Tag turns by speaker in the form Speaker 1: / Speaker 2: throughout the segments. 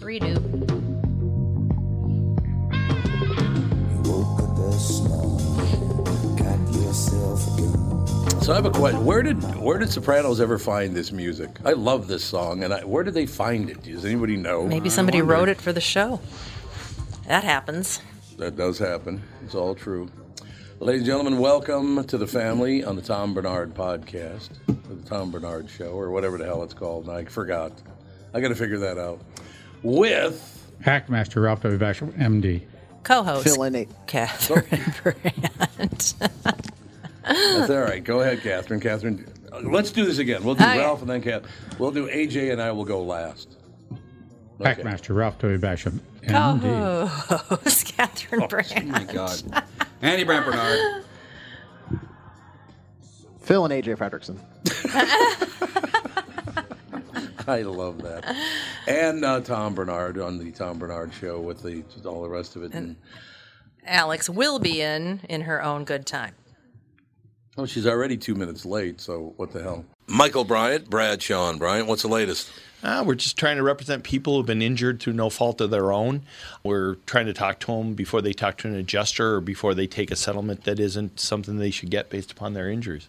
Speaker 1: Redo.
Speaker 2: So I have a question. Where did where did Sopranos ever find this music? I love this song, and I, where did they find it? Does anybody know?
Speaker 1: Maybe
Speaker 2: I
Speaker 1: somebody
Speaker 2: wonder.
Speaker 1: wrote it for the show. That happens.
Speaker 2: That does happen. It's all true. Ladies and gentlemen, welcome to the family on the Tom Bernard podcast, or the Tom Bernard show, or whatever the hell it's called. I forgot. I got to figure that out. With
Speaker 3: Hackmaster Ralph W. Baxter, MD.
Speaker 1: Co-host
Speaker 4: Fill in it.
Speaker 1: Catherine Brandt.
Speaker 2: that's all right. Go ahead, Catherine. Catherine, uh, let's do this again. We'll do
Speaker 1: Okay.
Speaker 2: Ralph and then Cat. We'll do AJ and I will go last. Okay. Uh-huh.
Speaker 3: Hackmaster Ralph W. Baxter, MD.
Speaker 1: Co-host Catherine Brandt.
Speaker 5: Oh, My God. Andy Brant Bernard.
Speaker 4: Phil and AJ Fredrickson.
Speaker 2: I love that. And uh, Tom Bernard on the Tom Bernard show with the just all the rest of it. And,
Speaker 1: Alex will be in in her own good time.
Speaker 2: oh, she's already two minutes late, so what the hell? Michael Bryant, Brad Sean Bryant, what's the latest?
Speaker 6: Ah, we're just trying to represent people who've been injured through no fault of their own. We're trying to talk to them before they talk to an adjuster or before they take a settlement that isn't something they should get based upon their injuries.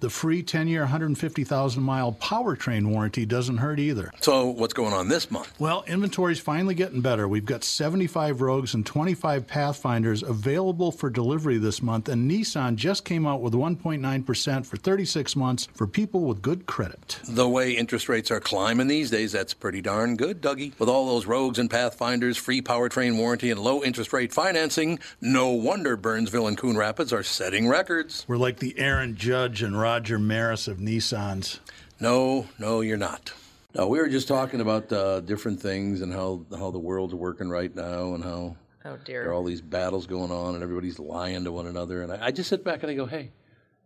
Speaker 7: the free 10 year, 150,000 mile powertrain warranty doesn't hurt either.
Speaker 2: So, what's going on this month?
Speaker 7: Well, inventory's finally getting better. We've got 75 Rogues and 25 Pathfinders available for delivery this month, and Nissan just came out with 1.9% for 36 months for people with good credit.
Speaker 2: The way interest rates are climbing these days, that's pretty darn good, Dougie. With all those rogues and pathfinders, free powertrain warranty, and low interest rate financing, no wonder Burnsville and Coon Rapids are setting records.
Speaker 7: We're like the Aaron Judge and Roger Maris of Nissans.
Speaker 2: No, no, you're not. No, we were just talking about uh, different things and how how the world's working right now and how
Speaker 1: Oh
Speaker 2: there are
Speaker 1: dear.
Speaker 2: all these battles going on and everybody's lying to one another. And I, I just sit back and I go, hey,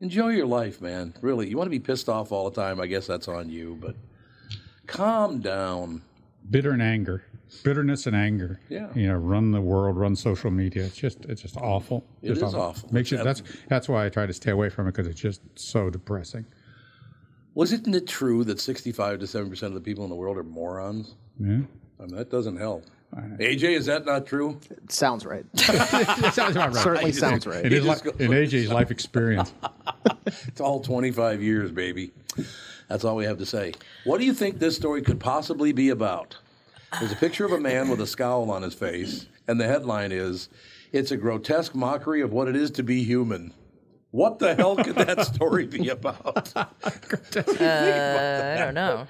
Speaker 2: enjoy your life, man. Really, you want to be pissed off all the time? I guess that's on you, but calm down.
Speaker 3: Bitter and anger. Bitterness and anger.
Speaker 2: Yeah.
Speaker 3: You know, run the world, run social media. It's just, it's just awful.
Speaker 2: It
Speaker 3: just
Speaker 2: is awful.
Speaker 3: Makes you, that's, that's why I try to stay away from it because it's just so depressing.
Speaker 2: Wasn't it true that 65 to 70 percent of the people in the world are morons?
Speaker 3: Yeah.
Speaker 2: I mean, that doesn't help. AJ, is that not true?
Speaker 4: Sounds right.
Speaker 3: sounds about right.
Speaker 4: Certainly sounds
Speaker 3: In,
Speaker 4: right.
Speaker 3: his
Speaker 2: You
Speaker 3: li-
Speaker 2: just go-
Speaker 3: in AJ's life experience.
Speaker 2: It's all 25 years, baby. That's all we have to say. What do you think this story could possibly be about? There's a picture of a man with a scowl on his face, and the headline is It's a grotesque mockery of what it is to be human. What the hell could that story be about?
Speaker 4: Uh,
Speaker 1: Uh, I don't know.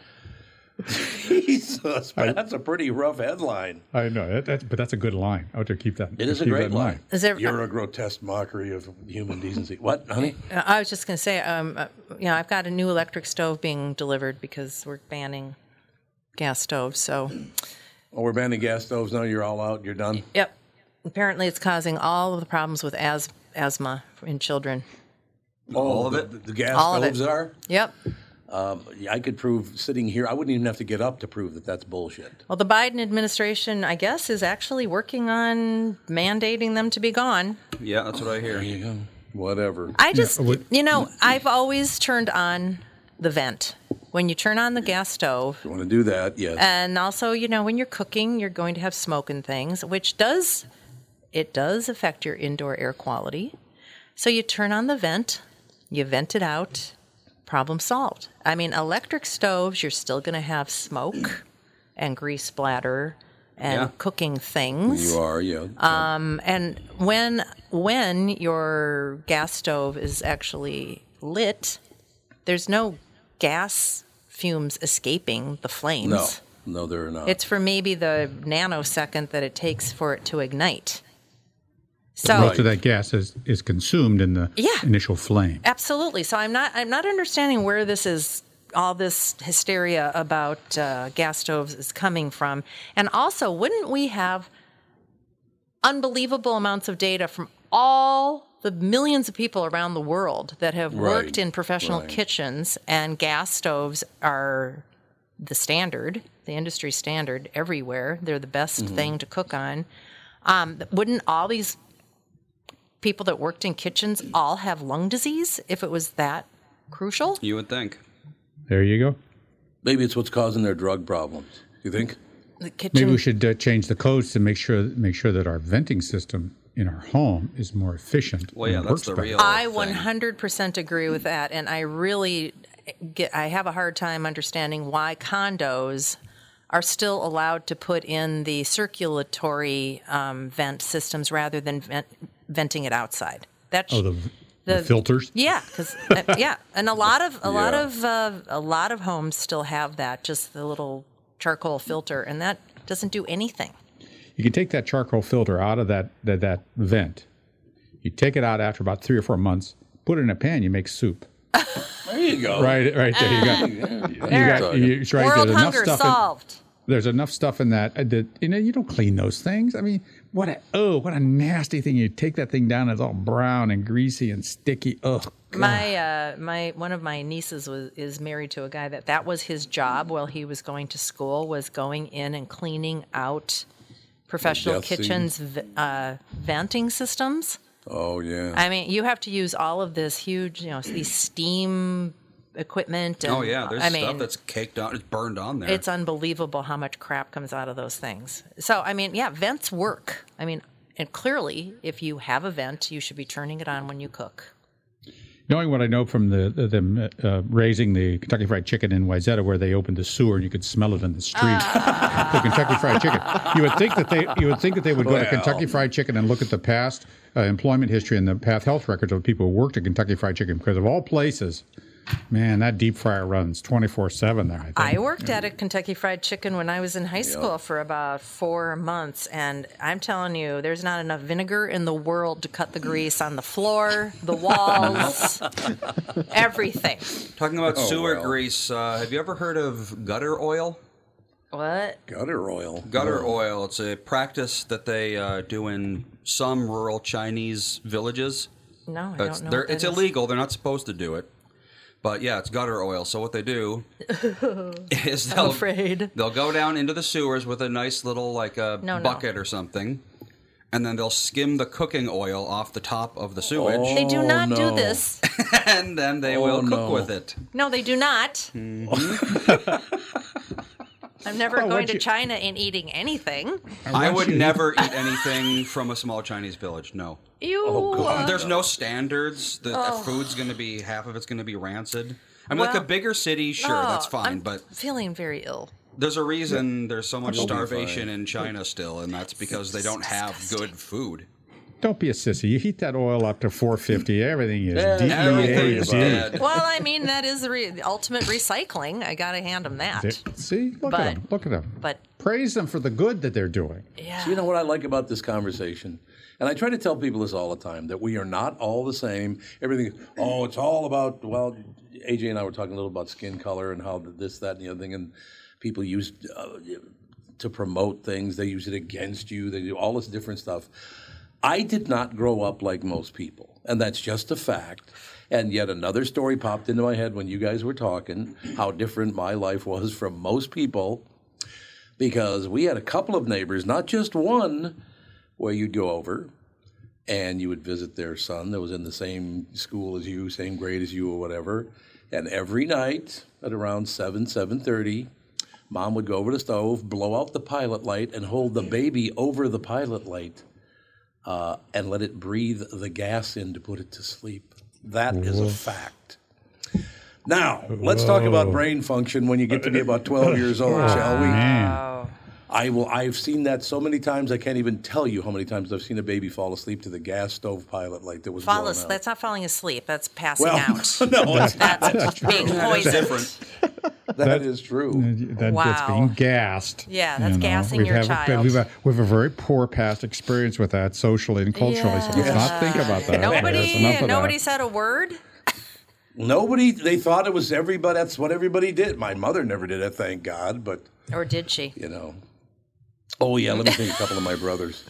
Speaker 2: Jesus, man, that's a pretty rough headline.
Speaker 3: I know that, that's, but that's a good line. I ought to keep that.
Speaker 2: It is a
Speaker 3: keep that
Speaker 2: great
Speaker 3: in
Speaker 2: line.
Speaker 3: mind.
Speaker 1: Is there?
Speaker 2: You're a grotesque mockery of human decency. What, honey?
Speaker 1: I was just going to say, um, uh, you know, I've got a new electric stove being delivered because we're banning gas stoves. So,
Speaker 2: Oh, we're banning gas stoves now. You're all out. You're done.
Speaker 1: yep. Apparently, it's causing all of the problems with as- asthma in children.
Speaker 2: All of it. Oh, The, the gas
Speaker 1: All of it.
Speaker 2: stoves are. Um,
Speaker 1: Yep.
Speaker 2: Yeah, I could prove sitting here. I wouldn't even have to get up to prove that that's bullshit.
Speaker 1: Well, the Biden administration, I guess, is actually working on mandating them to be gone.
Speaker 5: Yeah, that's what I hear.
Speaker 2: you go. Whatever.
Speaker 1: I just,
Speaker 3: what-
Speaker 1: you know, I've always turned on the vent. When you turn on the gas stove,
Speaker 2: you want to do that? Yes.
Speaker 1: And also, you know, when you're cooking, you're going to have smoke and things, which does it does affect your indoor air quality. So you turn on the vent, you vent it out, problem solved. I mean, electric stoves, you're still going to have smoke and grease splatter and
Speaker 5: Yeah.
Speaker 1: cooking things.
Speaker 2: you are. Yeah.
Speaker 1: Um, And when when your gas stove is actually lit, there's no gas fumes escaping the flames.
Speaker 2: no. No, they're not.
Speaker 1: It's for maybe the nanosecond that it takes for it to ignite. So
Speaker 3: Most of that gas is, is consumed in the
Speaker 1: Yeah.
Speaker 3: initial flame.
Speaker 1: absolutely. So I'm not I'm not understanding where this is all this hysteria about uh, gas stoves is coming from. And also, wouldn't we have unbelievable amounts of data from all the millions of people around the world that have worked
Speaker 2: Right,
Speaker 1: in professional kitchens and gas stoves are the standard, the industry standard everywhere. They're the best
Speaker 3: Mm-hmm.
Speaker 1: thing to cook on. Um, wouldn't all these people that worked in kitchens all have lung disease if it was that crucial?
Speaker 5: You would think.
Speaker 3: There you go.
Speaker 2: Maybe it's what's causing their drug problems. You think?
Speaker 1: The
Speaker 3: Maybe
Speaker 1: kitchen
Speaker 3: we should uh, change the codes to make sure make sure that our venting system in our home is more efficient.
Speaker 5: Well, yeah,
Speaker 3: and
Speaker 5: that's
Speaker 3: works
Speaker 5: the
Speaker 3: better.
Speaker 5: real.
Speaker 1: I
Speaker 5: thing.
Speaker 1: 100% agree with that, and I really get. I have a hard time understanding why condos are still allowed to put in the circulatory um, vent systems rather than vent, venting it outside. That's
Speaker 3: Oh, the, the,
Speaker 1: The-
Speaker 3: filters.
Speaker 1: yeah, because yeah, and a lot of a lot of uh, a lot of homes still have that, just the little charcoal filter, and that doesn't do anything.
Speaker 3: You can take that charcoal filter out of that, that that vent. You take it out after about three or four months. Put it in a pan. You make soup.
Speaker 2: There you go.
Speaker 3: Right, right there. You got. You got. You, it's right.
Speaker 1: World
Speaker 3: there's enough
Speaker 1: hunger
Speaker 3: stuff in-
Speaker 1: solved.
Speaker 3: there's enough stuff in that uh, that you know you don't clean those things. I mean, what a oh, what a nasty thing! You take that thing down, it's all brown and greasy and sticky. Ugh.
Speaker 1: My uh, my one of my nieces was is married to a guy that that was his job while he was going to school was going in and cleaning out professional
Speaker 2: Death scene.
Speaker 1: kitchens v- uh, venting systems.
Speaker 2: Oh yeah.
Speaker 1: I mean, you have to use all of this huge, you know, these steam equipment. And,
Speaker 5: Oh yeah, there's
Speaker 1: I
Speaker 5: stuff
Speaker 1: mean,
Speaker 5: that's caked on, it's burned on there.
Speaker 1: it's unbelievable how much crap comes out of those things. So I mean, yeah, vents work. I mean, and clearly, if you have a vent, you should be turning it on when you cook.
Speaker 3: Knowing what I know from the, the them uh, raising the Kentucky Fried Chicken in Wayzata, where they opened the sewer and you could smell it in the street,
Speaker 1: Ah.
Speaker 3: the Kentucky Fried Chicken. You would think that they you would think that they would go to Kentucky Fried Chicken and look at the past uh, employment history and the path health records of people who worked at Kentucky Fried Chicken because of all places, man, that deep fryer runs twenty four seven there. I think.
Speaker 1: I worked at a Kentucky Fried Chicken when I was in high school for about four months, and I'm telling you, there's not enough vinegar in the world to cut the grease on the floor, the walls, everything.
Speaker 5: Talking about sewer
Speaker 2: oh, well.
Speaker 5: grease, uh, have you ever heard of gutter oil?
Speaker 1: What?
Speaker 2: Gutter oil.
Speaker 5: Gutter oil. It's a practice that they uh, do in some rural Chinese villages.
Speaker 1: No, Oh, I
Speaker 5: It's,
Speaker 1: don't know.
Speaker 5: they're-
Speaker 1: what that
Speaker 5: it's
Speaker 1: is.
Speaker 5: illegal. They're not supposed to do it. But yeah, it's gutter oil. So what they do is they'll,
Speaker 1: I'm afraid.
Speaker 5: they'll go down into the sewers with a nice little like a
Speaker 1: No, no.
Speaker 5: bucket or something, and then they'll skim the cooking oil off the top of the sewage,
Speaker 1: They do not
Speaker 2: Oh, no. Oh,
Speaker 1: do this.
Speaker 5: and then they will cook
Speaker 2: no. Mm-hmm.
Speaker 5: with it.
Speaker 1: No, they do not. I'm never
Speaker 3: Well,
Speaker 1: going
Speaker 3: what
Speaker 1: to
Speaker 3: you-
Speaker 1: China and eating anything.
Speaker 5: I
Speaker 3: Once
Speaker 5: would
Speaker 3: you-
Speaker 5: never eat anything from a small Chinese village. No.
Speaker 1: You
Speaker 2: Oh,
Speaker 5: Oh, There's no standards. The, the food's going to be half of it's going to be rancid. I mean, like
Speaker 1: Oh. Well-
Speaker 5: a bigger city, sure, that's fine.
Speaker 1: I'm
Speaker 5: but
Speaker 1: feeling very ill.
Speaker 5: there's a reason there's so much
Speaker 2: It'll be
Speaker 5: starvation
Speaker 2: fine.
Speaker 5: in China still, and that's because they don't have good food.
Speaker 3: Don't be a sissy. You heat that oil up to 450. Everything is
Speaker 2: Yeah,
Speaker 3: DEA.
Speaker 5: Everything
Speaker 2: everything's
Speaker 5: is
Speaker 3: is in.
Speaker 5: dead.
Speaker 1: Well, I mean that is the re- the ultimate recycling. I gotta hand them that.
Speaker 3: See, look
Speaker 1: But-
Speaker 3: at them. Look at them.
Speaker 1: but-
Speaker 3: praise them for the good that they're doing.
Speaker 1: Yeah.
Speaker 2: So you know what I like about this conversation? And I try to tell people this all the time that we are not all the same. Everything, oh, it's all about, well, AJ and I were talking a little about skin color and how this, that, and the other thing. And people use uh, to promote things, they use it against you, they do all this different stuff. I did not grow up like most people, and that's just a fact. And yet another story popped into my head when you guys were talking how different my life was from most people because we had a couple of neighbors, not just one, where you'd go over and you would visit their son that was in the same school as you, same grade as you or whatever. And every night at around 7, 7.30, mom would go over to the stove, blow out the pilot light and hold the baby over the pilot light uh, and let it breathe the gas in to put it to sleep. That is a fact. Now, let's talk about brain function when you get to be about 12 years old, shall we? Oh. I will. I've seen that so many times. I can't even tell you how many times I've seen a baby fall asleep to the gas stove pilot light that was
Speaker 1: Fall
Speaker 2: blown
Speaker 1: as-
Speaker 2: out.
Speaker 1: that's not falling asleep. That's passing
Speaker 2: well,
Speaker 1: out.
Speaker 2: no, it's,
Speaker 1: That's being poisoned.
Speaker 5: Different.
Speaker 2: that is true.
Speaker 3: That, That's
Speaker 1: Wow.
Speaker 3: being gassed.
Speaker 1: Yeah, that's gassing
Speaker 3: We've
Speaker 1: your
Speaker 3: have-
Speaker 1: child.
Speaker 3: We've a, we have a very poor past experience with that socially and culturally, so let's not think about that. That's enough
Speaker 1: Nobody,
Speaker 3: of
Speaker 1: nobody
Speaker 3: that.
Speaker 1: said a word.
Speaker 2: Nobody. They thought it was everybody. That's what everybody did. My mother never did it. Thank God. But
Speaker 1: Or did she?
Speaker 2: you know. Oh yeah, let me think. A couple of my brothers.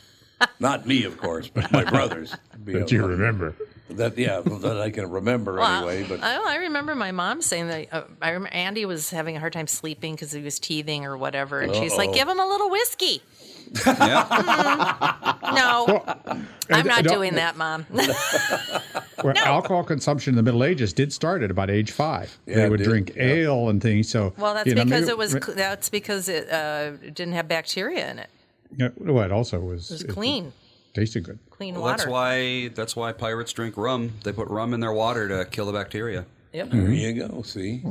Speaker 2: Not me, of course, but my brothers.
Speaker 3: That you remember.
Speaker 2: That yeah, that I can remember anyway. But
Speaker 1: oh, I, I remember my mom saying that. Uh, I remember Andy was having a hard time sleeping because he was teething or whatever, and she's like,
Speaker 2: Uh-oh.
Speaker 1: "Give him a little whiskey." Mm-hmm.
Speaker 5: Yeah.
Speaker 1: No, I'm
Speaker 3: And-
Speaker 1: not
Speaker 3: and-
Speaker 1: doing that, mom.
Speaker 3: Well, alcohol consumption in the Middle Ages did start at about age five.
Speaker 2: Yeah,
Speaker 3: they
Speaker 2: it
Speaker 3: would
Speaker 2: did.
Speaker 3: drink
Speaker 2: Yeah.
Speaker 3: ale and things. So
Speaker 1: well, that's
Speaker 3: you know,
Speaker 1: because
Speaker 3: maybe-
Speaker 1: it was. cl- That's because it uh, didn't have bacteria in it.
Speaker 3: Yeah, well, it also was,
Speaker 1: It was clean,
Speaker 3: tasted good.
Speaker 1: clean
Speaker 5: Well,
Speaker 1: water.
Speaker 5: that's why that's why pirates drink rum. They put rum in their water to kill the bacteria.
Speaker 1: Yep.
Speaker 2: There you go. See,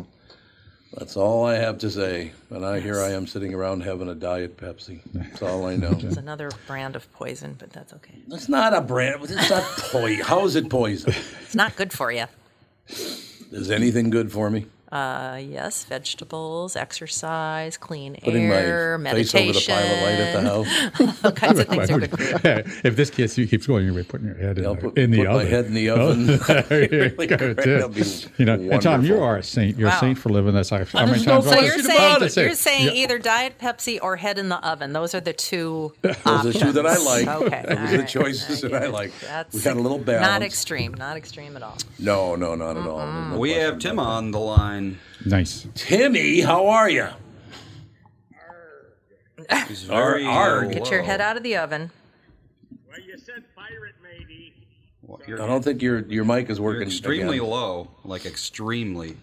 Speaker 2: that's all I have to say. And I here I am sitting around having a diet Pepsi. That's all I know.
Speaker 1: It's another brand of poison, but that's okay.
Speaker 2: That's not a brand. It's not poison. How is it poison?
Speaker 1: It's not good for you.
Speaker 2: Is anything good for me?
Speaker 1: Uh, yes, vegetables, exercise, clean
Speaker 2: Putting
Speaker 1: air,
Speaker 2: my face over
Speaker 1: meditation.
Speaker 2: the pilot light at the house.
Speaker 1: all kinds of things are good. for you.
Speaker 3: if this kid keeps going, you're putting your head in,
Speaker 2: I'll
Speaker 3: the-
Speaker 2: put,
Speaker 3: in the
Speaker 2: put
Speaker 3: oven.
Speaker 2: my head in the oven.
Speaker 3: There you
Speaker 2: Really
Speaker 3: go,
Speaker 2: great.
Speaker 3: too.
Speaker 2: That'll be
Speaker 3: you know, and Tom, you
Speaker 2: wonderful.
Speaker 3: are a saint. You're
Speaker 1: Wow.
Speaker 3: a saint for living this. I've, how many
Speaker 2: There's no
Speaker 3: times?
Speaker 1: So
Speaker 2: Well,
Speaker 1: you're
Speaker 2: it's
Speaker 1: saying
Speaker 2: about it.
Speaker 1: you're saying either Diet Pepsi or head in the oven. Those are the two.
Speaker 2: Those are the two that I like.
Speaker 1: Ah, Okay,
Speaker 2: Those
Speaker 1: all
Speaker 2: are the
Speaker 1: right.
Speaker 2: choices that I like.
Speaker 1: That's
Speaker 2: we got a little balance.
Speaker 1: not extreme. Not extreme at all.
Speaker 2: No, no, not at all. There's no
Speaker 5: We
Speaker 2: question
Speaker 5: have Tim
Speaker 2: about
Speaker 5: on the line.
Speaker 3: Nice. nice.
Speaker 2: that. Timmy, how are you?
Speaker 5: He's
Speaker 2: Arr,
Speaker 5: very
Speaker 2: arr.
Speaker 1: Get your head out of the oven.
Speaker 4: Well, you said pirate, matey.
Speaker 5: You're,
Speaker 2: I don't think your your mic is
Speaker 5: you're
Speaker 2: working.
Speaker 5: extremely
Speaker 2: again.
Speaker 5: low, like extremely.
Speaker 4: you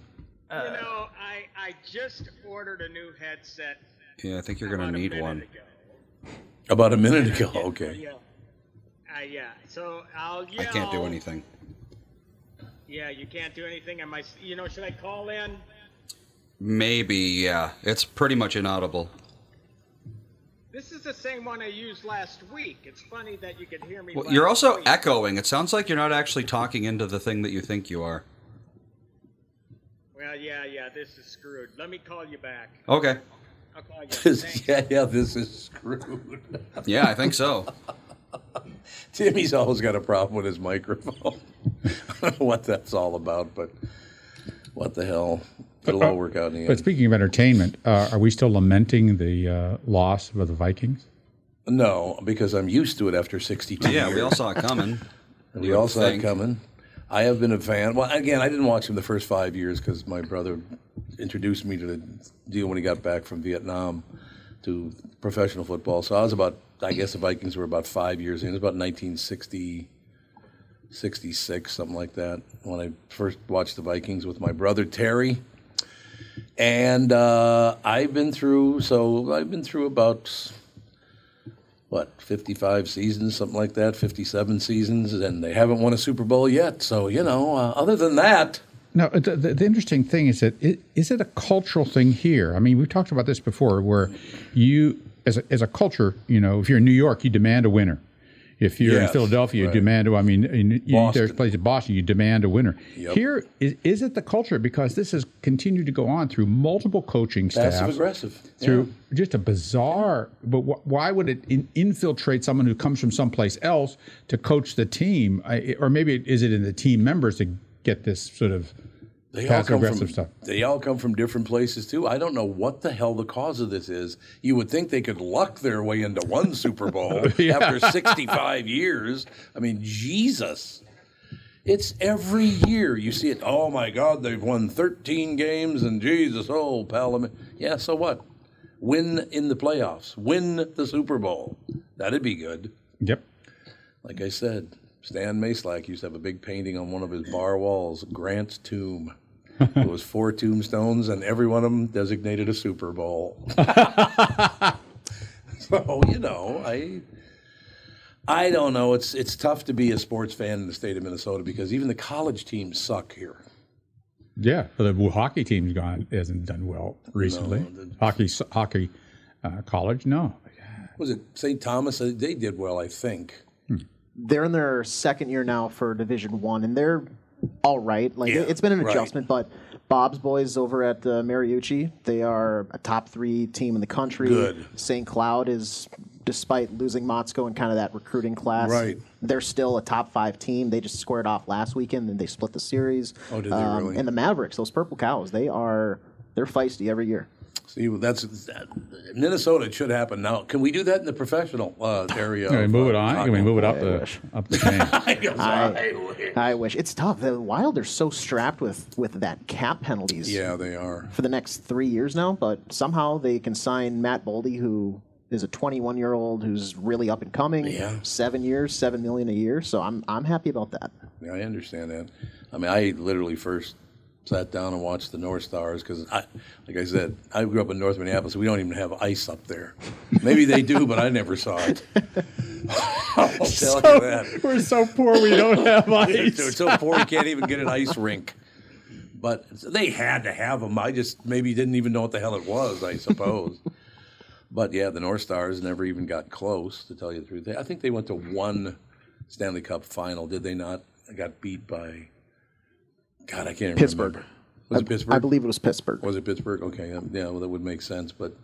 Speaker 4: know, I, I just ordered a new headset.
Speaker 5: Yeah, I think you're gonna need
Speaker 4: minute
Speaker 5: one.
Speaker 4: ago.
Speaker 2: About a minute ago. Okay.
Speaker 4: Yeah. Uh, yeah. So I'll.
Speaker 5: I can't do
Speaker 4: yell.
Speaker 5: anything.
Speaker 4: Yeah, you can't do anything. Am I? s- You know, should I call in?
Speaker 5: Maybe, yeah. It's pretty much inaudible.
Speaker 4: This is the same one I used last week. It's funny that you could hear me.
Speaker 5: Well,
Speaker 4: last
Speaker 5: you're also
Speaker 4: week.
Speaker 5: echoing. It sounds like you're not actually talking into the thing that you think you are.
Speaker 4: Well, yeah, yeah. This is screwed. Let me call you back.
Speaker 5: Okay.
Speaker 4: I'll call you. Thanks.
Speaker 2: yeah, yeah. This is screwed.
Speaker 5: Yeah, I think so.
Speaker 2: Timmy's always got a problem with his microphone. I don't know what that's all about, but what the hell? It'll all work out in the
Speaker 3: But
Speaker 2: end.
Speaker 3: speaking of entertainment, uh, are we still lamenting the uh, loss of the Vikings?
Speaker 2: No, because I'm used to it after 62
Speaker 5: Yeah, we all
Speaker 2: years.
Speaker 5: saw it coming.
Speaker 2: We
Speaker 5: would
Speaker 2: all saw it
Speaker 5: think.
Speaker 2: coming. I have been a fan. Well, again, I didn't watch him the first five years because my brother introduced me to the deal when he got back from Vietnam to professional football. So I was about, I guess the Vikings were about five years in. It was about 1960. 66, something like that, when I first watched the Vikings with my brother Terry. And uh, I've been through, so I've been through about what 55 seasons something like that 57 seasons and they haven't won a super bowl yet so you know uh, other than that
Speaker 3: Now, the, the, the interesting thing is that it, is it a cultural thing here? I mean, we've talked about this before, where you, as a, as a culture, you know, if you're in New York, you demand a winner. If you're
Speaker 2: Yes,
Speaker 3: in Philadelphia,
Speaker 2: right.
Speaker 3: you demand. I mean, in, you,
Speaker 2: Boston.
Speaker 3: there's places in Boston, you demand a winner.
Speaker 2: Yep.
Speaker 3: Here, is, is it the culture? Because this has continued to go on through multiple coaching staffs,
Speaker 2: passive aggressive
Speaker 3: through just a bizarre. But wh- why would it in, infiltrate someone who comes from someplace else to coach the team, I, or maybe it- is it in the team members to get this sort of
Speaker 2: They all
Speaker 3: passive
Speaker 2: come from
Speaker 3: aggressive stuff?
Speaker 2: they all come from different places too. I don't know what the hell the cause of this is. You would think they could luck their way into one Super Bowl after 65 years. I mean, Jesus. It's every year you see it. Oh my God, they've won 13 games and Jesus, oh, Parliament. Yeah, so what? Win in the playoffs, win the Super Bowl. That'd be good
Speaker 3: Yep.
Speaker 2: like I said, Stan Maslak used to have a big painting on one of his bar walls, Grant's Tomb. it was four tombstones, and every one of them designated a Super Bowl. so you know, I I don't know. It's it's tough to be a sports fan in the state of Minnesota because even the college teams suck here.
Speaker 3: Yeah, but the hockey team's gone hasn't done well recently. hockey, hockey, uh, college, no.
Speaker 2: Was it St. Thomas? Uh, They did well, I think.
Speaker 8: they're in their second year now for Division One, and they're all right. Like
Speaker 2: Yeah,
Speaker 8: it's been an
Speaker 2: right.
Speaker 8: adjustment, but Bob's boys over at uh, Mariucci, they are a top three team in the country.
Speaker 2: Good.
Speaker 8: St. Cloud is, despite losing Motzko and kind of that recruiting class,
Speaker 2: Right.
Speaker 8: They're still a top five team. They just squared off last weekend, and they split the series. Um,
Speaker 2: Oh, did they really?
Speaker 8: And the Mavericks, those purple cows, they are they're feisty every year.
Speaker 2: See, well, that's that, Minnesota. It should happen now. Can we do that in the professional uh, area?
Speaker 3: Can we
Speaker 2: of,
Speaker 3: move
Speaker 2: uh,
Speaker 3: it on? Can we
Speaker 2: hockey?
Speaker 3: move it up the up the chain?
Speaker 2: I guess I would.
Speaker 8: I wish it's tough. The Wild are so strapped with with that cap penalties.
Speaker 2: Yeah, they are.
Speaker 8: for the next three years now, but somehow they can sign Matt Boldy, who is a 21 year old who's really up and coming.
Speaker 2: Yeah.
Speaker 8: Seven years, seven million a year. So I'm I'm happy about that.
Speaker 2: Yeah, I understand that. I mean, I literally first sat down and watched the North Stars because, I, like I said, I grew up in North Minneapolis. We don't even have ice up there. Maybe they do, but I never saw it. I'll tell you that.
Speaker 3: We're so poor we don't have
Speaker 2: They're, they're so poor you can't even get an ice rink. But they had to have them. I just maybe didn't even know what the hell it was, I suppose. but yeah, the North Stars never even got close, to tell you the truth. They- I think they went to one Stanley Cup final, did they not? They got beat by, God, I can't even
Speaker 8: Pittsburgh.
Speaker 2: remember. Was it Pittsburgh?
Speaker 8: I believe it was Pittsburgh.
Speaker 2: Was it Pittsburgh? Okay, um, yeah, well, that would make sense. But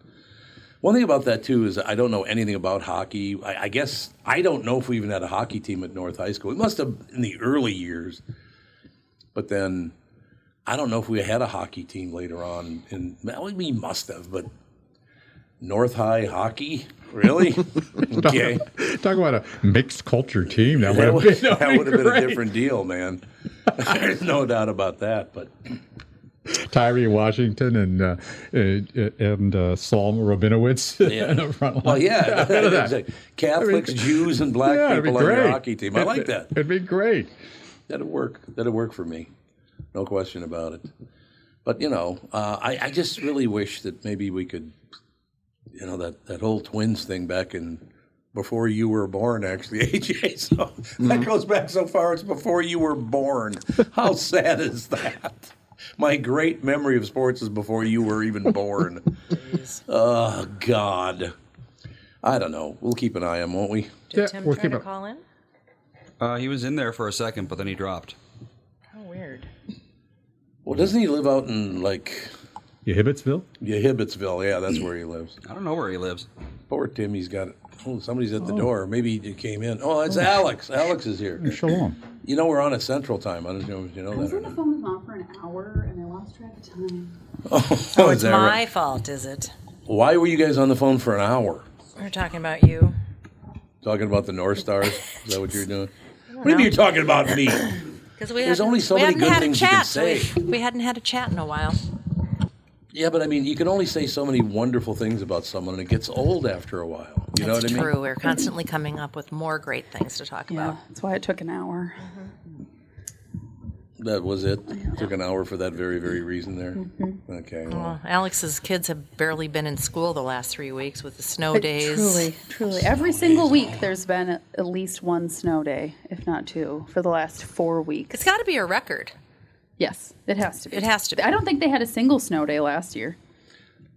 Speaker 2: one thing about that too is I don't know anything about hockey. I, I guess I don't know if we even had a hockey team at North High School. It must have in the early years, but then I don't know if we had a hockey team later on. And well, we must have, but North High hockey, really? okay,
Speaker 3: Talk about a mixed culture team. That
Speaker 2: that
Speaker 3: would
Speaker 2: would,
Speaker 3: have been,
Speaker 2: that would have been a
Speaker 3: great.
Speaker 2: different deal, man. There's no doubt about that. But
Speaker 3: Tyree Washington and uh, uh, and uh, Psalm Rabinowitz
Speaker 5: Yeah.
Speaker 3: in the front line.
Speaker 2: Well, yeah,
Speaker 3: look at that.
Speaker 2: It's like Catholics, Jews, and black
Speaker 3: Yeah, it'd be
Speaker 2: people on your
Speaker 3: great.
Speaker 2: hockey team. I like that.
Speaker 3: It'd be great.
Speaker 2: That'd work. That'd work for me, no question about it. But you know, uh, I, I just really wish that maybe we could, you know, that that whole twins thing back in before you were born, actually, AJ. So
Speaker 3: Mm-hmm.
Speaker 2: that goes back so far. It's before you were born. How sad is that? My great memory of sports is before you were even born. oh God. I don't know. We'll keep an eye on, 'em, won't we?
Speaker 1: Did
Speaker 3: Yeah,
Speaker 1: Tim
Speaker 3: we'll
Speaker 1: Turner
Speaker 3: keep it.
Speaker 1: call in?
Speaker 5: Uh, he was in there for a second, but then he dropped.
Speaker 1: How weird.
Speaker 2: Well, doesn't he live out in like
Speaker 3: You Hibbetsville?
Speaker 2: Hibbetsville? Yeah, that's where he lives.
Speaker 5: I don't know where he lives.
Speaker 2: Poor Tim, he's got it. Oh, somebody's at the door. Maybe he came in. Oh, it's Alex. Alex is here.
Speaker 3: Shalom.
Speaker 2: You know we're on at Central Time. I don't know if you know that. Or not.
Speaker 9: phone was on for an hour and I lost track of time.
Speaker 2: Oh,
Speaker 1: It's
Speaker 2: is that
Speaker 1: my
Speaker 2: right?
Speaker 1: fault, is it?
Speaker 2: Why were you guys on the phone for an hour
Speaker 1: We're talking about you.
Speaker 2: talking about the North Stars? Is that what you're doing? What do you mean you're talking about me?
Speaker 1: Because we
Speaker 2: There's
Speaker 1: hadn't-
Speaker 2: only so
Speaker 1: we hadn't
Speaker 2: many good
Speaker 1: had a
Speaker 2: things you can
Speaker 1: chat. We-
Speaker 2: say.
Speaker 1: We, hadn't had a chat in a while.
Speaker 2: yeah, but I mean, you can only say so many wonderful things about someone, and it gets old after a while. You know
Speaker 1: That's
Speaker 2: what I mean?
Speaker 1: true. We're constantly coming up with more great things to talk Mm-hmm.
Speaker 9: Yeah,
Speaker 1: about.
Speaker 9: that's why it took an hour.
Speaker 2: That was it. Took an hour for that very, very reason there. Okay. well.
Speaker 1: Well, Alex's kids have barely been in school the last three weeks with the snow days.
Speaker 9: Truly, truly. Every single week, there's been at at least one snow day, if not two, for the last four weeks.
Speaker 1: It's got to be a record.
Speaker 9: Yes, it has to be.
Speaker 1: It has to be.
Speaker 9: I don't think they had a single snow day last year.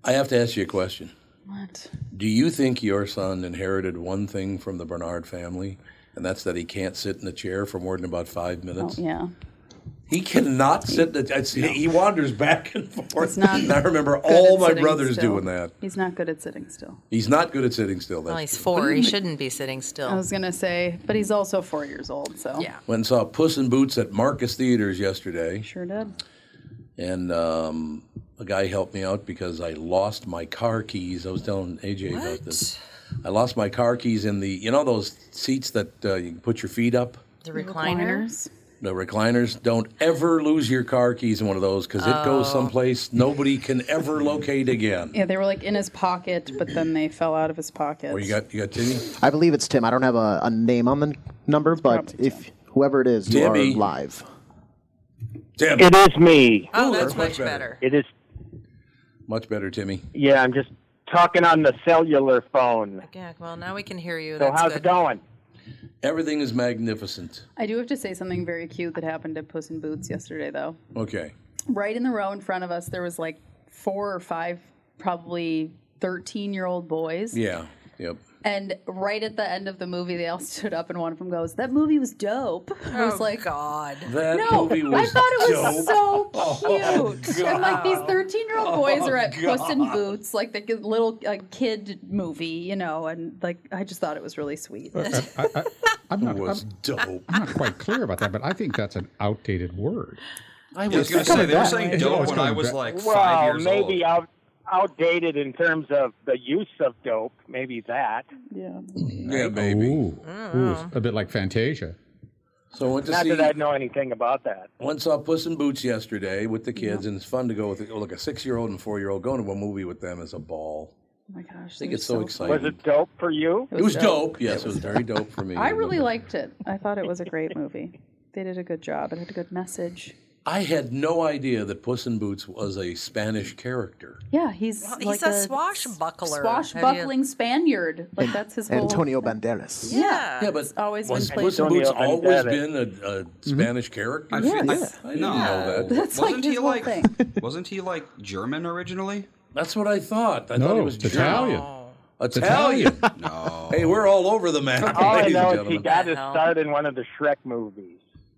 Speaker 2: I have to ask you a question.
Speaker 9: What?
Speaker 2: Do you think your son inherited one thing from the Bernard family, and that's that he can't sit in a chair for more than about five
Speaker 9: Oh,
Speaker 2: minutes?
Speaker 9: yeah.
Speaker 2: He cannot sit. In a, it's, He wanders back and forth.
Speaker 9: not
Speaker 2: and I remember
Speaker 9: good
Speaker 2: all
Speaker 9: at
Speaker 2: my
Speaker 9: sitting
Speaker 2: brothers
Speaker 9: still.
Speaker 2: doing that.
Speaker 9: He's not good at sitting still.
Speaker 2: He's not good at sitting still.
Speaker 1: Well,
Speaker 2: That's
Speaker 1: he's four. He shouldn't be sitting still.
Speaker 9: I was gonna say, but he's also four years old, so yeah,
Speaker 2: Went and saw Puss in Boots at Marcus Theaters yesterday,
Speaker 9: sure did.
Speaker 2: and um, a guy helped me out because I lost my car keys. I was telling AJ about this. I lost my car keys in the you know those seats that uh, you can put your feet up.
Speaker 1: The recliner.
Speaker 2: The recliners. Don't ever lose your car keys in one of those because it
Speaker 9: Oh.
Speaker 2: goes someplace nobody can ever locate again.
Speaker 9: Yeah, they were like in his pocket, but then they fell out of his pocket.
Speaker 2: Well, you got you got Timmy.
Speaker 8: I believe it's Tim. I don't have a, a name on the number, but if whoever it is, you are
Speaker 2: Timmy.
Speaker 8: live.
Speaker 2: Tim.
Speaker 10: It is me.
Speaker 1: Oh, that's much better.
Speaker 10: It is.
Speaker 2: Much better, Timmy.
Speaker 10: Yeah, I'm just talking on the cellular phone.
Speaker 1: Yeah. Well, now we can hear you.
Speaker 10: So
Speaker 1: That's
Speaker 10: how's
Speaker 1: good.
Speaker 10: it going?
Speaker 2: Everything is magnificent.
Speaker 9: I do have to say something very cute that happened at Puss in Boots yesterday, though.
Speaker 2: Okay.
Speaker 9: Right in the row in front of us, there was like four or five, probably thirteen-year-old boys.
Speaker 2: Yeah. Yep.
Speaker 9: And right at the end of the movie, they all stood up, and one of them goes, "That movie was dope." I was like,
Speaker 1: Oh, God.
Speaker 2: That
Speaker 9: No,
Speaker 2: movie
Speaker 9: I
Speaker 2: was
Speaker 9: thought it
Speaker 2: dope. Oh,
Speaker 9: was so cute. and like these 13 year old boys are at Puss in Boots, like the good little uh, kid movie, you know, and like I just thought it was really sweet.
Speaker 3: I, I, I'm, not,
Speaker 2: was
Speaker 3: I'm,
Speaker 2: dope.
Speaker 3: I'm not quite clear about that, but I think that's an outdated word.
Speaker 8: I
Speaker 5: Yeah, I was going to say, they were saying dope when I was like five
Speaker 10: Well,
Speaker 5: years
Speaker 10: maybe
Speaker 5: old.
Speaker 10: out, outdated in terms of the use of dope. Maybe that.
Speaker 9: yeah.
Speaker 2: Yeah, baby.
Speaker 3: Ooh, ooh, it's a bit like Fantasia.
Speaker 2: So I went to
Speaker 10: Not
Speaker 2: see
Speaker 10: that I know anything about that.
Speaker 2: went saw Puss in Boots yesterday with the kids, and it's fun to go with oh, look a six year old and four year old going to a movie with them is a ball.
Speaker 9: Oh my gosh.
Speaker 2: They
Speaker 9: they're
Speaker 2: get so,
Speaker 9: fun.
Speaker 2: excited.
Speaker 10: Was it dope for you?
Speaker 2: It was dope. Yes, it was very dope for me.
Speaker 9: I really liked it. I thought it was a great movie. They did a good job. It had a good message.
Speaker 2: I had no idea that Puss in Boots was a Spanish character.
Speaker 9: Yeah, he's
Speaker 1: He's
Speaker 9: like
Speaker 1: a swashbuckler. Have
Speaker 9: swashbuckling Spaniard. Like that's his whole.
Speaker 8: Antonio Banderas.
Speaker 9: Yeah.
Speaker 1: Yeah.
Speaker 2: Yeah, but
Speaker 9: It's always been
Speaker 2: was
Speaker 9: played.
Speaker 2: Puss in
Speaker 10: Antonio
Speaker 2: Boots always
Speaker 10: Banderas.
Speaker 2: been a, a Spanish character?
Speaker 5: Mm-hmm. I feel-
Speaker 9: Yes.
Speaker 2: I didn't
Speaker 5: no.
Speaker 2: know that.
Speaker 9: That's like
Speaker 5: Wasn't
Speaker 9: his
Speaker 5: he
Speaker 9: whole
Speaker 5: like-
Speaker 9: thing.
Speaker 5: Wasn't he like German originally?
Speaker 2: That's what I thought. I thought
Speaker 3: No,
Speaker 2: it was Oh.
Speaker 3: it's Italian.
Speaker 2: Italian. Hey, we're all over the map,
Speaker 10: All I
Speaker 2: ladies and
Speaker 10: know is he
Speaker 2: gentlemen.
Speaker 10: got his
Speaker 1: Hell.
Speaker 10: start in one of the Shrek movies.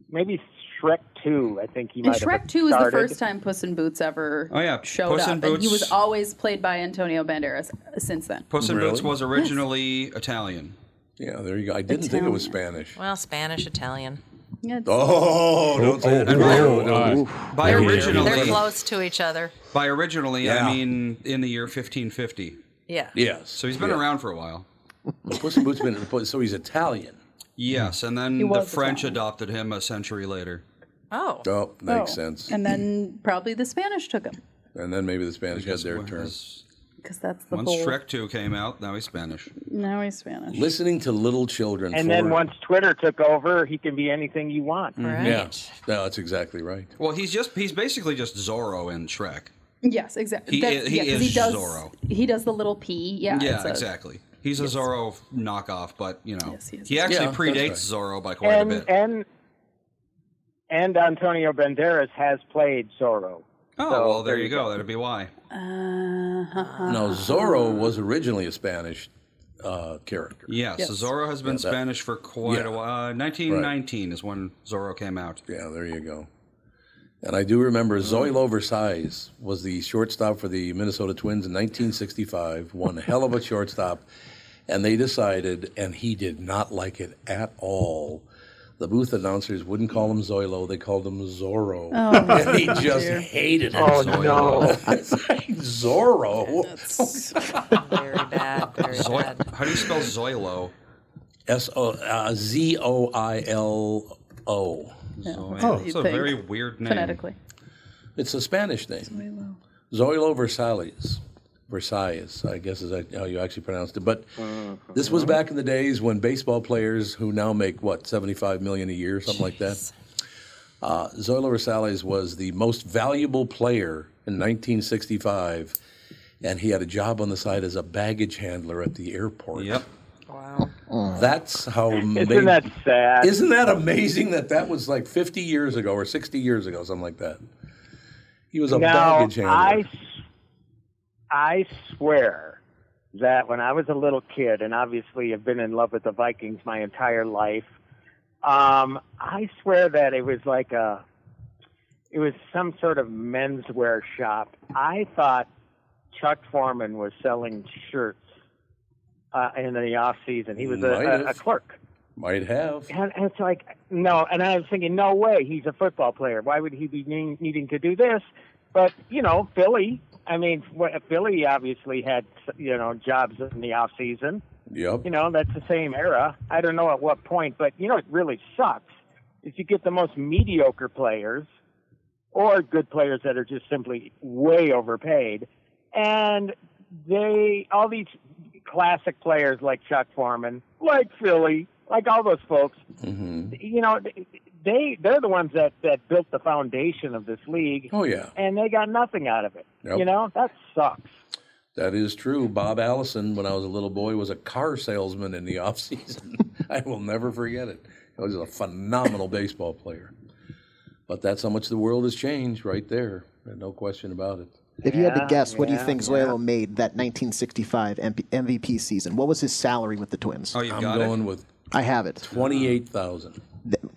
Speaker 10: Maybe Shrek 2, I think he
Speaker 9: And
Speaker 10: might
Speaker 9: Shrek
Speaker 10: have
Speaker 9: 2 is the
Speaker 10: started.
Speaker 9: first time Puss in Boots ever
Speaker 5: Oh, yeah.
Speaker 9: showed
Speaker 5: Puss
Speaker 9: up.
Speaker 5: in
Speaker 9: And he was
Speaker 5: Boots-
Speaker 9: always played by Antonio Banderas since then.
Speaker 5: Puss in Boots
Speaker 2: Really?
Speaker 5: was originally Italian.
Speaker 2: Yeah, there you go. I didn't think it was Spanish.
Speaker 1: Well, Spanish, Italian.
Speaker 9: Yeah, it's-
Speaker 2: Oh, don't say that.
Speaker 3: oh,
Speaker 2: Don't-
Speaker 5: By
Speaker 1: They're
Speaker 5: originally,
Speaker 1: close to each other.
Speaker 5: by originally,
Speaker 2: Yeah.
Speaker 5: I mean in the year 1550.
Speaker 1: Yeah.
Speaker 2: Yes.
Speaker 5: So he's been
Speaker 2: Yeah.
Speaker 5: around for a while.
Speaker 2: Puss in Boots been so he's Italian.
Speaker 5: Yes, and then the
Speaker 9: was
Speaker 5: French adopted him a century later.
Speaker 1: Oh.
Speaker 2: Oh, makes
Speaker 9: Oh.
Speaker 2: sense.
Speaker 9: And then probably the Spanish took him
Speaker 2: And then maybe the Spanish got their
Speaker 5: Once-
Speaker 2: turn.
Speaker 9: because that's the
Speaker 5: Once
Speaker 9: bold.
Speaker 5: Shrek 2 came out, now he's Spanish.
Speaker 9: Now he's Spanish.
Speaker 2: Listening to little children.
Speaker 10: And
Speaker 2: for-
Speaker 10: then once Twitter took over, he can be anything you want.
Speaker 1: Right.
Speaker 2: Mm, Yeah, no, that's exactly right.
Speaker 5: Well, he's just he's basically just Zorro in Shrek.
Speaker 9: Yes, exactly.
Speaker 5: He
Speaker 9: That's-
Speaker 5: is- he
Speaker 9: yeah, 'cause
Speaker 5: is
Speaker 9: he does,
Speaker 5: Zorro.
Speaker 9: He does the little P. Yeah,
Speaker 5: Yeah,
Speaker 9: it's a-
Speaker 5: exactly. He's a Zorro knockoff, but you know
Speaker 9: Yes, he is.
Speaker 5: he actually
Speaker 2: Yeah, that's
Speaker 5: predates
Speaker 2: right.
Speaker 5: Zorro by quite
Speaker 10: And
Speaker 5: a bit.
Speaker 10: and and Antonio Banderas has played Zorro.
Speaker 5: oh
Speaker 10: so
Speaker 5: well, there you go. That'd be why.
Speaker 9: uh-huh.
Speaker 2: Now
Speaker 9: Ah.
Speaker 2: Zorro was originally a Spanish uh, character.
Speaker 5: Yes, Zorro has been Spanish for quite
Speaker 2: Yeah.
Speaker 5: a while. Uh, 1919 is when Zorro came out. Mm.
Speaker 2: Yeah, there you go. And I do remember Zoe Loversize was the shortstop for the Minnesota Twins in 1965. One hell of a shortstop. And they decided, and he did not like it at all. The booth announcers wouldn't call him Zoilo, they called him Zorro.
Speaker 1: Oh,
Speaker 2: and he just hated it.
Speaker 10: Oh no!
Speaker 2: It's like, Zorro.
Speaker 9: That's
Speaker 1: Very bad. Very
Speaker 5: Zoi-
Speaker 1: bad.
Speaker 5: How do you spell Zoilo?
Speaker 2: S O uh, Z O I L O. Oh,
Speaker 5: Zoilo.
Speaker 9: you'd
Speaker 5: it's Oh, a
Speaker 9: think.
Speaker 5: very weird name.
Speaker 9: phonetically.
Speaker 2: It's a Spanish name. Zoilo Versalles. Versalles, I guess is that how you actually pronounced it. But this was back in the days when baseball players who now make what, 75 million a year, something like that. Uh, Zoila Rosales was the most valuable player in 1965, and he had a job on the side as a baggage handler at the airport. Yep. Wow. That's how.
Speaker 10: Isn't
Speaker 2: ma-
Speaker 10: that sad?
Speaker 2: Isn't that amazing that that was like 50 years ago or 60 years ago, something like that? He was a
Speaker 10: now,
Speaker 2: baggage handler.
Speaker 10: I, s- I swear that when I was a little kid, and obviously I've been in love with the Vikings my entire life, um, I swear that it was like a, it was some sort of menswear shop. I thought Chuck Foreman was selling shirts uh, in the off season. He was a,
Speaker 2: Might
Speaker 10: a,
Speaker 2: have.
Speaker 10: a clerk.
Speaker 2: Might have.
Speaker 10: And, and it's like, no. And I was thinking, no way, he's a football player. Why would he be needing, needing to do this? But, you know, Philly, I mean, what- Philly obviously had, you know, jobs in the off season.
Speaker 2: Yep.
Speaker 10: You know, that's the same era. I don't know at what point, but, you know, it really sucks is you get the most mediocre players or good players that are just simply way overpaid. And they, all these classic players like Chuck Foreman, like Philly, like all those folks,
Speaker 5: Mm-hmm.
Speaker 10: you know, they they're the ones that that built the foundation of this league.
Speaker 2: Oh, yeah.
Speaker 10: and they got nothing out of it.
Speaker 2: Yep.
Speaker 10: You know, that sucks.
Speaker 2: That is true. Bob Allison, when I was a little boy, was a car salesman in the off season. I will never forget it. He was a phenomenal baseball player. But that's how much the world has changed right there. and No question about it.
Speaker 8: If you had to guess, what do you
Speaker 2: yeah,
Speaker 8: think Zoilo made that 1965 MP- MVP season? What was his salary with the Twins?
Speaker 2: Oh, you've I'm got it. going with
Speaker 8: I have it.
Speaker 2: 28,000.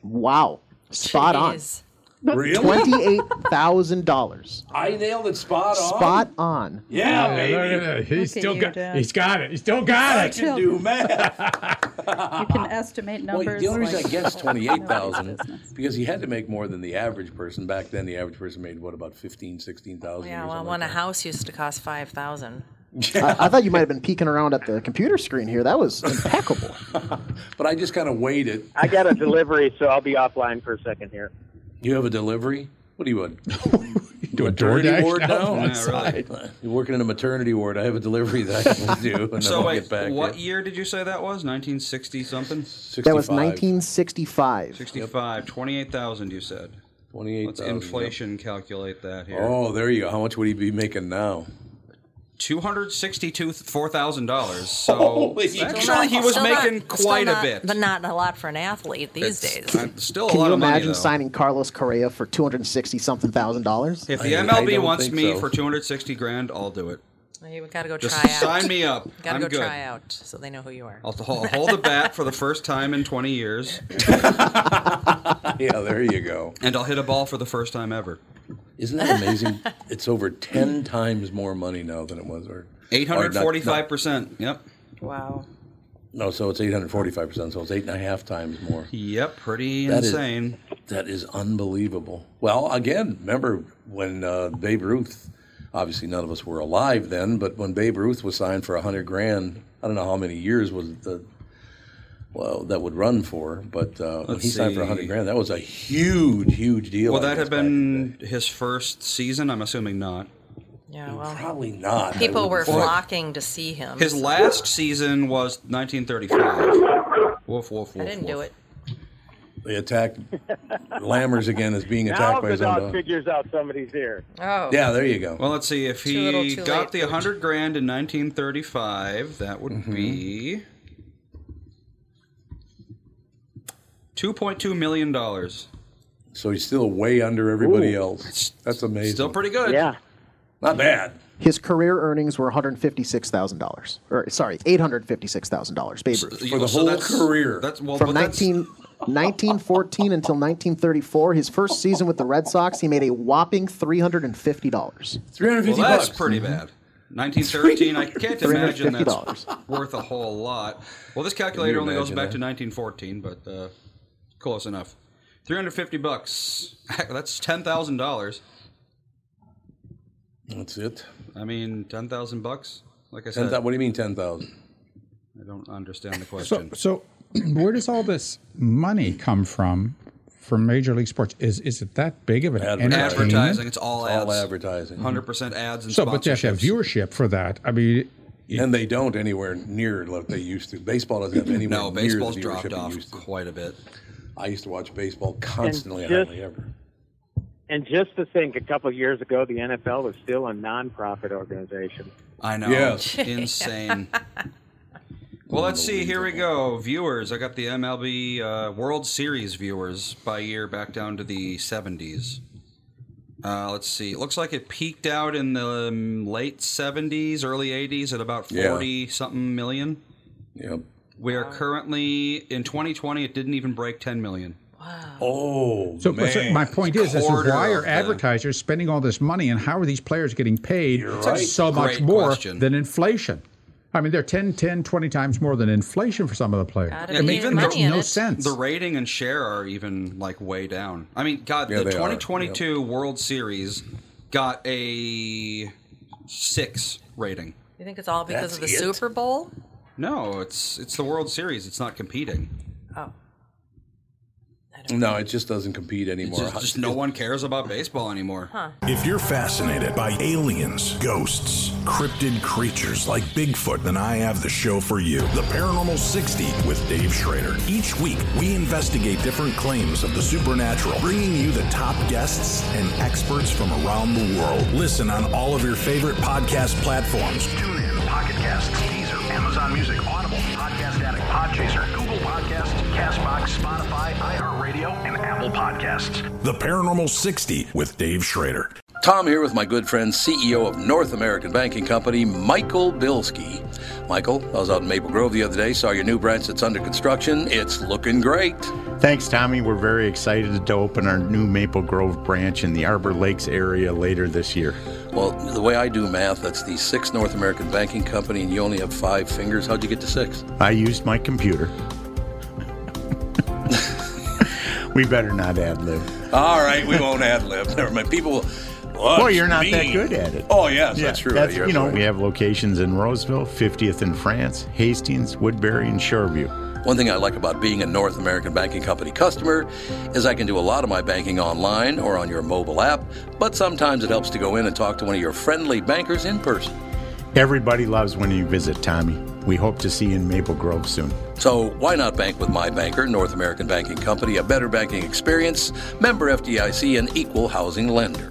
Speaker 8: Wow. Spot on.
Speaker 2: Really?
Speaker 8: $28,000.
Speaker 2: I nailed it spot on.
Speaker 8: Spot on.
Speaker 2: Yeah,
Speaker 3: Yeah,
Speaker 2: baby.
Speaker 3: look at that. He's Look at still you, got- Dad. he's got it. He's still got
Speaker 2: Oh, I
Speaker 3: it.
Speaker 2: can do math.
Speaker 9: You can estimate
Speaker 2: Well,
Speaker 9: numbers.
Speaker 2: the only reason I
Speaker 9: like-
Speaker 2: guessed 28,000 because he had to make more than the average person. Back then, the average person made, what, about 15, 16,000
Speaker 1: Yeah,
Speaker 2: or
Speaker 1: well,
Speaker 2: something
Speaker 1: when
Speaker 2: like
Speaker 1: a house used to cost five thousand.
Speaker 8: I, I thought you might have been peeking around at the computer screen here. That was impeccable.
Speaker 2: that. But I just kind of weighed it.
Speaker 10: I got a delivery, so I'll be offline for a second here.
Speaker 2: You have a delivery? What do you want?
Speaker 3: Do a
Speaker 2: maternity
Speaker 3: DoorDash
Speaker 2: ward
Speaker 3: down
Speaker 2: now?
Speaker 3: on the Yeah,
Speaker 5: right.
Speaker 2: You're working in a maternity ward. I have a delivery that I have to do, and
Speaker 5: so
Speaker 2: then I'll
Speaker 5: wait,
Speaker 2: get back.
Speaker 5: what
Speaker 2: to
Speaker 5: year did you say that was? 1960 something?
Speaker 8: That was 1965.
Speaker 5: 65, 28,000 you said.
Speaker 2: 28,000.
Speaker 5: Let's inflation calculate that
Speaker 2: you.
Speaker 5: here.
Speaker 2: Oh, there you go. How much would he be making now?
Speaker 5: Two hundred sixty-two four thousand dollars. So
Speaker 2: Holy
Speaker 5: actually, he was
Speaker 1: Still not-
Speaker 5: making
Speaker 1: still
Speaker 5: quite
Speaker 1: not-
Speaker 5: a bit.
Speaker 1: but not a lot for an athlete these days.
Speaker 5: Uh, Still a
Speaker 8: Can
Speaker 5: lot
Speaker 8: you
Speaker 5: of money
Speaker 8: imagine
Speaker 5: though.
Speaker 8: signing Carlos Correa for 260 something thousand dollars?
Speaker 5: If the MLB wants me for two hundred sixty grand, I'll do it.
Speaker 1: You gotta go
Speaker 5: Just
Speaker 1: try out.
Speaker 5: sign me up.
Speaker 1: Gotta
Speaker 5: I'm
Speaker 1: go
Speaker 5: good.
Speaker 1: try out so they know who you are.
Speaker 5: I'll hold, hold the bat for the first time in twenty years.
Speaker 2: yeah, there you go.
Speaker 5: And I'll hit a ball for the first time ever.
Speaker 2: Isn't that amazing? it's over 10 times more money now than it was. Or
Speaker 5: Eight
Speaker 2: or
Speaker 5: hundred
Speaker 2: not-
Speaker 5: forty-five percent. Yep.
Speaker 1: Wow.
Speaker 2: No, so it's 845%, so it's eight and a half times more.
Speaker 5: Yep, pretty
Speaker 2: That is-
Speaker 5: insane.
Speaker 2: that is unbelievable. Well, again, remember when uh, Babe Ruth, obviously none of us were alive then, but when Babe Ruth was signed for 100 grand, I don't know how many years was the well that would run for, but uh, when
Speaker 5: Let's
Speaker 2: he signed for 100
Speaker 5: see.
Speaker 2: grand, that was a huge, huge deal.
Speaker 5: Will
Speaker 2: I
Speaker 5: that
Speaker 2: guess
Speaker 5: have been his first season? I'm assuming not.
Speaker 1: Yeah, well,
Speaker 2: probably not.
Speaker 1: People
Speaker 5: That
Speaker 1: were
Speaker 5: would-
Speaker 1: flocking to see him.
Speaker 5: His
Speaker 1: so-
Speaker 5: last season was 1935. Woof, woof, woof.
Speaker 1: I didn't do it.
Speaker 2: They attacked Lammers again as being
Speaker 10: Now
Speaker 2: attacked by
Speaker 10: the
Speaker 2: his own
Speaker 10: dog
Speaker 2: dog.
Speaker 10: figures out somebody's ear.
Speaker 1: Oh.
Speaker 2: Yeah, there you go.
Speaker 5: Well, let's see. If
Speaker 10: Too little,
Speaker 5: he
Speaker 10: too
Speaker 5: got the
Speaker 10: late.
Speaker 5: 100 grand in 1935, that would
Speaker 2: Mm-hmm.
Speaker 5: be. $2.2 million. dollars.
Speaker 2: So he's still way under everybody
Speaker 5: Ooh.
Speaker 2: else. That's amazing.
Speaker 5: Still pretty good.
Speaker 8: Yeah.
Speaker 2: Not bad.
Speaker 8: His career earnings were $156,000. Or, sorry, $856,000. Babe Ruth.
Speaker 5: So that's- That's, well,
Speaker 8: From
Speaker 5: but that's-
Speaker 8: 19, 1914 until 1934, his first season with the Red Sox, he made a whopping $350.
Speaker 5: well, that's pretty
Speaker 2: Mm-hmm.
Speaker 5: bad. 1913, I can't imagine that's
Speaker 8: $350.
Speaker 5: worth a whole lot. Well, this calculator only goes
Speaker 8: imagine
Speaker 5: back
Speaker 8: that?
Speaker 5: to 1914, but uh, close enough. 350 bucks. That's $10,000.
Speaker 2: That's it.
Speaker 5: I mean, 10,000 bucks? Like I
Speaker 2: Ten
Speaker 5: said.
Speaker 2: thou- what do you mean ten thousand?
Speaker 5: I don't understand
Speaker 3: So,
Speaker 5: the question.
Speaker 3: so where does all this money come from from Major League Sports? Is is it that big of an entertainment?
Speaker 5: advertising. It's all ads.
Speaker 2: all advertising.
Speaker 5: 100% ads and
Speaker 3: So, but you have to have
Speaker 5: sponsorships.
Speaker 3: viewership for that. I mean,
Speaker 2: And they don't anywhere near like they used to. Baseball doesn't have anywhere
Speaker 5: No,
Speaker 2: near the
Speaker 5: baseball's
Speaker 2: viewership
Speaker 5: dropped
Speaker 2: it
Speaker 5: off
Speaker 2: used to.
Speaker 5: quite a bit.
Speaker 2: I used to watch baseball constantly,
Speaker 10: just-
Speaker 2: hardly ever.
Speaker 10: And just to think, a couple of years ago, the NFL was still a nonprofit organization.
Speaker 5: I know.
Speaker 10: Yes.
Speaker 5: Insane. well, let's see. Here we go. Viewers. I got the MLB uh, World Series viewers by year back down to the 70s. Uh, let's see. It looks like it peaked out in the um, late 70s, early 80s at about
Speaker 2: Yeah.
Speaker 5: 40 something million.
Speaker 2: Yep.
Speaker 5: We are currently, in 2020, it didn't even break 10 million. Wow.
Speaker 2: Oh,
Speaker 3: So, so my point is, this is
Speaker 5: Quarter
Speaker 3: why
Speaker 5: of
Speaker 3: are
Speaker 5: the-
Speaker 3: advertisers spending all this money, and how are these players getting paid
Speaker 5: That's right. a
Speaker 3: so much
Speaker 5: great
Speaker 3: more
Speaker 5: question.
Speaker 3: than inflation? I mean, they're 10, 10, 20 times more than inflation for some of the players.
Speaker 5: Yeah,
Speaker 3: it makes makes no sense.
Speaker 5: The rating and share are even like way down. I mean, God,
Speaker 3: Yeah,
Speaker 5: the
Speaker 3: they are.
Speaker 5: 2022 World Series got a six rating.
Speaker 1: You think it's all because
Speaker 5: That's
Speaker 1: of the
Speaker 5: it?
Speaker 1: Super Bowl?
Speaker 5: No, it's it's the World Series. It's not competing.
Speaker 1: Oh,
Speaker 2: No, it just doesn't compete
Speaker 5: It's
Speaker 2: anymore.
Speaker 5: just, just no one cares about baseball anymore.
Speaker 11: If you're fascinated by aliens, ghosts, cryptid creatures like Bigfoot, then I have the show for you The Paranormal 60 with Dave Schrader. Each week, we investigate different claims of the supernatural, bringing you the top guests and experts from around the world. Listen on all of your favorite podcast platforms. Tune in, Pocket Casts, Deezer, Amazon Music, Audible, Podcast Addict, Podchaser, Google Podcasts, Castbox, Spotify, iHeartRadio, and Apple Podcasts. The Paranormal 60 with Dave Schrader.
Speaker 2: Tom here with my good friend, CEO of North American Banking Company, Michael Bilski. Michael, I was out in Maple Grove the other day, saw your new branch that's under construction. It's looking great.
Speaker 12: Thanks, Tommy. We're very excited to open our new Maple Grove branch in the Arbor Lakes area later this year.
Speaker 2: Well, the way I do math, that's the sixth North American Banking Company, and you only have five fingers. How'd you get to six?
Speaker 12: I used my computer. we better not ad lib.
Speaker 2: All right, we won't ad lib. Never mind. People will.
Speaker 12: Well, you're not that good at it.
Speaker 2: Oh, yes, that's true.
Speaker 12: That's,
Speaker 2: You're
Speaker 12: you know,
Speaker 2: right.
Speaker 12: we have locations in Roseville, 50th in France, Hastings, Woodbury, and Shoreview.
Speaker 2: One thing I like about being a North American Banking Company customer is I can do a lot of my banking online or on your mobile app, but sometimes it helps to go in and talk to one of your friendly bankers in person.
Speaker 12: Everybody loves when you visit, Tommy. We hope to see you in Maple Grove soon.
Speaker 2: So why not bank with my banker, North American Banking Company, a better banking experience, member FDIC, and equal housing lender.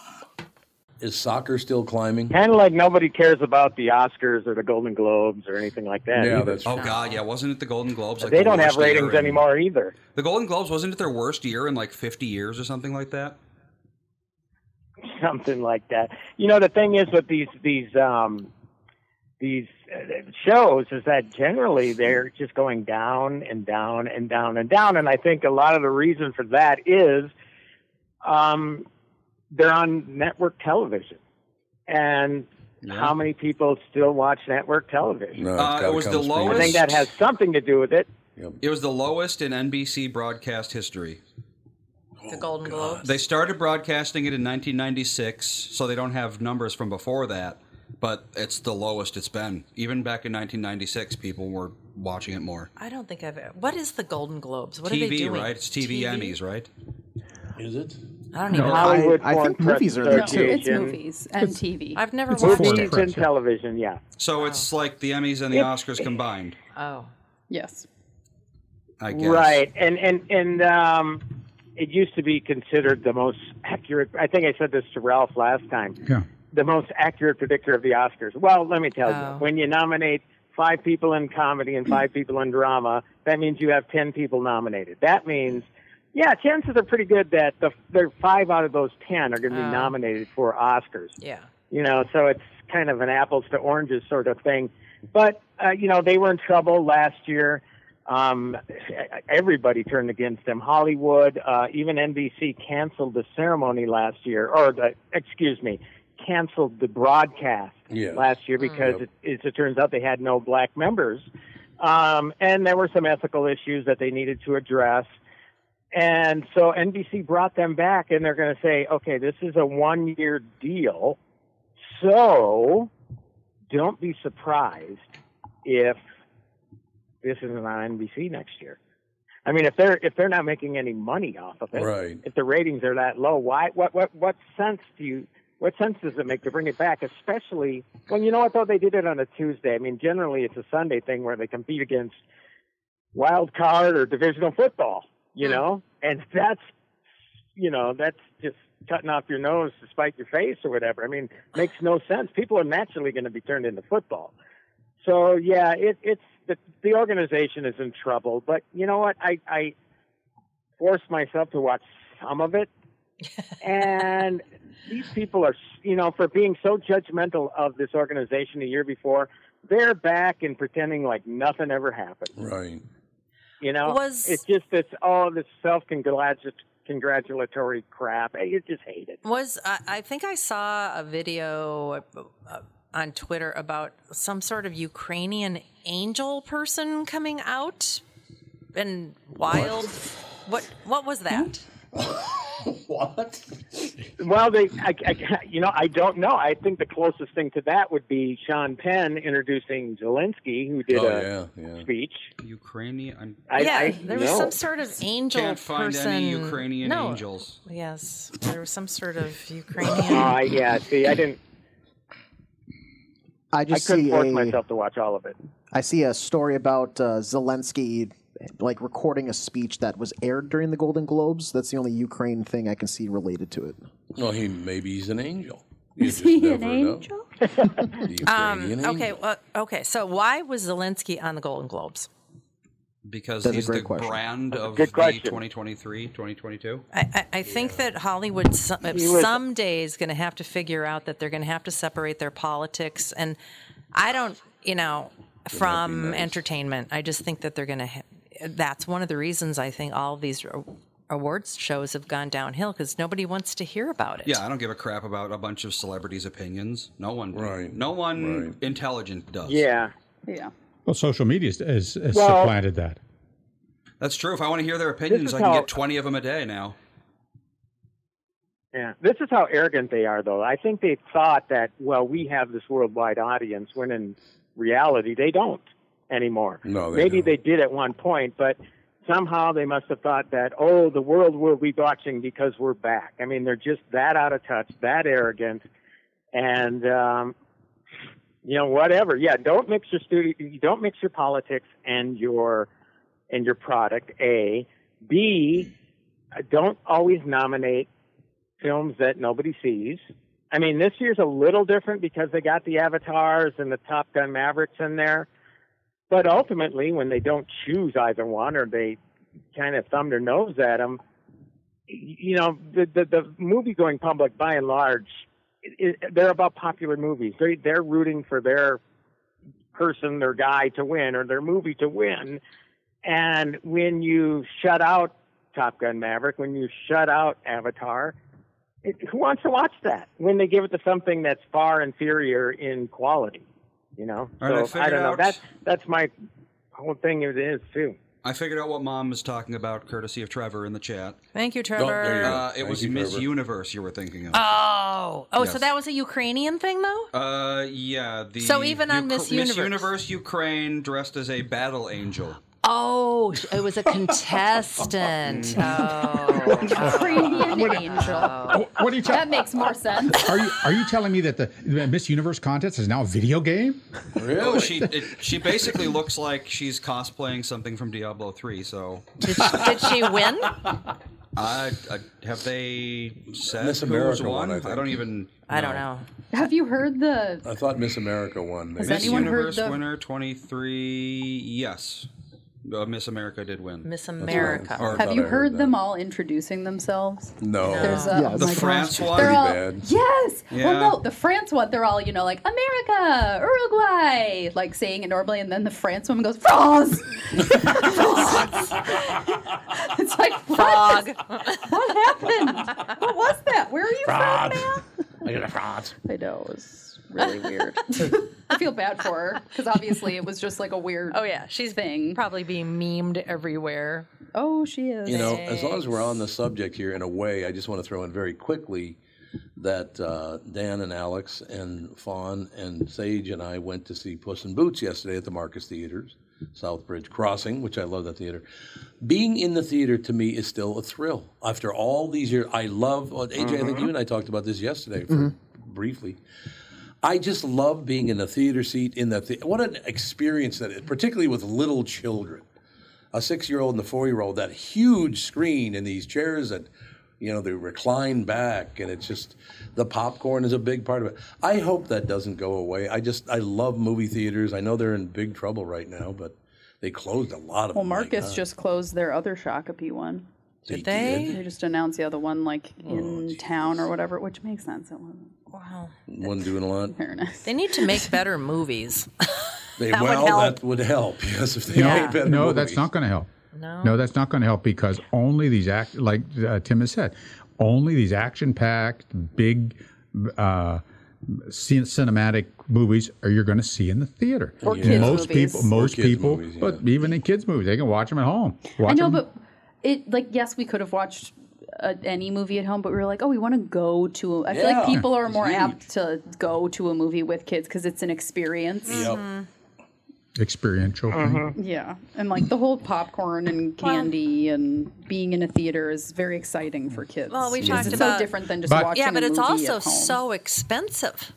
Speaker 2: Is soccer still climbing?
Speaker 10: Kind of like nobody cares about the Oscars or the Golden Globes or anything like that. either.
Speaker 5: Oh God, yeah. Wasn't it the Golden Globes? Like
Speaker 10: they
Speaker 5: the
Speaker 10: don't have
Speaker 5: worst year
Speaker 10: ratings
Speaker 5: in-
Speaker 10: anymore either.
Speaker 5: The Golden Globes wasn't it their worst year in like 50 years or something like that?
Speaker 10: something like that. You know, the thing is with these these um, these uh, shows is that generally they're just going down and down and down and down, and I think a lot of the reason for that is um, they're on network television, and how many people still watch network television?
Speaker 5: No, it's Uh, it gotta was come the streaming.
Speaker 10: I think that has
Speaker 5: lowest-
Speaker 10: something to do with it.
Speaker 5: It was the lowest in NBC broadcast history.
Speaker 1: Oh, the Golden Globes.
Speaker 5: They started broadcasting it in 1996, so they don't have numbers from before that, but it's the lowest it's been. Even back in 1996, people were watching it more.
Speaker 1: I don't think I've. e, What is the Golden Globes? What
Speaker 5: TV,
Speaker 1: are they doing?
Speaker 5: right? It's TV, Emmys, right?
Speaker 2: Is it?
Speaker 1: I don't
Speaker 5: No,
Speaker 1: even know.
Speaker 10: Hollywood
Speaker 5: I- I
Speaker 10: Foreign
Speaker 5: think movies
Speaker 10: Press
Speaker 5: are the-
Speaker 10: Association.
Speaker 5: No, it's
Speaker 9: movies and It's- TV.
Speaker 1: I've never
Speaker 10: It's
Speaker 1: watched
Speaker 10: movies
Speaker 1: it.
Speaker 10: and television. Yeah.
Speaker 5: So it's like the Emmys and the
Speaker 10: It-
Speaker 5: Oscars combined,
Speaker 1: Oh.
Speaker 9: Yes.
Speaker 5: I guess.
Speaker 10: Right, and and and um, it used to be considered the most accurate. I think I said this to Ralph last time.
Speaker 3: Yeah.
Speaker 10: The most accurate predictor of the Oscars. Well, let me tell you, when you nominate five people in comedy and five people in drama, that means you have ten people nominated. That means, yeah, chances are pretty good that the there five out of those ten are going to be
Speaker 1: Oh.
Speaker 10: nominated for Oscars
Speaker 1: Yeah.
Speaker 10: you know so it's kind of an apples to oranges sort of thing but uh, you know they were in trouble last year um, everybody turned against them hollywood uh, even nbc canceled the ceremony last year or the, excuse me canceled the broadcast
Speaker 2: Yeah.
Speaker 10: last year because
Speaker 2: Yep.
Speaker 10: it, it, it turns out they had no black members um, and there were some ethical issues that they needed to address And so NBC brought them back, and they're going to say, okay, this is a one year deal. So don't be surprised if this isn't on NBC next year. I mean, if they're if they're not making any money off of it,
Speaker 2: Right.
Speaker 10: if the ratings are that low, why? What what what sense do you? What sense does it make to bring it back? Especially well, you know what though they did it on a Tuesday. I mean, generally it's a Sunday thing where they compete against wild card or divisional football, you know, and that's you know that's just cutting off your nose to spite your face or whatever. I mean, makes no sense. People are naturally going to be turned into football. So yeah, it, it's the the organization is in trouble. But you know what? I I forced myself to watch some of it, and these people are you know for being so judgmental of this organization the year before, they're back and pretending like nothing ever happened.
Speaker 2: Right.
Speaker 10: You know,
Speaker 1: Was-
Speaker 10: it's just this all this self congratulatory crap. I just hate it.
Speaker 1: Was I, I think I saw a video uh, on Twitter about some sort of Ukrainian angel person coming out and wild. What what, was that?
Speaker 2: what?
Speaker 10: Well, they, I, I, you know, I don't know. I think the closest thing to that would be Sean Penn introducing Zelensky, who did
Speaker 5: Oh,
Speaker 10: a speech.
Speaker 5: Ukrainian. I'm,
Speaker 10: I-
Speaker 1: yeah,
Speaker 10: I-
Speaker 1: there was
Speaker 10: no.
Speaker 1: some sort of angel
Speaker 5: Can't find
Speaker 1: person.
Speaker 5: any Ukrainian
Speaker 1: No,
Speaker 5: angels.
Speaker 1: Yes, there was some sort of Ukrainian.
Speaker 10: Oh, yeah. See, I didn't.
Speaker 8: I just
Speaker 10: I couldn't
Speaker 8: see
Speaker 10: force
Speaker 8: a-
Speaker 10: myself to watch all of it.
Speaker 8: I see a story about uh, Zelensky like recording a speech that was aired during the Golden Globes. That's the only Ukraine thing I can see related to it.
Speaker 2: Well, he maybe he's an angel.
Speaker 8: Is he
Speaker 2: an never know.
Speaker 1: Um,
Speaker 2: Ukrainian
Speaker 1: okay,
Speaker 2: angel.
Speaker 1: well, okay. So why was Zelensky on the Golden Globes?
Speaker 5: Because
Speaker 8: That's a
Speaker 5: he's the
Speaker 8: great question.
Speaker 5: brand
Speaker 8: That's a
Speaker 5: of the
Speaker 8: good question.
Speaker 5: 2023, 2022.
Speaker 1: I, I, I think that Hollywood some,
Speaker 5: He was-
Speaker 1: someday is going to have to figure out that they're going to have to separate their politics and I don't, you know, from entertainment. I just think that they're going to. Ha- that's one of the reasons I think all of these a- awards shows have gone downhill because nobody wants to hear about it.
Speaker 5: Yeah, I don't give a crap about a bunch of celebrities' opinions. No one, right. no one intelligent does.
Speaker 10: Yeah.
Speaker 9: Yeah.
Speaker 3: Well, social media has, has, has
Speaker 5: Well-
Speaker 3: supplanted that.
Speaker 5: That's true. If I want to hear their opinions,
Speaker 10: is
Speaker 5: I can
Speaker 10: how-
Speaker 5: get 20 of them a day now.
Speaker 10: Yeah. This is how arrogant they are, though. I think they thought that, well, we have this worldwide audience, when in reality, they don't anymore.
Speaker 2: No, they
Speaker 10: Maybe they did at one point, but somehow they must have thought that, oh, the world will be watching because we're back. I mean, they're just that out of touch, that arrogant, and um, you know, whatever. Yeah, don't mix your studio, don't mix your politics and your and your product. A, B, uh, don't always nominate films that nobody sees. I mean, this year's a little different because they got the Avatars and the Top Gun Mavericks in there. But ultimately, when they don't choose either one or they kind of thumb their nose at them, you know, the the, the movie going public by and large, it, it, they're about popular movies. They they're rooting for their person, their guy to win or their movie to win. And when you shut out Top Gun Maverick, when you shut out Avatar, it, who wants to watch that when they give it to something that's far inferior in quality? You know,
Speaker 5: All right, I
Speaker 10: so I
Speaker 5: figured
Speaker 10: don't know.
Speaker 5: out-
Speaker 10: That's that's my whole thing. It is too.
Speaker 5: I figured out what mom was talking about, courtesy of Trevor in the chat.
Speaker 1: Thank you, Trevor.
Speaker 5: Uh, it
Speaker 2: Thank
Speaker 5: was
Speaker 2: you,
Speaker 5: Miss
Speaker 2: Trevor.
Speaker 5: Universe you were thinking of.
Speaker 1: Oh, oh, so
Speaker 5: Yes.
Speaker 1: that was a Ukrainian thing, though.
Speaker 5: Uh, yeah. The
Speaker 1: So even on Miss Universe-
Speaker 5: Miss Universe Ukraine dressed as a battle angel.
Speaker 1: Oh, it was a contestant. oh,
Speaker 9: Ukrainian angel.
Speaker 3: What are you
Speaker 9: That makes more sense.
Speaker 3: Are you are you telling me that the the Miss Universe contest is now a video game?
Speaker 5: No, Oh, she it, she basically looks like she's cosplaying something from Diablo 3. So
Speaker 1: did she win?
Speaker 5: I, I, have they said
Speaker 2: Miss
Speaker 5: who's
Speaker 2: America
Speaker 5: won?
Speaker 2: won, I
Speaker 5: I,
Speaker 2: think.
Speaker 5: don't even.
Speaker 1: I don't know.
Speaker 9: Have you heard the?
Speaker 2: I thought Miss America won.
Speaker 9: Has
Speaker 2: They-
Speaker 5: Miss
Speaker 9: anyone heard
Speaker 5: Universe
Speaker 9: the-
Speaker 5: winner 23. Yes, uh, Miss America did win.
Speaker 1: Miss America.
Speaker 5: Or
Speaker 9: Have
Speaker 5: thought
Speaker 9: you
Speaker 5: I
Speaker 9: heard them all introducing themselves?
Speaker 2: No.
Speaker 9: There's a, oh
Speaker 5: the
Speaker 9: my
Speaker 5: France
Speaker 9: gosh.
Speaker 5: one.
Speaker 9: They're all, Yes.
Speaker 5: Yeah.
Speaker 9: Well, no, the France one. They're all you know like America, Uruguay, like saying it normally, and then the France woman goes France. it's like frog. What happened? What was that? Where are you
Speaker 2: Fraud.
Speaker 9: from, man?
Speaker 2: Look at the frauds.
Speaker 9: I know it was really weird. I feel bad for her because obviously it was just like a weird.
Speaker 1: Oh yeah, she's
Speaker 9: thing.
Speaker 1: probably being memed everywhere.
Speaker 9: Oh, she is.
Speaker 2: You know, as long as we're on the subject here, in a way, I just want to throw in very quickly that uh, Dan and Alex and Fawn and Sage and I went to see Puss in Boots yesterday at the Marcus Theaters, Southbridge Crossing, which I love that theater. Being in the theater to me is still a thrill. After all these years, I love, well, AJ, I think you and I talked about this yesterday for,
Speaker 8: Mhm.
Speaker 2: briefly. I just love being in a theater seat in that. The- what an experience that is, particularly with little children, a six-year-old and a four-year-old. That huge screen and these chairs that, you know, they recline back, and it's just the popcorn is a big part of it. I hope that doesn't go away. I just I love movie theaters. I know they're in big trouble right now, but they closed a lot of.
Speaker 9: Well,
Speaker 2: them, my
Speaker 9: Marcus
Speaker 2: God.
Speaker 9: just closed their other Shakopee one.
Speaker 2: They Did they? did? Oh,
Speaker 9: They just announced the other one like in town or whatever, which makes sense. It wasn't.
Speaker 1: Wow.
Speaker 2: wasn't doing a lot.
Speaker 1: They need to make better movies.
Speaker 2: They,
Speaker 1: That would
Speaker 2: well,
Speaker 1: help.
Speaker 2: that would help. Yes, if they
Speaker 3: No,
Speaker 2: made better
Speaker 3: no,
Speaker 2: movies.
Speaker 3: that's not going to help.
Speaker 1: No.
Speaker 3: No, that's not going to help because only these act like uh, Tim has said, only these action-packed, big, uh, cin- cinematic movies are you're going to see in the theater.
Speaker 9: Or Yeah. kids
Speaker 3: most
Speaker 9: movies.
Speaker 3: people,
Speaker 9: Or
Speaker 3: most
Speaker 2: kids
Speaker 3: people,
Speaker 2: movies,
Speaker 3: but even in kids movies, they can watch them at home. Watch
Speaker 9: I know,
Speaker 3: 'em-
Speaker 9: but it like yes, we could have watched uh, any movie at home, but we were like, oh, we want to go to. A, I feel
Speaker 2: Yeah.
Speaker 9: like people are more apt to go to a movie with kids because it's an experience.
Speaker 3: Yep. experiential thing.
Speaker 9: Yeah, and like the whole popcorn and candy and being in a theater is very exciting for kids.
Speaker 1: Well, we
Speaker 9: 'cause
Speaker 1: talked
Speaker 9: it's
Speaker 1: about
Speaker 9: so different than just watching.
Speaker 1: Yeah, but
Speaker 9: a
Speaker 1: it's
Speaker 9: movie
Speaker 1: also
Speaker 9: at home.
Speaker 1: so expensive.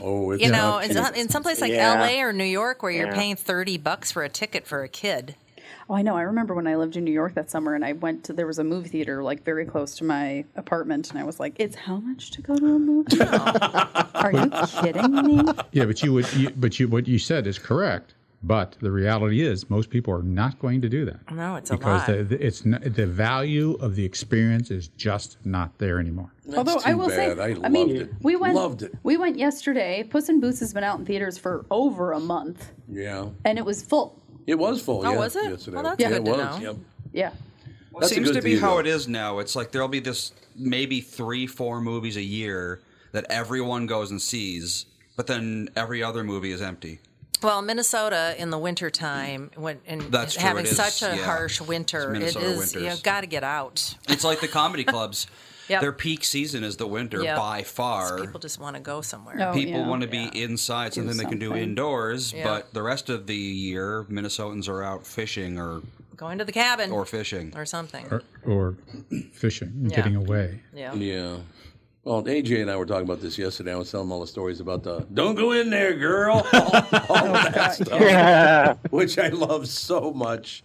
Speaker 2: Oh, it's
Speaker 1: you know,
Speaker 2: not
Speaker 1: in
Speaker 2: cheap.
Speaker 1: some, in some place like
Speaker 9: Yeah.
Speaker 1: LA or New York where you're
Speaker 9: Yeah.
Speaker 1: paying 30 bucks for a ticket for a kid.
Speaker 9: Oh, I know. I remember when I lived in New York that summer, and I went to there was a movie theater like very close to my apartment, and I was like, "It's how much to go to a movie? Are you kidding me?"
Speaker 3: Yeah, but you would, you, but you what you said is correct. But the reality is, most people are not going to do that.
Speaker 1: No, Oh, it's
Speaker 3: because the, the, it's not, the value of the experience is just not there anymore.
Speaker 9: Although I will say, I, mean, we went we went yesterday. Puss in Boots has been out in theaters for over a month,
Speaker 2: Yeah,
Speaker 9: and it was full.
Speaker 2: it was full.
Speaker 9: Oh,
Speaker 2: yeah,
Speaker 9: was it?
Speaker 2: Yes,
Speaker 9: Well, that's
Speaker 2: yeah,
Speaker 9: good
Speaker 2: it
Speaker 9: to
Speaker 2: was.
Speaker 9: know.
Speaker 2: Yep.
Speaker 9: Yeah,
Speaker 5: Well, it
Speaker 2: That's a
Speaker 5: seems
Speaker 2: good
Speaker 5: to be
Speaker 2: deal,
Speaker 5: how
Speaker 2: though.
Speaker 5: it is now. It's like there'll be this maybe three, four movies a year that everyone goes and sees, but then every other movie is empty.
Speaker 1: Well, Minnesota in the wintertime, when and
Speaker 5: That's true,
Speaker 1: having
Speaker 5: it is,
Speaker 1: such a
Speaker 5: yeah.
Speaker 1: harsh winter,
Speaker 5: It's
Speaker 1: it
Speaker 5: Minnesota
Speaker 1: is you
Speaker 5: winters.
Speaker 1: got to get out.
Speaker 5: It's like the comedy clubs.
Speaker 1: Yep.
Speaker 5: Their peak season is the winter
Speaker 1: Yep.
Speaker 5: by far.
Speaker 1: People just want to go somewhere.
Speaker 5: People want to be inside,
Speaker 1: Do
Speaker 5: something they can do
Speaker 1: something.
Speaker 5: indoors,
Speaker 1: Yeah.
Speaker 5: but the rest of the year, Minnesotans are out fishing or
Speaker 1: going to the cabin
Speaker 5: or fishing
Speaker 1: or something.
Speaker 3: or, or fishing, and
Speaker 1: Yeah.
Speaker 3: getting away.
Speaker 1: Yeah.
Speaker 2: Yeah. Well, AJ and I were talking about this yesterday. I was telling him all the stories about the "Don't go in there, girl," all, all that stuff,
Speaker 3: Yeah.
Speaker 2: which I love so much.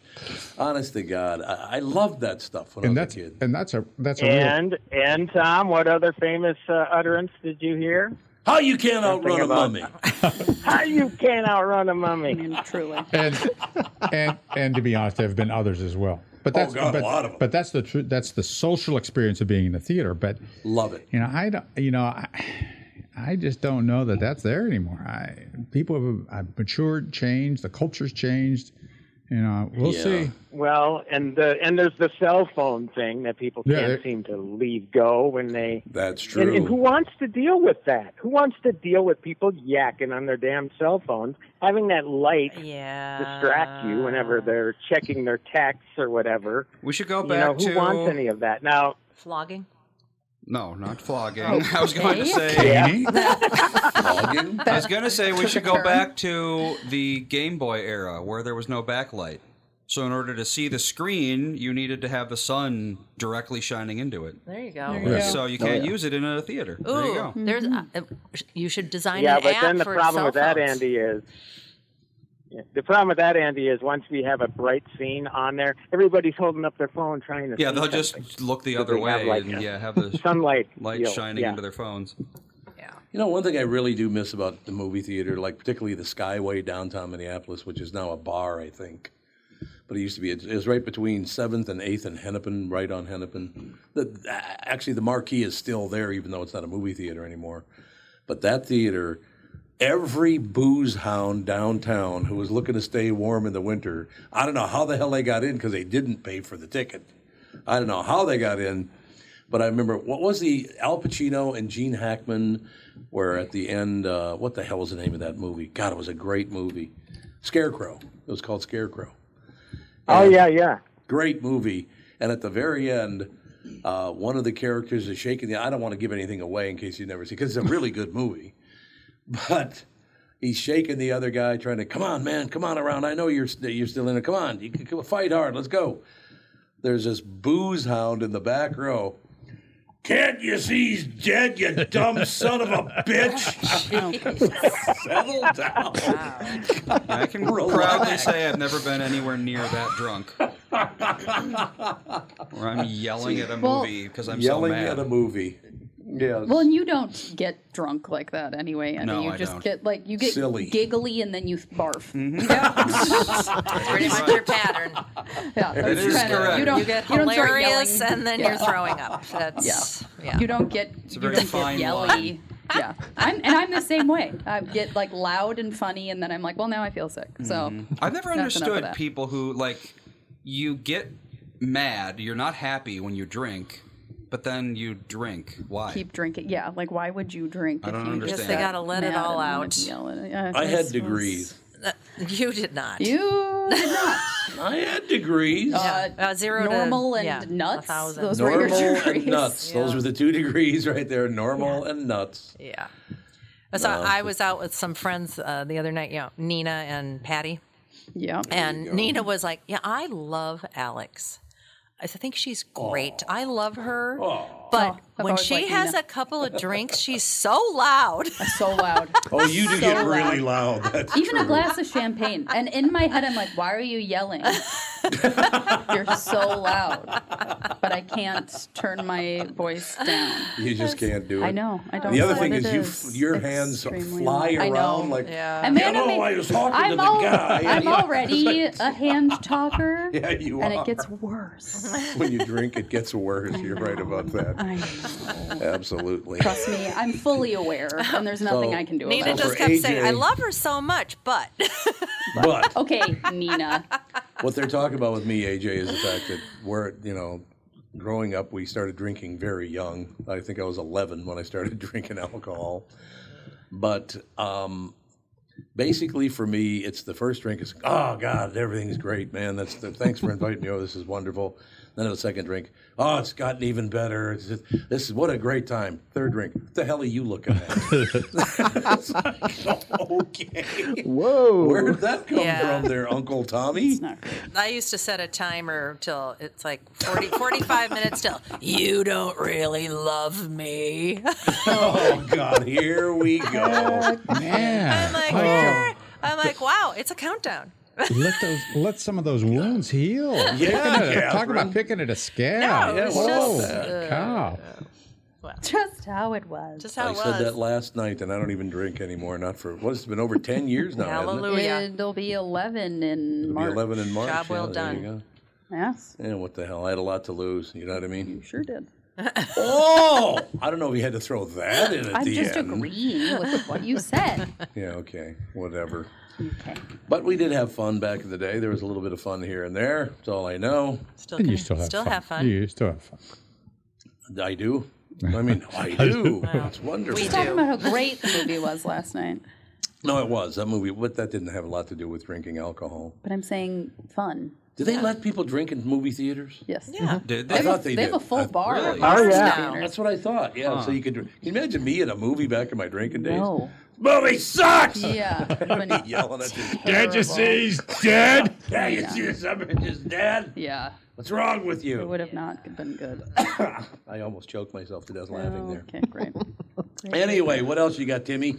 Speaker 2: Honest to God, I, I loved that stuff when
Speaker 3: And
Speaker 2: I was
Speaker 3: that's
Speaker 2: a kid.
Speaker 3: and that's a that's a real.
Speaker 10: And and Tom, what other famous uh, utterance did you hear?
Speaker 2: How you can't
Speaker 10: Something
Speaker 2: outrun a
Speaker 10: about-
Speaker 2: mummy.
Speaker 10: How you can't outrun a mummy?
Speaker 9: Truly.
Speaker 3: And, and and to be honest, there have been others as well. But
Speaker 2: Oh,
Speaker 3: that's
Speaker 2: God, a
Speaker 3: but,
Speaker 2: lot of 'em.
Speaker 3: but that's the tru- that's the social experience of being in the theater. But
Speaker 2: love it.
Speaker 3: You know, I don't. You know, I, I just don't know that that's there anymore. I people have, have matured, changed. The culture's changed. You know, we'll see.
Speaker 10: Well, and the and there's the cell phone thing that people
Speaker 3: Yeah,
Speaker 10: can't
Speaker 3: they-
Speaker 10: seem to leave go when they.
Speaker 2: That's
Speaker 10: And, and who
Speaker 2: true.
Speaker 10: wants to deal with that? Who wants to deal with people yakking on their damn cell phones, having that light distract you whenever they're checking their texts or whatever?
Speaker 5: We should go
Speaker 10: you
Speaker 5: back
Speaker 10: know, who
Speaker 5: to-
Speaker 10: wants any of that now?
Speaker 1: Flogging.
Speaker 5: No, not flogging.
Speaker 1: Oh,
Speaker 5: I was going to
Speaker 1: okay.
Speaker 5: say
Speaker 2: flogging.
Speaker 5: I was going to say we
Speaker 1: Took
Speaker 5: should
Speaker 1: a
Speaker 5: go
Speaker 1: turn.
Speaker 5: back to the Game Boy era where there was no backlight. So in order to see the screen, you needed to have the sun directly shining into it.
Speaker 1: There you go.
Speaker 5: So you can't use it in a theater.
Speaker 1: Ooh,
Speaker 5: There you go.
Speaker 1: there's uh, you should design
Speaker 10: yeah,
Speaker 1: an
Speaker 10: but
Speaker 1: app
Speaker 10: then the
Speaker 1: for
Speaker 10: problem
Speaker 1: cell
Speaker 10: with that,
Speaker 1: phones.
Speaker 10: Andy, is yeah, the problem with that, Andy, is once we have a bright scene on there, everybody's holding up their phone trying to.
Speaker 5: Yeah,
Speaker 10: see
Speaker 5: they'll
Speaker 10: something.
Speaker 5: just look the
Speaker 10: So
Speaker 5: other
Speaker 10: they have,
Speaker 5: way
Speaker 10: like,
Speaker 5: and
Speaker 10: a
Speaker 5: yeah, have the
Speaker 10: sunlight
Speaker 5: light
Speaker 10: deal,
Speaker 5: shining
Speaker 10: yeah.
Speaker 5: into their phones.
Speaker 2: You know, one thing I really do miss about the movie theater, like particularly the Skyway downtown Minneapolis, which is now a bar, I think. But it used to be, it was right between 7th and 8th and Hennepin, right on Hennepin. The, the- actually, the marquee is still there, even though it's not a movie theater anymore. But that theater, every booze hound downtown who was looking to stay warm in the winter, I don't know how the hell they got in because they didn't pay for the ticket. I don't know how they got in. But I remember what was the Al Pacino and Gene Hackman were at the end. Uh, what the hell was the name of that movie? God, it was a great movie. Scarecrow. It was called Scarecrow.
Speaker 10: Oh yeah, yeah.
Speaker 2: Great movie. And at the very end, uh, one of the characters is shaking the. I don't want to give anything away in case you never see, because it's a really good movie. But he's shaking the other guy, trying to come on, man, come on around. I know you're st- you're still in it. Come on, you can come, fight hard. Let's go. There's this booze hound in the back row. Can't you see he's dead, you dumb son of a bitch? Settle down.
Speaker 5: I can proudly say I've never been anywhere near that drunk. Where I'm yelling at a
Speaker 9: Well-
Speaker 5: movie because I'm
Speaker 2: yelling
Speaker 5: so mad.
Speaker 2: at a movie. Yes.
Speaker 9: Well, and you don't get drunk like that anyway, and
Speaker 5: No,
Speaker 9: you
Speaker 5: I
Speaker 9: just
Speaker 5: don't. Mm-hmm.
Speaker 9: get like you get
Speaker 5: Silly.
Speaker 9: giggly and then you barf.
Speaker 1: Pretty much your pattern.
Speaker 9: Yeah,
Speaker 1: It
Speaker 9: that's
Speaker 1: is
Speaker 9: kind of-
Speaker 1: correct.
Speaker 9: You, don't,
Speaker 1: You get
Speaker 9: don't start
Speaker 1: hilarious
Speaker 9: yelling.
Speaker 1: and then you're throwing up. That's-
Speaker 9: yeah.
Speaker 1: yeah.
Speaker 9: You don't get
Speaker 1: It's a
Speaker 9: you
Speaker 1: very
Speaker 9: don't get
Speaker 1: fine
Speaker 9: yelly.
Speaker 1: line.
Speaker 9: Yeah, I'm and I'm the same way. I get like loud and funny, and then I'm like, well, now I feel sick. So
Speaker 1: Mm-hmm.
Speaker 10: Mm-hmm.
Speaker 5: I've never
Speaker 9: that's enough of
Speaker 5: understood
Speaker 9: that.
Speaker 5: people who like you get mad, you're not happy when you drink, but then you drink. Why?
Speaker 9: keep drinking. Yeah, like why would you drink?
Speaker 5: I don't
Speaker 9: if you
Speaker 5: understand.
Speaker 9: Just
Speaker 5: Guess they
Speaker 9: got
Speaker 1: gotta let it all out.
Speaker 2: I had degrees.
Speaker 1: You did not.
Speaker 9: You did not.
Speaker 2: I had degrees.
Speaker 9: Uh,
Speaker 1: zero to-
Speaker 9: normal and
Speaker 1: yeah,
Speaker 9: nuts.
Speaker 1: a thousand.
Speaker 9: Those were
Speaker 2: normal
Speaker 9: your
Speaker 2: and
Speaker 9: degrees.
Speaker 2: nuts. Those were the two degrees right there. Normal and nuts.
Speaker 1: Yeah. So
Speaker 2: No.
Speaker 1: I was out with some friends uh, the other night, you know, Nina and Patty.
Speaker 9: Yeah.
Speaker 1: And Nina was like, Yeah, I love Alex. I think she's great. I love her. But
Speaker 9: Oh, I've
Speaker 1: when
Speaker 9: always
Speaker 1: she
Speaker 9: liked
Speaker 1: has
Speaker 9: Nina.
Speaker 1: a couple of drinks, she's so loud.
Speaker 9: So loud.
Speaker 2: Oh, you do
Speaker 9: So
Speaker 2: get really loud. That's
Speaker 9: Even a
Speaker 2: true.
Speaker 9: glass of champagne. And in my head, I'm like, why are you yelling? You're so loud. But I can't turn my voice down.
Speaker 2: You just can't do it.
Speaker 9: I know. I don't
Speaker 2: The
Speaker 9: know
Speaker 2: other
Speaker 9: what
Speaker 2: thing
Speaker 9: it
Speaker 2: is, you
Speaker 9: is.
Speaker 2: f- your hands fly
Speaker 9: I know.
Speaker 2: around like.
Speaker 9: Yeah.
Speaker 2: And
Speaker 9: man,
Speaker 2: Hello,
Speaker 9: I mean,
Speaker 2: I was talking
Speaker 9: I'm
Speaker 2: to the
Speaker 9: al-
Speaker 2: guy.
Speaker 9: I'm
Speaker 2: Yeah.
Speaker 9: already a hand talker.
Speaker 2: Yeah, you
Speaker 9: And
Speaker 2: are.
Speaker 9: it gets worse.
Speaker 2: when you drink, it gets worse. You're right about that.
Speaker 9: I
Speaker 2: Absolutely.
Speaker 9: Trust me, I'm fully aware, and there's nothing
Speaker 2: So-
Speaker 9: I can do
Speaker 2: Nina
Speaker 9: about it.
Speaker 2: just For kept saying, AJ.
Speaker 1: I love her so much, but
Speaker 2: But
Speaker 9: Okay, Nina.
Speaker 2: what they're talking about with me, AJ, is the fact that we're, you know, growing up, we started drinking very young. I think I was 11 when I started drinking alcohol. But um, basically, for me, it's the first drink is, oh, God, everything's great, man. That's the, Thanks for inviting me. Oh, this is wonderful. Then the second drink, oh, it's gotten even better. It's just- this is what a great time. Third drink, what the hell are you looking at? okay.
Speaker 8: Whoa.
Speaker 2: Where did that come
Speaker 1: Yeah.
Speaker 2: from there, Uncle Tommy?
Speaker 1: I used to set a timer till it's like 40, 45 minutes till you don't really love me.
Speaker 2: Oh God, here we go.
Speaker 3: Yeah.
Speaker 1: I'm like,
Speaker 3: Oh.
Speaker 1: "You're-" I'm like, wow, it's a countdown.
Speaker 3: let those let some of those wounds heal. Picking at a- talk about
Speaker 2: Catherine.
Speaker 3: picking at a scab.
Speaker 1: No, it was
Speaker 3: Whoa,
Speaker 1: just, uh,
Speaker 3: cow.
Speaker 9: Just how it was.
Speaker 1: Just
Speaker 2: I said that last night, and I don't even drink anymore. Not for what's it's been over ten years now. hasn't it?
Speaker 9: It'll be 11 in
Speaker 2: It'll
Speaker 9: March.
Speaker 2: be eleven in March.
Speaker 9: Job well
Speaker 2: yeah, there you
Speaker 9: done.
Speaker 2: go.
Speaker 9: Yes,
Speaker 2: Yeah, what the hell? I had a lot to lose. You know what I mean?
Speaker 9: sure did.
Speaker 2: Oh, I don't know if you had to throw that in at
Speaker 9: I'm
Speaker 2: the
Speaker 9: just
Speaker 2: end.
Speaker 9: agreeing with what you said.
Speaker 2: Yeah, okay, whatever. But we did have fun back in the day. There was a little bit of fun here and there. That's all I know.
Speaker 1: Still,
Speaker 3: And you still have fun. You still have fun.
Speaker 2: I do. I mean, I do. It's wonderful.
Speaker 9: Just talking about how great the movie was last night.
Speaker 2: No, it was that movie, but that didn't have a lot to do with drinking alcohol.
Speaker 9: But I'm saying fun.
Speaker 2: Do they let people drink in movie theaters?
Speaker 9: Yes. Mm-hmm.
Speaker 1: Yeah.
Speaker 2: Did
Speaker 9: They
Speaker 2: I
Speaker 9: have a-
Speaker 2: thought they,
Speaker 9: they have
Speaker 2: did.
Speaker 9: a full
Speaker 2: I-
Speaker 9: bar. Really?
Speaker 2: Oh
Speaker 9: Bars
Speaker 2: yeah.
Speaker 9: now.
Speaker 2: That's what I thought. Yeah. So you could. Can you imagine me in a movie back in my drinking days?
Speaker 9: No.
Speaker 2: Movie sucks.
Speaker 9: Yeah.
Speaker 2: I'd be yelling at this.
Speaker 9: Can't you see he's
Speaker 2: dead? Yeah.
Speaker 9: Yeah.
Speaker 2: You see this something just dead?
Speaker 9: Yeah.
Speaker 2: What's wrong with
Speaker 9: It
Speaker 2: you?
Speaker 9: would have not been good.
Speaker 2: I almost choked myself to death laughing there.
Speaker 9: Oh, Okay, great.
Speaker 2: Anyway, what else you got, Timmy?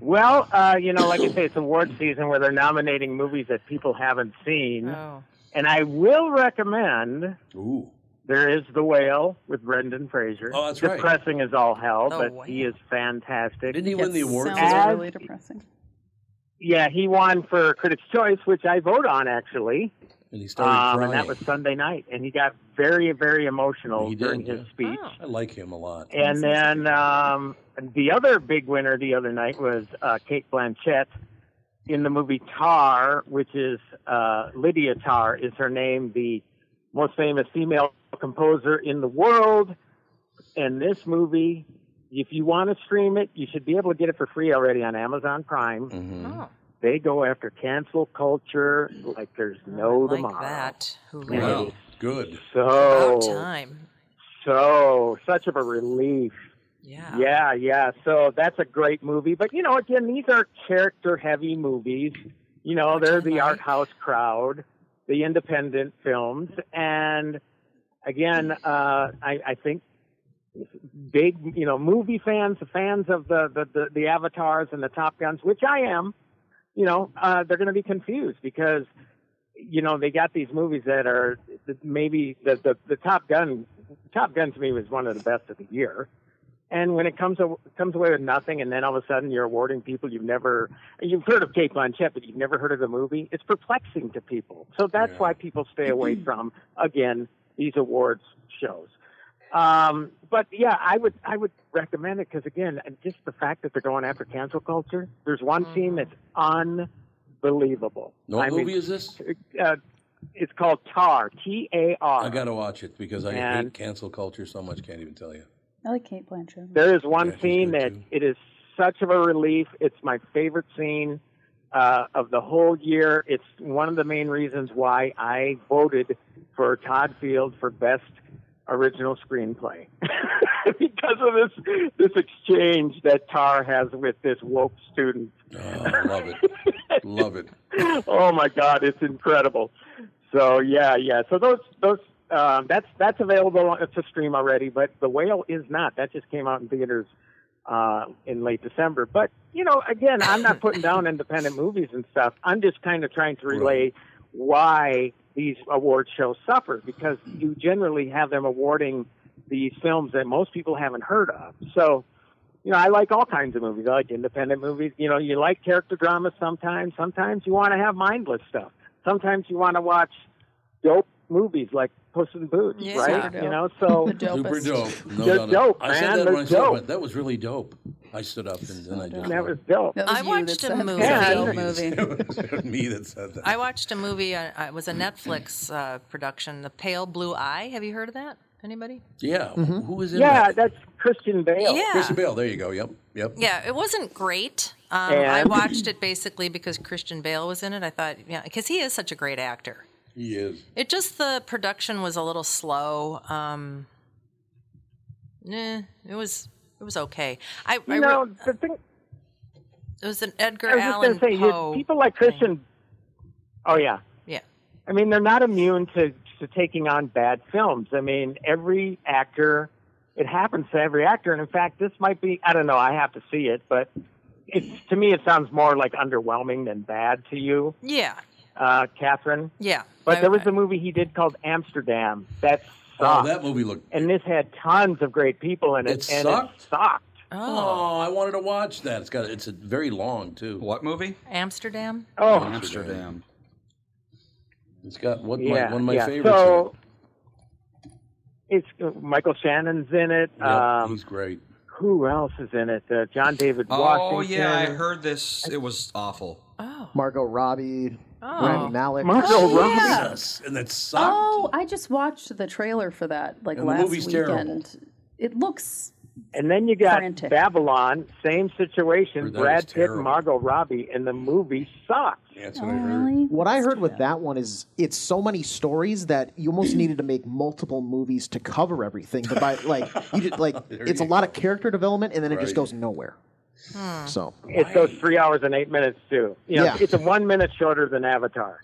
Speaker 10: Well, uh, you know, like I say, it's award season where they're nominating movies that people haven't seen.
Speaker 9: Oh.
Speaker 10: And I will recommend
Speaker 2: Ooh.
Speaker 10: there is The Whale with Brendan Fraser.
Speaker 2: Oh, that's right.
Speaker 10: Depressing as all hell,
Speaker 2: The
Speaker 10: but he is fantastic.
Speaker 2: Didn't he win the award for
Speaker 9: Sounds
Speaker 10: As-
Speaker 9: really depressing.
Speaker 10: yeah, he won for Critics' Choice, which I vote on actually.
Speaker 2: And he started
Speaker 10: Um,
Speaker 2: crying.
Speaker 10: and that was Sunday night, and he got very, very emotional
Speaker 2: He did,
Speaker 10: during his
Speaker 2: yeah.
Speaker 10: speech.
Speaker 9: Oh.
Speaker 2: I like him a lot.
Speaker 10: And then um, the other big winner the other night was uh, Kate Blanchett in the movie Tar, which is uh, Lydia Tar is her name, the most famous female composer in the world. And this movie,
Speaker 1: Oh.
Speaker 10: if you want to stream it, you should be able to get it for free already on Amazon Prime. They go after cancel culture like there's no
Speaker 1: Oh, like
Speaker 10: tomorrow.
Speaker 1: that. Hooray.
Speaker 2: Wow. Good.
Speaker 10: So
Speaker 1: About time.
Speaker 10: So such of a relief.
Speaker 1: Yeah.
Speaker 10: Yeah, yeah. So that's a great movie. But you know, again, these are character heavy movies. You know, they're the art house crowd, the independent films, and again, uh, I, I think big, you know, movie fans, the fans of the, the, the, the avatars and the Top Guns, which I am, you know, uh, they're going to be confused because, you know, they got these movies that are that maybe the, the, the Top Gun, Top Gun to me was one of the best of the year. And when it comes a, comes away with nothing, and then all of a sudden you're awarding people you've never you've heard of Kate Blanchett, but you've never heard of the movie, it's perplexing to people. So that's why people stay away from again these awards shows. Um, but yeah, I would I would recommend it because again, just the fact that they're going after cancel culture. There's one scene that's unbelievable.
Speaker 2: No
Speaker 10: I
Speaker 2: Mm-hmm. movie
Speaker 10: mean,
Speaker 2: is this?
Speaker 10: Uh, it's called Tar. T A R.
Speaker 2: I got to watch it because I
Speaker 10: And-
Speaker 2: hate cancel culture so much. Can't even tell you.
Speaker 9: I like Kate Blanchett.
Speaker 10: There is one scene that it is such of a relief. It's my favorite scene uh, of the whole year. It's one of the main reasons why I voted for Todd Field for best original screenplay because of this this exchange that Tar has with this woke student.
Speaker 2: Oh, love it. Love it.
Speaker 10: oh my God, it's incredible. So yeah, yeah. So those those um, that's that's available to stream already, but The Whale is not. That just came out in theaters uh, in late December. But you know, again, I'm not putting down independent movies and stuff. I'm just kind of trying to relay why these award shows suffer because you generally have them awarding these films that most people haven't heard of. So you know, I like all kinds of movies. I like independent movies. You know, you like character dramas sometimes. Sometimes you want to have mindless stuff. Sometimes you want to watch dope movies like Puss in Boots,
Speaker 2: Yeah.
Speaker 10: right?
Speaker 2: Super
Speaker 10: You
Speaker 2: dope.
Speaker 10: know, so
Speaker 2: Super dope. No
Speaker 10: They're
Speaker 2: doubt.
Speaker 10: dope,
Speaker 2: I said
Speaker 10: man.
Speaker 2: that
Speaker 10: They're
Speaker 2: when I saw
Speaker 10: dope.
Speaker 2: it. That was really dope. I stood up and then I just.
Speaker 10: That was dope.
Speaker 1: I watched a movie.
Speaker 2: It was me that said that.
Speaker 1: I watched a movie. uh, uh, It was a Netflix uh, production, The Pale Blue Eye. Have you heard of that? Anybody?
Speaker 2: Yeah. Who was in
Speaker 10: Mm-hmm. Yeah,
Speaker 2: that?
Speaker 10: that's Christian Bale.
Speaker 1: Yeah.
Speaker 2: Christian Bale. There you go. Yep. Yep.
Speaker 1: Yeah, it wasn't great. Um,
Speaker 2: And-
Speaker 1: I watched it basically because Christian Bale was in it. I thought, yeah, because he is such a great actor.
Speaker 2: He is.
Speaker 1: It just the production was a little slow. Um, eh, it was it was okay. I, I
Speaker 10: You know,
Speaker 1: re-
Speaker 10: the thing.
Speaker 1: It was an Edgar
Speaker 10: I was just
Speaker 1: Allan
Speaker 10: gonna say, you-
Speaker 1: Poe.
Speaker 10: people like Christian. Oh yeah,
Speaker 1: yeah.
Speaker 10: I mean, they're not immune to, to taking on bad films. I mean, every actor, it happens to every actor. And in fact, this might be, I don't know, I have to see it, but it's, to me, it sounds more like underwhelming than bad to you,
Speaker 1: Yeah.
Speaker 10: uh, Catherine.
Speaker 1: Yeah.
Speaker 10: But there was a movie he did called Amsterdam. That
Speaker 2: Oh,
Speaker 10: sucked.
Speaker 2: that movie looked.
Speaker 10: and this had tons of great people in it.
Speaker 2: It
Speaker 10: and
Speaker 2: sucked?
Speaker 10: It sucked.
Speaker 2: Oh, I wanted to watch that. It's got. It's a very long too.
Speaker 5: What movie?
Speaker 1: Amsterdam.
Speaker 10: Oh.
Speaker 5: Amsterdam.
Speaker 2: It's got what
Speaker 10: yeah,
Speaker 2: my, one of my
Speaker 10: yeah.
Speaker 2: favorites. in it.
Speaker 10: So, it's uh, Michael Shannon's in it.
Speaker 2: Yep,
Speaker 10: um,
Speaker 2: he's great.
Speaker 10: Who else is in it? Uh, John David Washington.
Speaker 5: Oh yeah, I heard this. It was awful.
Speaker 8: Margot Robbie,
Speaker 9: Oh.
Speaker 8: Rami Malek.
Speaker 9: Margot Oh, Robbie. yeah.
Speaker 2: Yes, and that sucked.
Speaker 9: Oh, I just watched the trailer for that like
Speaker 10: And the
Speaker 9: last
Speaker 10: movie's
Speaker 9: weekend.
Speaker 10: terrible.
Speaker 9: It looks
Speaker 10: And then you got
Speaker 9: Frantic.
Speaker 10: Babylon, same situation.
Speaker 8: Heard that was
Speaker 10: Brad Pitt,
Speaker 8: terrible.
Speaker 10: and Margot Robbie, and the movie sucks.
Speaker 2: That's
Speaker 8: what I heard. What I heard with that one is it's so many stories that you almost needed to make multiple movies to cover everything. But by like you did, like it's a lot of character development and then it just
Speaker 10: Right.
Speaker 8: goes nowhere. So
Speaker 10: It goes three hours and eight minutes too. You know,
Speaker 8: Yeah.
Speaker 10: it's a one minute shorter than Avatar.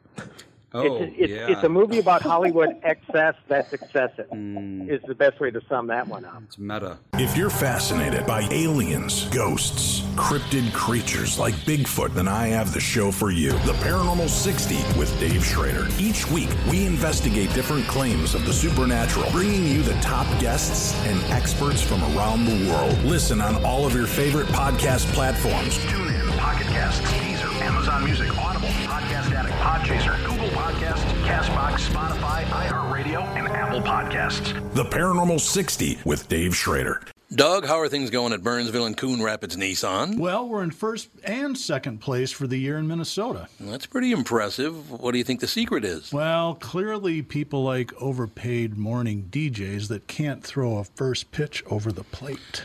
Speaker 5: Oh,
Speaker 10: it's, it's,
Speaker 5: yeah.
Speaker 10: it's a movie about Hollywood excess that's excessive.
Speaker 5: Hmm.
Speaker 10: Is the best way to sum that one up.
Speaker 5: It's meta.
Speaker 11: If you're fascinated by aliens, ghosts, cryptid creatures like Bigfoot, then I have the show for you The Paranormal 60 with Dave Schrader. Each week, we investigate different claims of the supernatural, bringing you the top guests and experts from around the world. Listen on all of your favorite podcast platforms. TuneIn, Pocket Casts, Deezer, Amazon Music, Audible, Podcast Addict, Podchaser, Google Podcasts, Castbox, Spotify, iHeartRadio, and Apple Podcasts. The Paranormal 60 with Dave Schrader.
Speaker 2: Doug, how are things going at Burnsville and Coon Rapids Nissan?
Speaker 7: Well, we're in first and second place for the year in Minnesota.
Speaker 2: That's pretty impressive. What do you think the secret is?
Speaker 7: Well, clearly, people like overpaid morning DJs that can't throw a first pitch over the plate.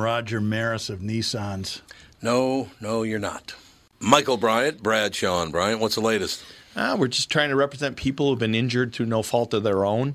Speaker 7: Roger Maris of Nissans.
Speaker 2: No, no, you're not. Michael Bryant, Brad Sean Bryant, what's the latest?
Speaker 6: Ah, we're just trying to represent people who've been injured through no fault of their own.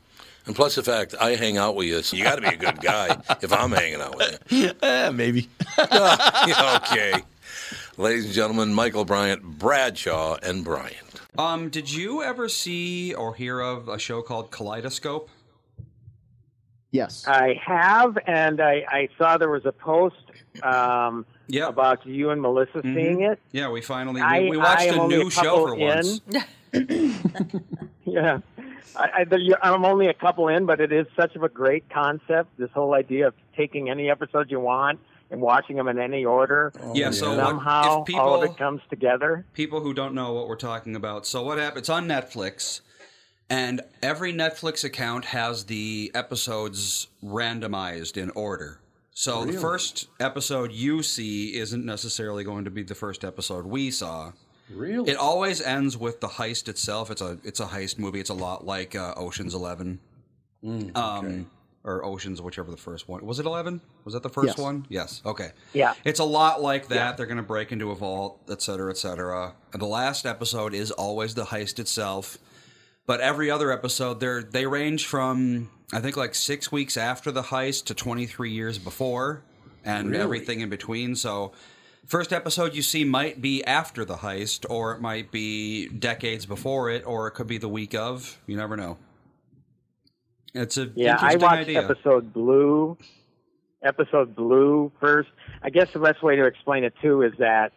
Speaker 2: And plus the fact I hang out with you, so you got to be a good guy if I'm hanging out with
Speaker 6: Eh, maybe.
Speaker 2: you. okay. Ladies and gentlemen, Michael Bryant, Bradshaw, and Bryant.
Speaker 5: Um, did you ever see or hear of a show called Kaleidoscope?
Speaker 8: Yes.
Speaker 10: I have, and I, I saw there was a post um, about you and Melissa seeing it.
Speaker 5: Yeah, we Mm-hmm. finally
Speaker 10: I-
Speaker 5: we, we watched
Speaker 10: I am
Speaker 5: a
Speaker 10: only
Speaker 5: new
Speaker 10: a
Speaker 5: show
Speaker 10: couple
Speaker 5: for
Speaker 10: in.
Speaker 5: once.
Speaker 10: Yeah. I, I, there- you- I'm only a couple in, but it is such of a great concept. This whole idea of taking any episode you want and watching them in any order.
Speaker 5: Yeah,
Speaker 10: and
Speaker 5: so what-
Speaker 10: somehow
Speaker 5: if people-
Speaker 10: all of it comes together.
Speaker 5: people who don't know what we're talking about. So what happened? It's on Netflix, and every Netflix account has the episodes randomized in order. So
Speaker 13: Really?
Speaker 5: the first episode you see isn't necessarily going to be the first episode we saw.
Speaker 2: Really?
Speaker 5: It always ends with the heist itself. It's a it's a heist movie. It's a lot like uh, Ocean's Eleven, um, or Ocean's whichever the first one was. It Eleven? Was that the first
Speaker 10: Yes.
Speaker 5: one? Yes. Okay.
Speaker 10: Yeah.
Speaker 5: It's a lot like that. They're going to break into a vault, et cetera, et cetera. And the last episode is always the heist itself. But every other episode, they're, they range from, I think, like six weeks after the heist to 23 years before and
Speaker 13: Really?
Speaker 5: everything in between. So, first episode you see might be after the heist, or it might be decades before it, or it could be the week of. You never know. It's a
Speaker 10: Yeah, I
Speaker 5: interesting
Speaker 10: watched
Speaker 5: idea.
Speaker 10: episode blue. Episode blue first. I guess the best way to explain it too is that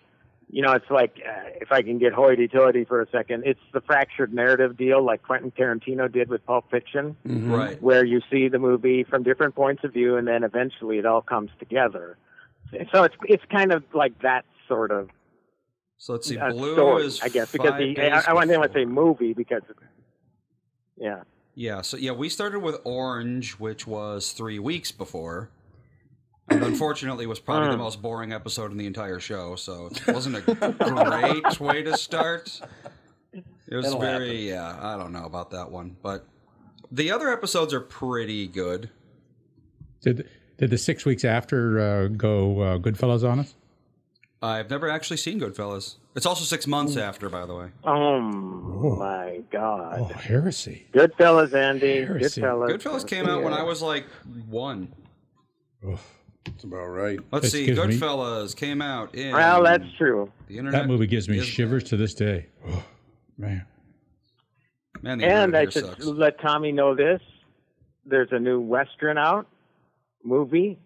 Speaker 10: you know it's like uh, if I can get hoity-toity for a second, it's the fractured narrative deal like Quentin Tarantino did with Pulp Fiction,
Speaker 5: Right.
Speaker 10: where you see the movie from different points of view and then eventually it all comes together. So it's it's kind of like that sort of
Speaker 5: So let's see.
Speaker 10: uh,
Speaker 5: Blue
Speaker 10: story,
Speaker 5: is
Speaker 10: I guess because
Speaker 5: five
Speaker 10: the
Speaker 5: days
Speaker 10: I, I want to say movie because yeah.
Speaker 5: Yeah, so yeah, we started with Orange, which was three weeks before. And unfortunately, was probably the
Speaker 10: Mm.
Speaker 5: most boring episode in the entire show, so it wasn't a great way to start. It was
Speaker 13: That'll
Speaker 5: very, yeah, I don't know about that one, but the other episodes are pretty good.
Speaker 3: Did did the six weeks after uh, go uh, Goodfellas on us?
Speaker 5: I've never actually seen Goodfellas. It's also six months after, by the way.
Speaker 10: Hmm. Oh my God!
Speaker 3: Oh, heresy.
Speaker 10: Goodfellas, Andy.
Speaker 5: Heresy.
Speaker 10: Goodfellas.
Speaker 5: Goodfellas came out when I was like one.
Speaker 2: That's about right.
Speaker 5: Let's
Speaker 3: That
Speaker 5: see,
Speaker 3: gives me-
Speaker 5: Goodfellas came out in.
Speaker 10: Well, that's true.
Speaker 5: The internet.
Speaker 3: That movie gives me shivers to this day. man.
Speaker 5: Man, the internet
Speaker 10: And I
Speaker 5: here
Speaker 10: should
Speaker 5: sucks.
Speaker 10: let Tommy know this: there's a new western out movie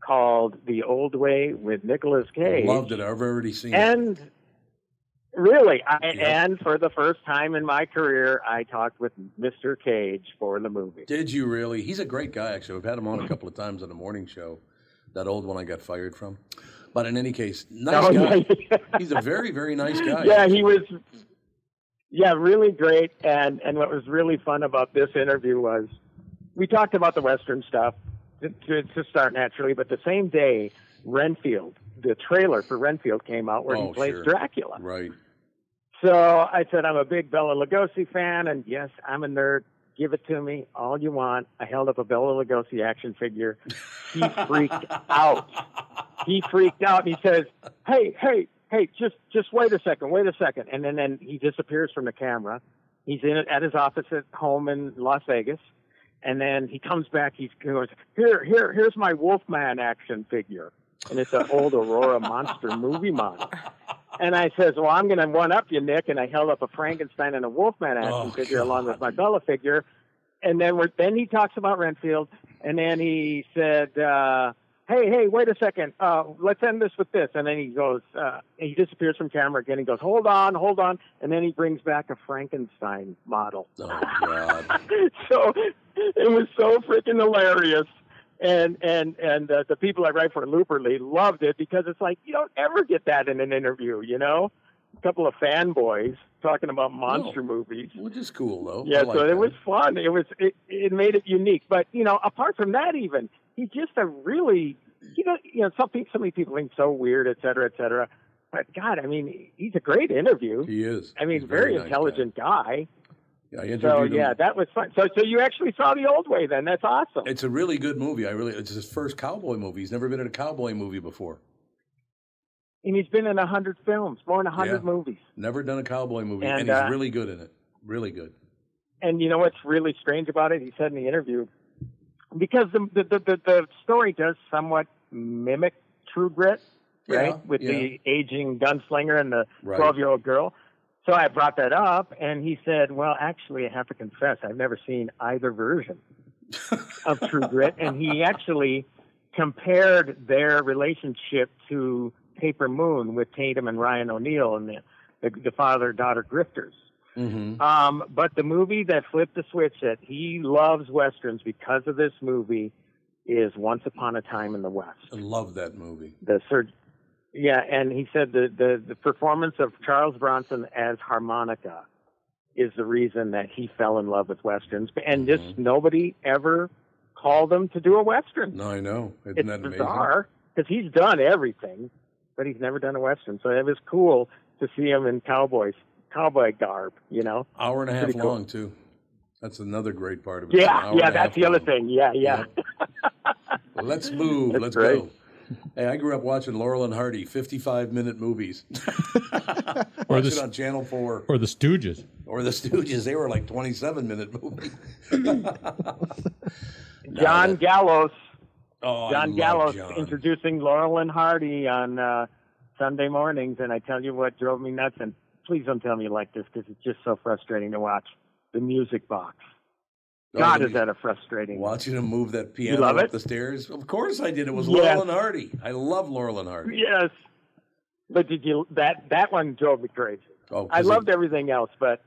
Speaker 10: called The Old Way with Nicolas Cage.
Speaker 2: Loved it. I've already seen it.
Speaker 10: And really, I, and for the first time in my career, I talked with Mr. Cage for the movie.
Speaker 2: Did you really? He's a great guy, actually. We've had him on a couple of times on the morning show, that old one I got fired from. But in any case, nice
Speaker 10: Oh,
Speaker 2: guy.
Speaker 10: yeah.
Speaker 2: He's a very, very nice guy.
Speaker 10: Yeah, he was. Yeah, really great. And and what was really fun about this interview was we talked about the Western stuff, it- it's just start naturally, but the same day, Renfield, the trailer for Renfield came out where
Speaker 2: Oh,
Speaker 10: he plays
Speaker 2: sure.
Speaker 10: Dracula.
Speaker 2: Right.
Speaker 10: So I said, I'm a big Bella Lugosi fan, and yes, I'm a nerd. Give it to me all you want. I held up a Bella Lugosi action figure. He freaked out. He freaked out, and he says, "Hey, hey, hey! Just, just wait a second, wait a second. And then, then he disappears from the camera. He's in at his office at home in Las Vegas, and then he comes back. He's, he goes, "Here, here, here's my Wolfman action figure, and it's an old Aurora monster movie model." And I says, "Well, I'm going to one up you, Nick." And I held up a Frankenstein and a Wolfman action
Speaker 13: Oh,
Speaker 10: figure along with my Bella figure. And then we're then he talks about Renfield, and then he said, uh, "Hey, hey, wait a second. Uh, let's end this with this." And then he goes, uh, he disappears from camera again. He goes, "Hold on, hold on," and then he brings back a Frankenstein model.
Speaker 2: Oh God.
Speaker 10: so it was so freaking hilarious. And and and uh, the people I write for Looperly loved it because it's like you don't ever get that in an interview, you know. A couple of fanboys talking about monster movies,
Speaker 2: which is cool though.
Speaker 10: Yeah,
Speaker 2: Oh, I like
Speaker 10: so
Speaker 2: that.
Speaker 10: it was fun. It was it, it made it unique. But you know, apart from that, even he's just a really you know you know some people, so many people think so weird, et cetera, et cetera. But God, I mean, he's a great interview.
Speaker 2: He is.
Speaker 10: I mean,
Speaker 2: He's a
Speaker 10: very,
Speaker 2: very nice
Speaker 10: intelligent guy.
Speaker 2: Yeah, I
Speaker 10: So
Speaker 2: interviewed him.
Speaker 10: yeah, that was fun. So so you actually saw the old way then? That's awesome.
Speaker 2: It's a really good movie. I really. It's his first cowboy movie. He's never been in a cowboy movie before.
Speaker 10: And he's been in a hundred films, more than a hundred
Speaker 2: Yeah.
Speaker 10: movies.
Speaker 2: Never done a cowboy movie,
Speaker 10: And,
Speaker 2: and,
Speaker 10: uh,
Speaker 2: he's really good in it. Really good.
Speaker 10: And you know what's really strange about it? He said in the interview, because the the the, the, the story does somewhat mimic True Grit, right?
Speaker 13: Yeah,
Speaker 10: With
Speaker 13: yeah.
Speaker 10: the aging gunslinger and the
Speaker 13: Right.
Speaker 10: twelve year old girl. So I brought that up, and he said, "Well, actually, I have to confess, I've never seen either version of True Grit." And he actually compared their relationship to Paper Moon with Tatum and Ryan O'Neal and the the, the father daughter grifters.
Speaker 2: Mm-hmm.
Speaker 10: Um, but the movie that flipped the switch that he loves westerns because of this movie is Once Upon a Time in the West.
Speaker 2: I love that movie.
Speaker 10: The Sir, yeah, and he said the, the the performance of Charles Bronson as harmonica is the reason that he fell in love with westerns, and
Speaker 2: Mm-hmm.
Speaker 10: just nobody ever called him to do a western.
Speaker 2: No, I know. Isn't
Speaker 10: it's
Speaker 2: that amazing?
Speaker 10: bizarre because he's done everything, but he's never done a western. So it was cool to see him in cowboys cowboy garb, you know.
Speaker 2: Hour and a half
Speaker 10: Pretty cool.
Speaker 2: long too. That's another great part of it. An
Speaker 10: Yeah,
Speaker 2: hour
Speaker 10: yeah,
Speaker 2: and a half
Speaker 10: that's the other thing. Yeah, yeah.
Speaker 2: Let's move.
Speaker 10: That's
Speaker 2: Let's
Speaker 10: great.
Speaker 2: go. Hey, I grew up watching Laurel and Hardy, 55 minute movies.
Speaker 3: Or
Speaker 2: or
Speaker 3: the
Speaker 2: this on Channel 4.
Speaker 3: Or the Stooges.
Speaker 2: Or The Stooges. They were like 27 minute movies.
Speaker 10: John Gallows.
Speaker 2: Oh, I
Speaker 10: John
Speaker 2: love
Speaker 10: Gallows
Speaker 2: John.
Speaker 10: introducing Laurel and Hardy on uh, Sunday mornings, and I tell you what drove me nuts. And please don't tell me you like this because it's just so frustrating to watch. The music box.
Speaker 2: Oh,
Speaker 10: God,
Speaker 2: the
Speaker 10: is that a frustrating?
Speaker 2: Watching him move that piano
Speaker 10: love
Speaker 2: up
Speaker 10: it?
Speaker 2: the stairs. Of course I did. It was
Speaker 10: Yes.
Speaker 2: Laurel and Hardy. I love Laurel and Hardy.
Speaker 10: Yes, but did you that that one drove me crazy.
Speaker 2: Oh, 'cause
Speaker 10: I
Speaker 2: it-
Speaker 10: loved everything else, but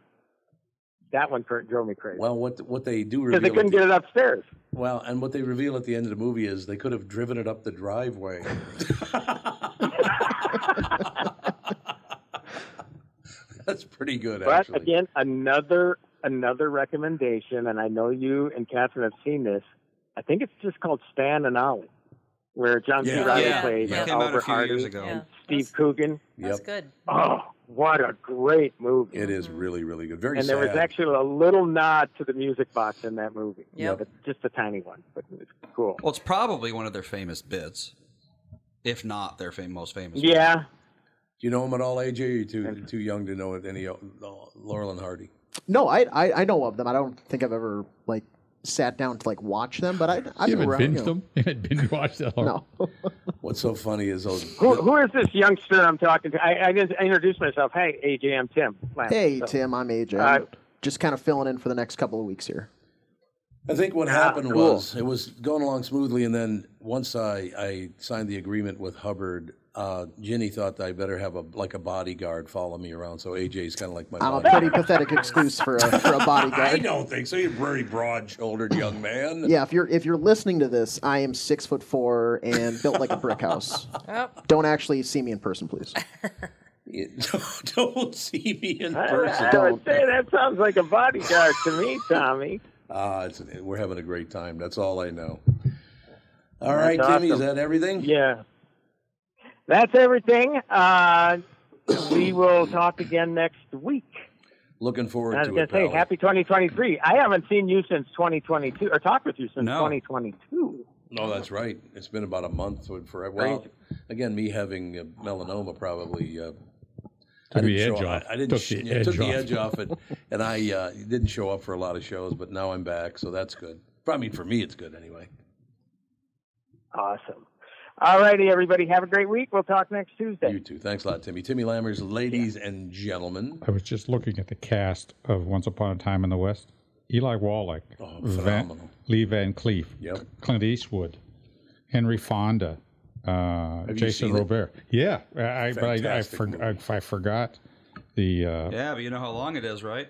Speaker 10: that one cr- drove me crazy
Speaker 2: Well, what what they do
Speaker 10: because
Speaker 2: reveal
Speaker 10: they
Speaker 2: at
Speaker 10: couldn't
Speaker 2: the-
Speaker 10: get it upstairs.
Speaker 2: Well, and what they reveal at the end of the movie is they could have driven it up the driveway. That's pretty good,
Speaker 10: But
Speaker 2: actually.
Speaker 10: again, another another recommendation, and I know you and Catherine have seen this. I think it's just called Stan and Ollie, where John C.
Speaker 5: Yeah.
Speaker 10: Riley
Speaker 5: Yeah.
Speaker 10: plays
Speaker 5: Yeah. Came out a
Speaker 10: Oliver
Speaker 5: few years
Speaker 10: Hardy,
Speaker 5: ago.
Speaker 10: and
Speaker 5: Yeah.
Speaker 10: Steve Coogan.
Speaker 2: That's Yep.
Speaker 10: good. Oh, what a great movie!
Speaker 2: It is really, really good. Very
Speaker 10: and there was
Speaker 2: sad.
Speaker 10: actually a little nod to the music box in that movie.
Speaker 2: Yep.
Speaker 10: but just a tiny one, but it's cool.
Speaker 5: Well, it's probably one of their famous bits, if not their fam- most famous.
Speaker 10: Yeah.
Speaker 2: Do you know him at all, AJ? Or you too too young to know it. Any uh, Laurel and Hardy?
Speaker 8: No, I, I I know of them. I don't think I've ever like sat down to like watch them, but I I've
Speaker 3: You haven't
Speaker 8: been around.
Speaker 3: binged
Speaker 8: you know.
Speaker 3: them? You haven't binge watched them?
Speaker 8: No.
Speaker 2: What's so funny is those.
Speaker 10: Who, who is this youngster I'm talking to? I, I didn't introduce myself. Hey, AJ, I'm Tim. Lamb.
Speaker 8: Hey
Speaker 10: So-
Speaker 8: Tim, I'm AJ.
Speaker 10: All right.
Speaker 8: I'm just kind of filling in for the next couple of weeks here.
Speaker 2: I think what
Speaker 8: Ah,
Speaker 2: happened
Speaker 8: cool.
Speaker 2: was it was going along smoothly, and then once I, I signed the agreement with Hubbard, uh, Ginny thought that I better have a like a bodyguard follow me around. So AJ's kind of like my.
Speaker 8: I'm a
Speaker 2: bodyguard.
Speaker 8: pretty pathetic excuse for a for a
Speaker 2: I
Speaker 8: bodyguard.
Speaker 2: don't think so. You're a very broad-shouldered young man.
Speaker 8: Yeah, if you're if you're listening to this, I am six foot four and built like a brick house. Don't actually see me in person, please.
Speaker 2: don't see me in
Speaker 10: I-
Speaker 2: person.
Speaker 10: I would say that sounds like a bodyguard to me, Tommy.
Speaker 2: Ah, it's, we're having a great time. That's all I know. All right,
Speaker 10: That's
Speaker 2: Timmy, is
Speaker 10: awesome.
Speaker 2: that everything?
Speaker 10: Yeah. That's everything. Uh, we will talk again next week.
Speaker 2: Looking forward
Speaker 10: I was
Speaker 2: to
Speaker 10: going
Speaker 2: it.
Speaker 10: to say,
Speaker 2: pal.
Speaker 10: happy 2023. I haven't seen you since 2022, or talked with you since
Speaker 2: No.
Speaker 10: 2022.
Speaker 2: No, that's right. It's been about a month for- forever. Well, again, me having uh, melanoma probably uh,
Speaker 3: Took the
Speaker 2: show
Speaker 3: edge
Speaker 2: up.
Speaker 3: off.
Speaker 2: I didn't
Speaker 3: Took
Speaker 2: sh-
Speaker 3: the
Speaker 2: yeah,
Speaker 3: edge
Speaker 2: took the
Speaker 3: off.
Speaker 2: edge off, and, and I uh, didn't show up for a lot of shows, but now I'm back, so that's good. I mean, for me, it's good anyway.
Speaker 10: Awesome. All righty, everybody. Have a great week. We'll talk next Tuesday.
Speaker 2: You too. Thanks a lot, Timmy. Timmy Lammers, ladies and gentlemen.
Speaker 3: I was just looking at the cast of Once Upon a Time in the West. Eli Wallach, Van,
Speaker 2: Oh, phenomenal.
Speaker 3: Lee Van Cleef,
Speaker 2: Yep.
Speaker 3: Clint Eastwood, Henry Fonda, uh,
Speaker 2: you
Speaker 3: Jason
Speaker 2: seen it?
Speaker 3: Robert. Yeah, I, I, but I, I,
Speaker 5: Fantastic
Speaker 3: for, I, I forgot the. Uh,
Speaker 5: Yeah, but you know how long it is, right?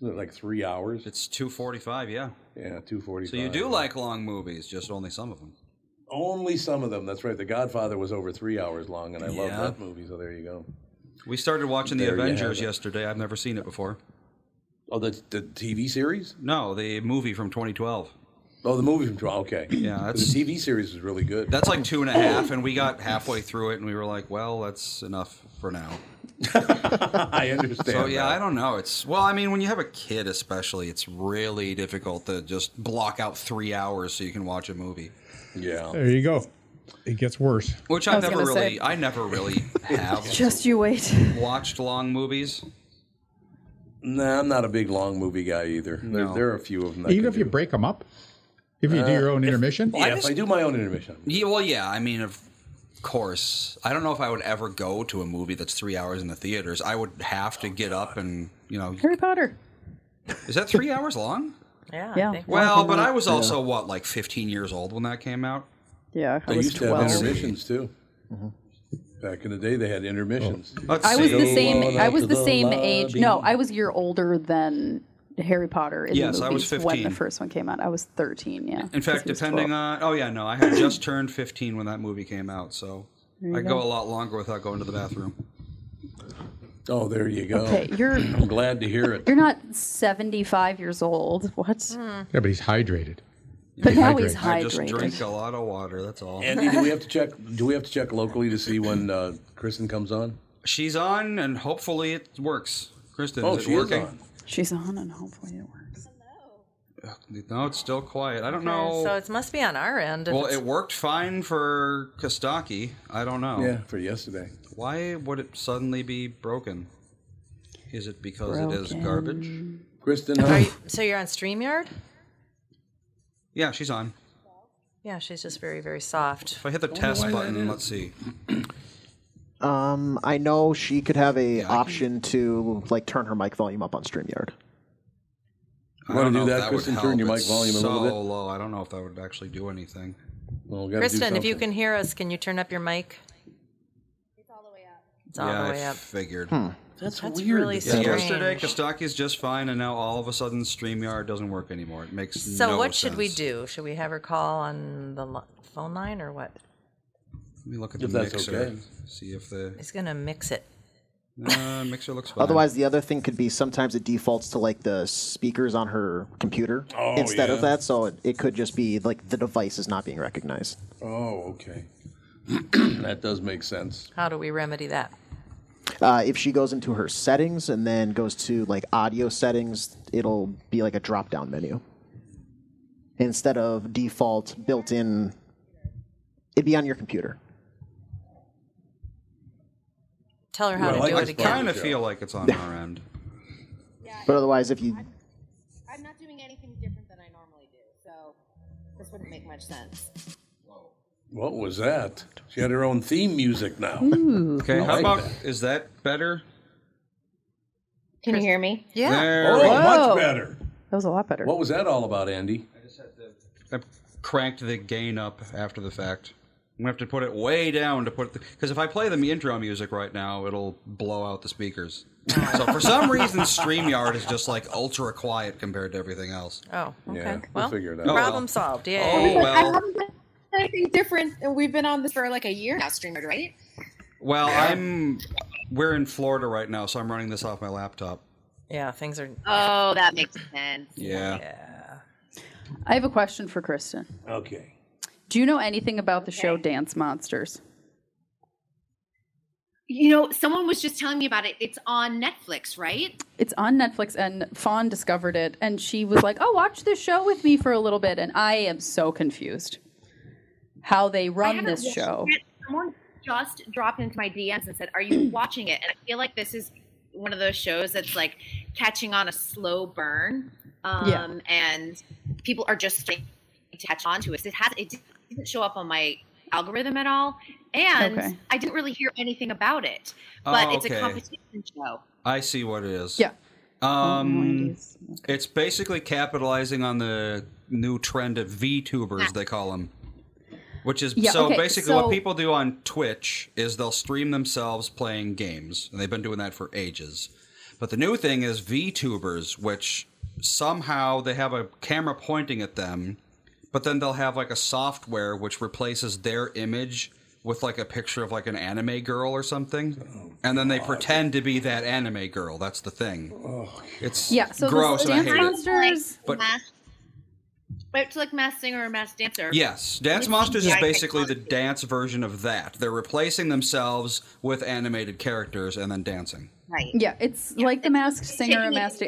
Speaker 2: Like three hours.
Speaker 5: It's two forty-five. Yeah.
Speaker 2: Yeah, two forty-five.
Speaker 5: So you do like long movies, just only some of them.
Speaker 2: Only some of them. That's right. The Godfather was over three hours long, and I love
Speaker 5: Yeah.
Speaker 2: that movie. So there you go.
Speaker 5: We started watching the
Speaker 2: There you have
Speaker 5: Avengers
Speaker 2: it.
Speaker 5: yesterday. I've never seen it before.
Speaker 2: Oh, the the TV series?
Speaker 5: No, the movie from 2012.
Speaker 2: Oh, the movie from 12. Okay.
Speaker 5: Yeah, that's
Speaker 2: the TV series was really good.
Speaker 5: That's like two and a half, and we got halfway through it, and we were like, "Well, that's enough for now."
Speaker 2: I understand.
Speaker 5: So yeah, I don't know. It's well, I mean, when you have a kid, especially, it's really difficult to just block out three hours so you can watch a movie.
Speaker 2: Yeah,
Speaker 3: there you go. It gets worse.
Speaker 5: which
Speaker 9: I
Speaker 5: I,
Speaker 9: was
Speaker 5: never
Speaker 9: gonna
Speaker 5: really,
Speaker 9: say-
Speaker 5: I never really have
Speaker 9: Just you wait.
Speaker 5: watched long movies.
Speaker 2: No, I'm not a big long movie guy either. There, there are a few of them. That
Speaker 3: Even if you break them up, if you do your own intermission,
Speaker 2: yeah, Uh, if I do my own intermission,
Speaker 5: Yeah, well, yeah. I mean, of course. I don't know if I would ever go to a movie that's three hours in the theaters. I would have to get up and you know,
Speaker 9: Harry Potter.
Speaker 5: is that three hours long?
Speaker 1: Yeah.
Speaker 9: Yeah.
Speaker 1: they-
Speaker 5: Well, but I was also what, like 15 years old when that came out.
Speaker 9: Yeah, I
Speaker 2: they
Speaker 9: was
Speaker 2: used to have
Speaker 9: 12.
Speaker 2: intermissions too. Back in the day, they had intermissions.
Speaker 5: Let's
Speaker 9: I was
Speaker 5: see.
Speaker 9: the
Speaker 2: Go on
Speaker 9: same. I
Speaker 2: out
Speaker 9: was
Speaker 2: to
Speaker 9: the
Speaker 2: the
Speaker 9: same age. No,
Speaker 2: lobby.
Speaker 9: I was a year older than Harry Potter in
Speaker 5: Yes,
Speaker 9: the
Speaker 5: I was
Speaker 9: movies when the
Speaker 5: 15.
Speaker 9: first one came out. I was thirteen. Yeah.
Speaker 5: In fact, depending on oh yeah, no, I had just turned 15 when that movie came out, so I go. a lot longer without going to the bathroom.
Speaker 2: Oh, there you go.
Speaker 9: Okay, you're
Speaker 2: I'm glad to hear it.
Speaker 9: you're not seventy five years old. What?
Speaker 13: Hmm.
Speaker 3: yeah, but he's hydrated.
Speaker 9: But now he's
Speaker 5: I just drink
Speaker 9: hydrated.
Speaker 5: a lot of water. That's all.
Speaker 2: Andy, do we have to check? Do we have to check locally to see when uh, Kristen comes on?
Speaker 5: She's on, and hopefully it works. Kristen,
Speaker 2: Oh,
Speaker 5: is it
Speaker 2: she is
Speaker 5: working?
Speaker 2: on.
Speaker 9: She's on, and hopefully it works.
Speaker 5: No, it's still quiet. I don't know.
Speaker 1: So it must be on our end. if
Speaker 5: well,
Speaker 1: it's-
Speaker 5: it worked fine for Kostaki. I don't know.
Speaker 2: Yeah, for yesterday.
Speaker 5: Why would it suddenly be broken? Is it because it is
Speaker 9: Broken.
Speaker 5: garbage?
Speaker 2: Kristen,
Speaker 1: Are
Speaker 2: huh?
Speaker 1: you, so you're on StreamYard?
Speaker 5: Yeah, she's on.
Speaker 1: Yeah, she's just very, very soft.
Speaker 5: If I hit the test button, let's see.
Speaker 8: Um, I know she could have a option to like turn her mic volume up on Streamyard.
Speaker 5: I
Speaker 2: wanna
Speaker 5: don't
Speaker 2: do
Speaker 5: know if would
Speaker 2: that, Kristen?
Speaker 5: help.
Speaker 2: Turn your mic
Speaker 5: It's
Speaker 2: volume a
Speaker 5: so
Speaker 2: little bit.
Speaker 5: low. I don't know if that would actually do anything.
Speaker 2: Well, we gotta do
Speaker 1: Kristen, if you
Speaker 2: something.
Speaker 1: can hear us, can you turn up your mic? It's all the way up. It's all
Speaker 5: yeah,
Speaker 1: the way
Speaker 5: I
Speaker 1: up.
Speaker 5: figured.
Speaker 2: that's,
Speaker 1: That's
Speaker 2: weird.
Speaker 1: really
Speaker 2: that
Speaker 5: Yeah,
Speaker 2: that-
Speaker 1: strange.
Speaker 5: yesterday Kostaki's just fine, and now all of a sudden StreamYard doesn't work anymore. It makes
Speaker 1: So
Speaker 5: no
Speaker 1: what should we
Speaker 5: sense.
Speaker 1: do? Should we have her call on the lo- phone line or what?
Speaker 5: Let me look at the
Speaker 2: If that's
Speaker 5: mixer.
Speaker 2: okay.
Speaker 5: See if the
Speaker 1: It's gonna mix it.
Speaker 5: uh, mixer looks fine.
Speaker 8: Otherwise, the other thing could be sometimes it defaults to like the speakers on her computer instead of
Speaker 2: yeah.
Speaker 8: that, so it, it could just be like the device is not being recognized.
Speaker 2: Oh, okay. that does make sense.
Speaker 1: How do we remedy that?
Speaker 8: Uh, if she goes into her settings and then goes to like audio settings, it'll be like a drop down menu instead of default built in. It'd be on your computer.
Speaker 1: Tell her how
Speaker 2: Well,
Speaker 1: to do
Speaker 2: I
Speaker 1: it
Speaker 2: just
Speaker 1: again.
Speaker 5: kind of feel like it's on our end.
Speaker 8: But otherwise, if you
Speaker 13: I'm not doing anything different than I normally do, so this wouldn't make much sense.
Speaker 2: What was that? She had her own theme music now.
Speaker 5: Okay,
Speaker 2: I
Speaker 5: how
Speaker 2: like
Speaker 5: about
Speaker 2: that.
Speaker 5: is that better?
Speaker 13: Can you hear me?
Speaker 1: Yeah.
Speaker 5: There
Speaker 2: Oh,
Speaker 5: we-
Speaker 9: Whoa.
Speaker 2: much better.
Speaker 9: That was a lot better.
Speaker 2: What was that all about, Andy?
Speaker 5: I cranked the gain up after the fact. I'm gonna have to put it way down to put because if I play the intro music right now, it'll blow out the speakers.
Speaker 1: Oh.
Speaker 5: so for some reason, Streamyard is just like ultra quiet compared to everything else.
Speaker 1: Oh, okay.
Speaker 2: Yeah, we'll
Speaker 1: well,
Speaker 2: figure it out.
Speaker 1: problem solved. Yay.
Speaker 5: Oh well,
Speaker 13: haven't done anything different, and we've been on this for like a year now, streamer, right?
Speaker 5: well, I'm we're in Florida right now, so I'm running this off my laptop.
Speaker 1: Yeah, things are.
Speaker 13: Oh, that makes sense.
Speaker 5: Yeah,
Speaker 1: Yeah.
Speaker 9: I have a question for Kristen.
Speaker 2: Okay.
Speaker 9: Do you know anything about the show Dance Monsters?
Speaker 13: You know, someone was just telling me about it. It's on Netflix, right?
Speaker 9: It's on Netflix, and Fawn discovered it, and she was like, "Oh, watch this show with me for a little bit." And I am so confused how they run
Speaker 13: haven't
Speaker 9: this
Speaker 13: watched
Speaker 9: show.
Speaker 13: it. Someone just dropped into my DMs and said, "Are you watching it?" And I feel like this is one of those shows that's like catching on a slow burn, um,
Speaker 9: Yeah.
Speaker 13: and people are just starting to catch on to it. It has it didn't show up on my algorithm at all, and
Speaker 9: Okay.
Speaker 13: I didn't really hear anything about it.
Speaker 5: Oh,
Speaker 13: But it's
Speaker 5: okay.
Speaker 13: a competition show.
Speaker 5: I see what it is.
Speaker 9: Yeah.
Speaker 5: Um, It's basically capitalizing on the new trend of VTubers, they call them. Which is
Speaker 9: Yeah,
Speaker 5: so
Speaker 9: okay,
Speaker 5: basically
Speaker 9: so-
Speaker 5: what people do on Twitch is they'll stream themselves playing games, and they've been doing that for ages. But the new thing is VTubers, which somehow they have a camera pointing at them, but then they'll have like a software which replaces their image with like a picture of like an anime girl or something, and then they pretend to be that anime girl. That's the thing. It's
Speaker 9: Yeah, so the
Speaker 5: gross. and I
Speaker 9: Dance
Speaker 5: hate it.
Speaker 9: Monsters-
Speaker 5: But-
Speaker 13: Masked- but it's like Masked Singer or Masked Dancer.
Speaker 5: Yes, Dance
Speaker 13: It's-
Speaker 5: Monsters
Speaker 13: yeah,
Speaker 5: is
Speaker 13: I think
Speaker 5: basically the dance version of that. They're replacing themselves with animated characters and then dancing.
Speaker 9: Mm-hmm.
Speaker 13: Right.
Speaker 9: Yeah, it's like the Masked Singer and Masked,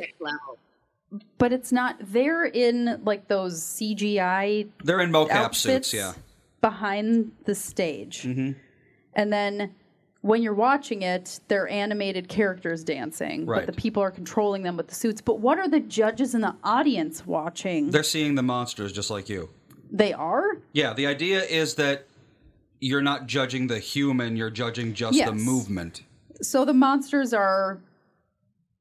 Speaker 9: but it's not. They're in like those CGI
Speaker 5: They're in mocap
Speaker 9: Outfits.
Speaker 5: suits, yeah.
Speaker 9: behind the stage,
Speaker 5: Mhm.
Speaker 10: Mm-hmm.
Speaker 9: and then when you're watching it, they're animated characters dancing,
Speaker 5: Right.
Speaker 9: but the people are controlling them with the suits. But what are the judges in the audience watching?
Speaker 5: They're seeing the monsters just like you.
Speaker 9: They are.
Speaker 5: Yeah, the idea is that you're not judging the human, you're judging just
Speaker 9: Yes.
Speaker 5: the movement.
Speaker 9: So the monsters are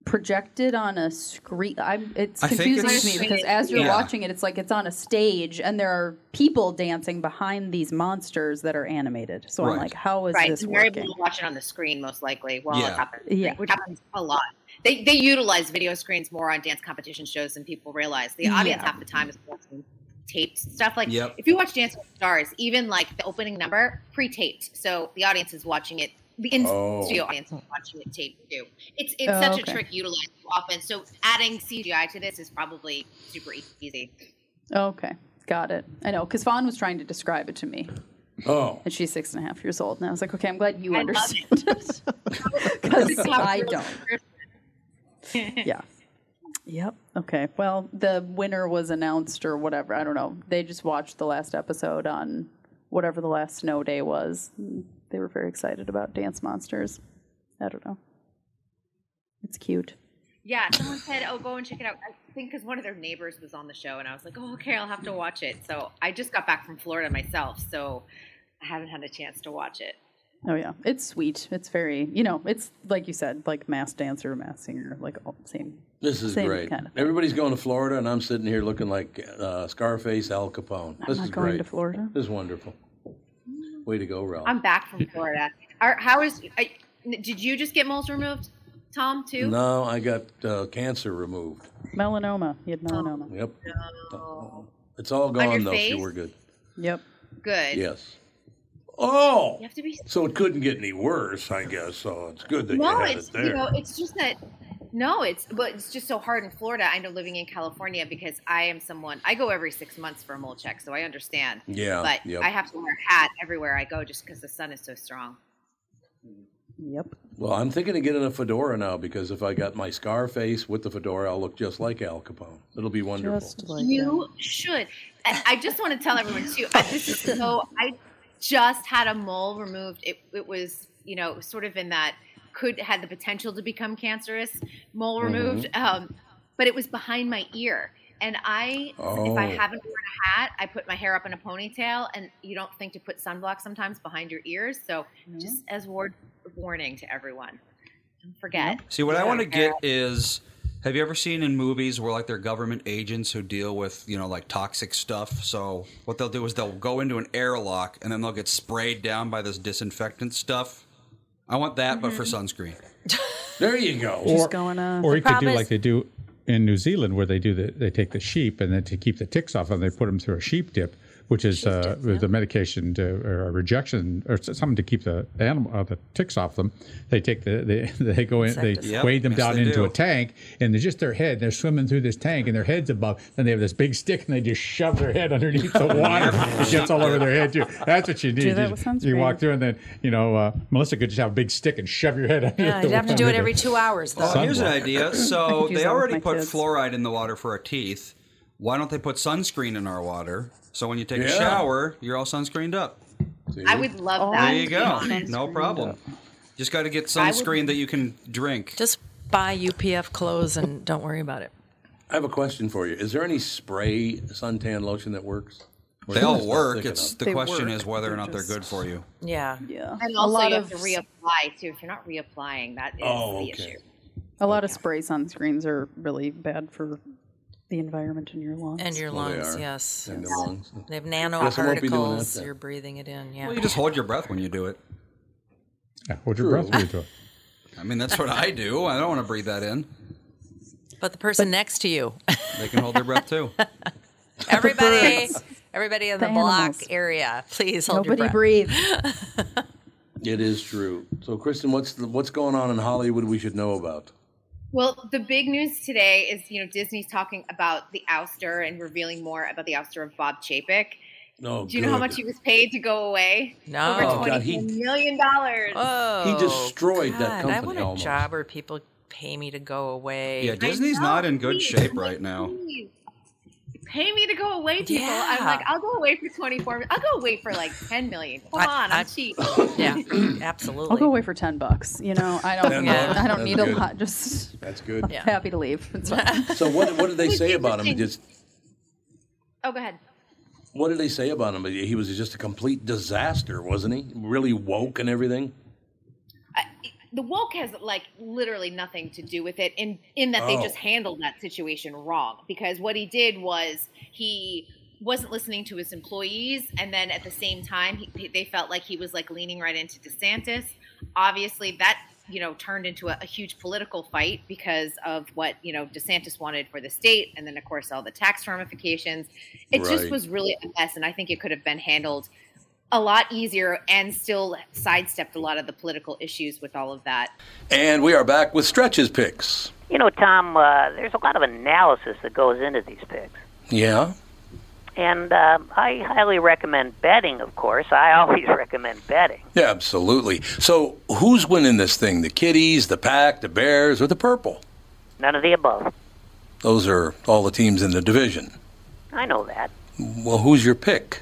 Speaker 9: projected on a screen. I'm, it's
Speaker 5: I think
Speaker 9: confusing
Speaker 5: it's-
Speaker 9: to me because as you're
Speaker 5: Yeah.
Speaker 9: watching it, it's like it's on a stage and there are people dancing behind these monsters that are animated. So I'm
Speaker 13: Right.
Speaker 9: like, how is
Speaker 13: right.
Speaker 9: this
Speaker 13: and they're able
Speaker 9: working?
Speaker 13: to watch it on the screen most likely while
Speaker 9: Yeah.
Speaker 13: it happens,
Speaker 9: Yeah.
Speaker 13: which happens a lot. They they utilize video screens more on dance competition shows than people realize. The audience
Speaker 9: Yeah.
Speaker 13: half the time is watching taped stuff. Like
Speaker 9: Yep.
Speaker 13: if you watch Dance with the Stars, even like the opening number pre-taped, so the audience is watching it. The in
Speaker 14: Oh.
Speaker 13: studio audience is watching it taped too. It's it's
Speaker 14: Oh,
Speaker 13: such
Speaker 14: okay.
Speaker 13: a trick utilized often. So adding CGI to this is probably super easy.
Speaker 9: Oh, Okay, got it. I know because Fawn was trying to describe it to me.
Speaker 2: Oh.
Speaker 9: And she's six and a half years old. And I was like, okay, I'm glad you
Speaker 13: I love
Speaker 9: understand it. Because I don't. Yeah. Yep. Okay. Well, the winner was announced or whatever. I don't know. They just watched the last episode on whatever the last snow day was. They were very excited about Dance Monsters. I don't know. It's cute.
Speaker 13: Yeah, someone said, "Oh, go and check it out." I think because one of their neighbors was on the show, and I was like, "Oh, okay, I'll have to watch it." So I just got back from Florida myself, so I haven't had a chance to watch it.
Speaker 9: Oh yeah, it's sweet. It's very, you know, it's like you said, like mass dancer, mass singer, like all same.
Speaker 2: This is
Speaker 9: same
Speaker 2: great.
Speaker 9: kind of-
Speaker 2: Everybody's going to Florida, and I'm sitting here looking like uh, Scarface Al Capone.
Speaker 9: I'm
Speaker 2: this
Speaker 9: not
Speaker 2: is
Speaker 9: going
Speaker 2: great.
Speaker 9: to Florida.
Speaker 2: This is wonderful. Way to go, Ralph.
Speaker 13: I'm back from Florida. Are, how is? I, did you just get moles removed, Tom? Too?
Speaker 2: No, I got uh, cancer removed.
Speaker 9: Melanoma. You had melanoma.
Speaker 2: Yep. It's all
Speaker 13: your
Speaker 2: gone, though. so
Speaker 13: face?
Speaker 2: we're good.
Speaker 9: Yep.
Speaker 13: Good.
Speaker 2: Yes. Oh!
Speaker 13: You have to be.
Speaker 2: So it couldn't get any worse, I guess. So it's good that
Speaker 13: No,
Speaker 2: you had
Speaker 13: it's
Speaker 2: it there.
Speaker 13: you know, it's just that. No, it's but it's just so hard in Florida. I know living in California because I am someone I go every six months for a mole check, so I understand.
Speaker 2: Yeah,
Speaker 13: but
Speaker 2: yep.
Speaker 13: I have to wear a hat everywhere I go just because the sun is so strong.
Speaker 9: Yep.
Speaker 2: well, I'm thinking of getting a fedora now because if I got my Scarface with the fedora, I'll look just like Al Capone. It'll be wonderful.
Speaker 13: you should. And I just want to tell everyone too. I, this is so. I just had a mole removed. It, it was you know sort of in that could had the potential to become cancerous mole
Speaker 14: Mhm.
Speaker 13: removed, um, but it was behind my ear. And I, if I
Speaker 14: Oh.
Speaker 13: haven't worn a hat, I put my hair up in a ponytail, and you don't think to put sunblock sometimes behind your ears. So just as ward warning to everyone, don't forget.
Speaker 5: See, what I
Speaker 13: Yeah.
Speaker 5: want to get is have you ever seen in movies where like they're government agents who deal with, you know, like toxic stuff? So what they'll do is they'll go into an airlock and then they'll get sprayed down by this disinfectant stuff. I want that, but for sunscreen.
Speaker 2: Mm-hmm. there you go.
Speaker 3: Or-
Speaker 14: Uh,
Speaker 9: on.
Speaker 3: Or you could do like they do in New Zealand, where they do the, they take the sheep and then to keep the ticks off, and they put them through a sheep dip. which is uh, the medication to, or rejection or s- something to keep the animal uh, the ticks off them. They take the they, they go in they
Speaker 12: Insecticide. Yep,
Speaker 3: wade them
Speaker 12: yes,
Speaker 3: down
Speaker 12: they
Speaker 3: into
Speaker 12: do.
Speaker 3: a tank and they're just their head. They're swimming through this tank and their heads above. Then they have this big stick and they just shove their head underneath the water. it gets all over their head too. That's what you need.
Speaker 14: Do that
Speaker 3: You-
Speaker 14: with
Speaker 3: you
Speaker 14: sunscreen.
Speaker 3: walk through and then you know uh, Melissa could just have a big stick and shove your head. underneath
Speaker 14: Yeah,
Speaker 3: the
Speaker 14: you'd have to
Speaker 3: water.
Speaker 14: do it every two hours, though.
Speaker 5: Oh, here's an
Speaker 3: Sunblock.
Speaker 5: idea.
Speaker 14: I
Speaker 5: So
Speaker 14: could use
Speaker 5: they
Speaker 14: that with
Speaker 5: already
Speaker 14: my
Speaker 5: put
Speaker 14: kids.
Speaker 5: fluoride in the water for our teeth. Why don't they put sunscreen in our water? So when you take a
Speaker 13: Yeah.
Speaker 5: shower, you're all sunscreened up.
Speaker 13: I would love Oh, that.
Speaker 5: There you go.
Speaker 13: yeah.
Speaker 5: No
Speaker 13: Sunscreened
Speaker 5: problem. Just got to get
Speaker 1: I would-
Speaker 5: sunscreen that you can drink.
Speaker 1: Just buy UPF clothes and don't worry about it.
Speaker 2: I have a question for you. Is there any spray suntan lotion that works? Or
Speaker 5: They
Speaker 2: is it
Speaker 5: all
Speaker 2: just
Speaker 5: work.
Speaker 2: thick
Speaker 5: It's-
Speaker 2: enough?
Speaker 5: the They question work. is whether or not they're good for you.
Speaker 1: Yeah.
Speaker 9: Yeah.
Speaker 13: And
Speaker 9: A
Speaker 13: also,
Speaker 9: lot
Speaker 13: you
Speaker 9: of
Speaker 13: have to reapply too. If you're not reapplying, that is
Speaker 2: Oh,
Speaker 5: Oh,
Speaker 13: the issue.
Speaker 9: A lot of spray sunscreens are really bad for the environment and your lungs.
Speaker 1: And your
Speaker 5: Well, they
Speaker 1: lungs,
Speaker 5: are.
Speaker 1: yes.
Speaker 5: And
Speaker 1: yes.
Speaker 5: their lungs.
Speaker 1: They have
Speaker 5: Yes, I won't be doing that
Speaker 1: nanoparticles.
Speaker 5: then.
Speaker 1: You're breathing it in. Yeah.
Speaker 5: Well, you just hold your breath when you do it.
Speaker 3: Yeah, hold your breath when you do it.
Speaker 5: I mean, that's what I do. I don't want to breathe that in.
Speaker 1: But the person next to you,
Speaker 5: They can hold their breath too.
Speaker 1: everybody, everybody in the,
Speaker 9: The
Speaker 1: block
Speaker 9: animals.
Speaker 1: area, please hold
Speaker 9: Nobody
Speaker 1: your breath.
Speaker 9: breathe.
Speaker 2: It is true. So, Kristen, what's the, what's going on in Hollywood we should know about?
Speaker 13: Well, the big news today is you know Disney's talking about the ouster and revealing more about the ouster of Bob Chapek.
Speaker 2: No,
Speaker 13: Do you know how much he was paid to go away?
Speaker 1: No.
Speaker 13: over
Speaker 2: Oh, God,
Speaker 13: twenty
Speaker 2: he-
Speaker 13: million dollars.
Speaker 1: Oh,
Speaker 2: He destroyed that
Speaker 1: God, I
Speaker 2: company
Speaker 1: want a
Speaker 2: almost.
Speaker 1: job where people pay me to go away.
Speaker 5: Yeah, Disney's not in good shape right now.
Speaker 13: Please, Pay me to go away, people. I'm
Speaker 1: Yeah.
Speaker 13: like, I'll go away for 24. I'll go away for like 10 million. Come on, I, am cheap.
Speaker 1: yeah, absolutely.
Speaker 9: I'll go away for ten bucks. You know, I don't.
Speaker 2: Ten bucks.
Speaker 9: I don't
Speaker 2: That's
Speaker 9: need
Speaker 2: good.
Speaker 9: a lot. Just
Speaker 2: That's good.
Speaker 9: happy to leave. It's fine.
Speaker 2: So, what what did they say about him? Just
Speaker 13: Oh, go ahead.
Speaker 2: what did they say about him? He was just a complete disaster, wasn't he? Really woke and everything.
Speaker 13: The woke has like literally nothing to do with it, in in that they
Speaker 2: Oh.
Speaker 13: just handled that situation wrong. Because what he did was he wasn't listening to his employees, and then at the same time, he, they felt like he was like leaning right into DeSantis. Obviously, that you know turned into a, a huge political fight because of what you know DeSantis wanted for the state, and then of course all the tax ramifications. It just
Speaker 15: Right.
Speaker 13: was really a mess, and I think it could have been handled a lot easier and still sidestepped a lot of the political issues with all of that.
Speaker 2: And we are back with stretches picks.
Speaker 15: You know, Tom, uh, there's a lot of analysis that goes into these picks.
Speaker 2: Yeah.
Speaker 15: And uh, I highly recommend betting, of course. I always recommend betting.
Speaker 2: Yeah, absolutely. So, who's winning this thing? The Kitties, the Pack, the Bears, or the Purple?
Speaker 15: None of the above.
Speaker 2: Those are all the teams in the division.
Speaker 15: I know that.
Speaker 2: Well, who's your pick?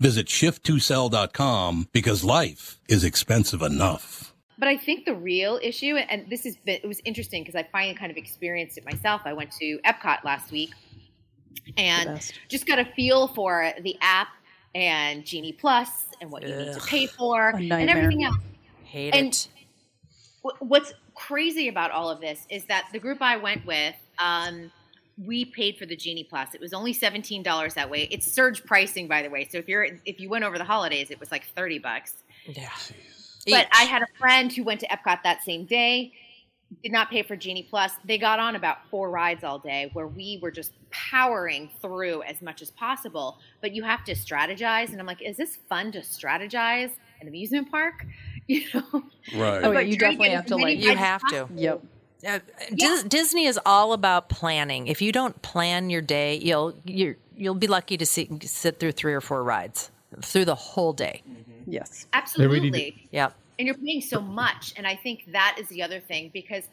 Speaker 2: Visit shift2sell.com because life is expensive enough.
Speaker 13: But I think the real issue, and this is it was interesting because I finally kind of experienced it myself. I went to Epcot last week and just got a feel for the app and Genie Plus and what you need to
Speaker 1: Ugh.
Speaker 13: pay for and
Speaker 1: nightmare.
Speaker 13: everything else.
Speaker 1: Hate
Speaker 13: and
Speaker 1: it.
Speaker 13: wh- what's crazy about all of this is that the group I went with, um, we paid for the Genie Plus. It was only seventeen dollars that way. It's surge pricing, by the way. So if you're if you went over the holidays, it was like thirty bucks.
Speaker 1: Yeah.
Speaker 13: But I had a friend who went to Epcot that same day, did not pay for Genie Plus. They got on about four rides all day where we were just powering through as much as possible. But you have to strategize. And I'm like, is this fun to strategize an amusement park? You know?
Speaker 2: Right.
Speaker 9: Oh, yeah,
Speaker 13: But
Speaker 9: you
Speaker 13: try
Speaker 9: definitely
Speaker 13: get
Speaker 9: have
Speaker 13: as
Speaker 9: to,
Speaker 13: many
Speaker 9: like-
Speaker 1: You
Speaker 13: rides as
Speaker 1: have to.
Speaker 13: possible.
Speaker 9: Yep.
Speaker 1: Uh, Dis- Disney is all about planning. If you don't plan your day, you'll you're you'll be lucky to see, sit through three or four rides through the whole day.
Speaker 9: Mm-hmm. Yes,
Speaker 13: Absolutely.
Speaker 1: Yep.
Speaker 13: And you're paying so much. And I think that is the other thing because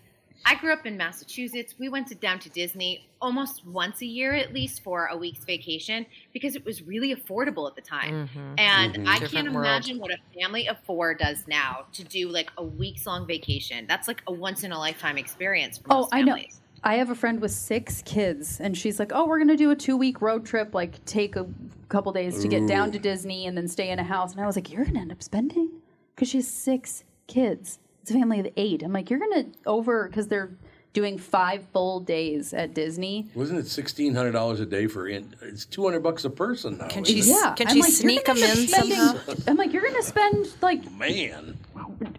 Speaker 13: I grew up in Massachusetts. We went to, down to Disney almost once a year, at least for a week's vacation, because it was really affordable at the
Speaker 15: Mm.
Speaker 13: time.
Speaker 14: Mhm.
Speaker 13: And
Speaker 2: Mm-hmm.
Speaker 14: Mhm.
Speaker 13: I can't
Speaker 14: Different world.
Speaker 13: imagine what a family of four does now to do like a weeks long vacation. That's like a once in a lifetime experience. For
Speaker 9: Oh, I know. I have a friend with six kids, and she's like, "Oh, we're gonna do a two-week road trip. Like, take a couple days to get down
Speaker 13: Ooh.
Speaker 9: to Disney, and then stay in a house." And I was like, "You're gonna end up spending because she has six kids. It's a family of eight. I'm like, you're gonna over because they're doing five full days at Disney.
Speaker 2: Wasn't it sixteen hundred dollars a day for in? It's two hundred bucks a person now.
Speaker 1: Can
Speaker 2: isn't
Speaker 1: she
Speaker 2: it?
Speaker 9: Yeah, I'm like, "You're gonna end up spending- I'm like, you're gonna spend like
Speaker 2: Man.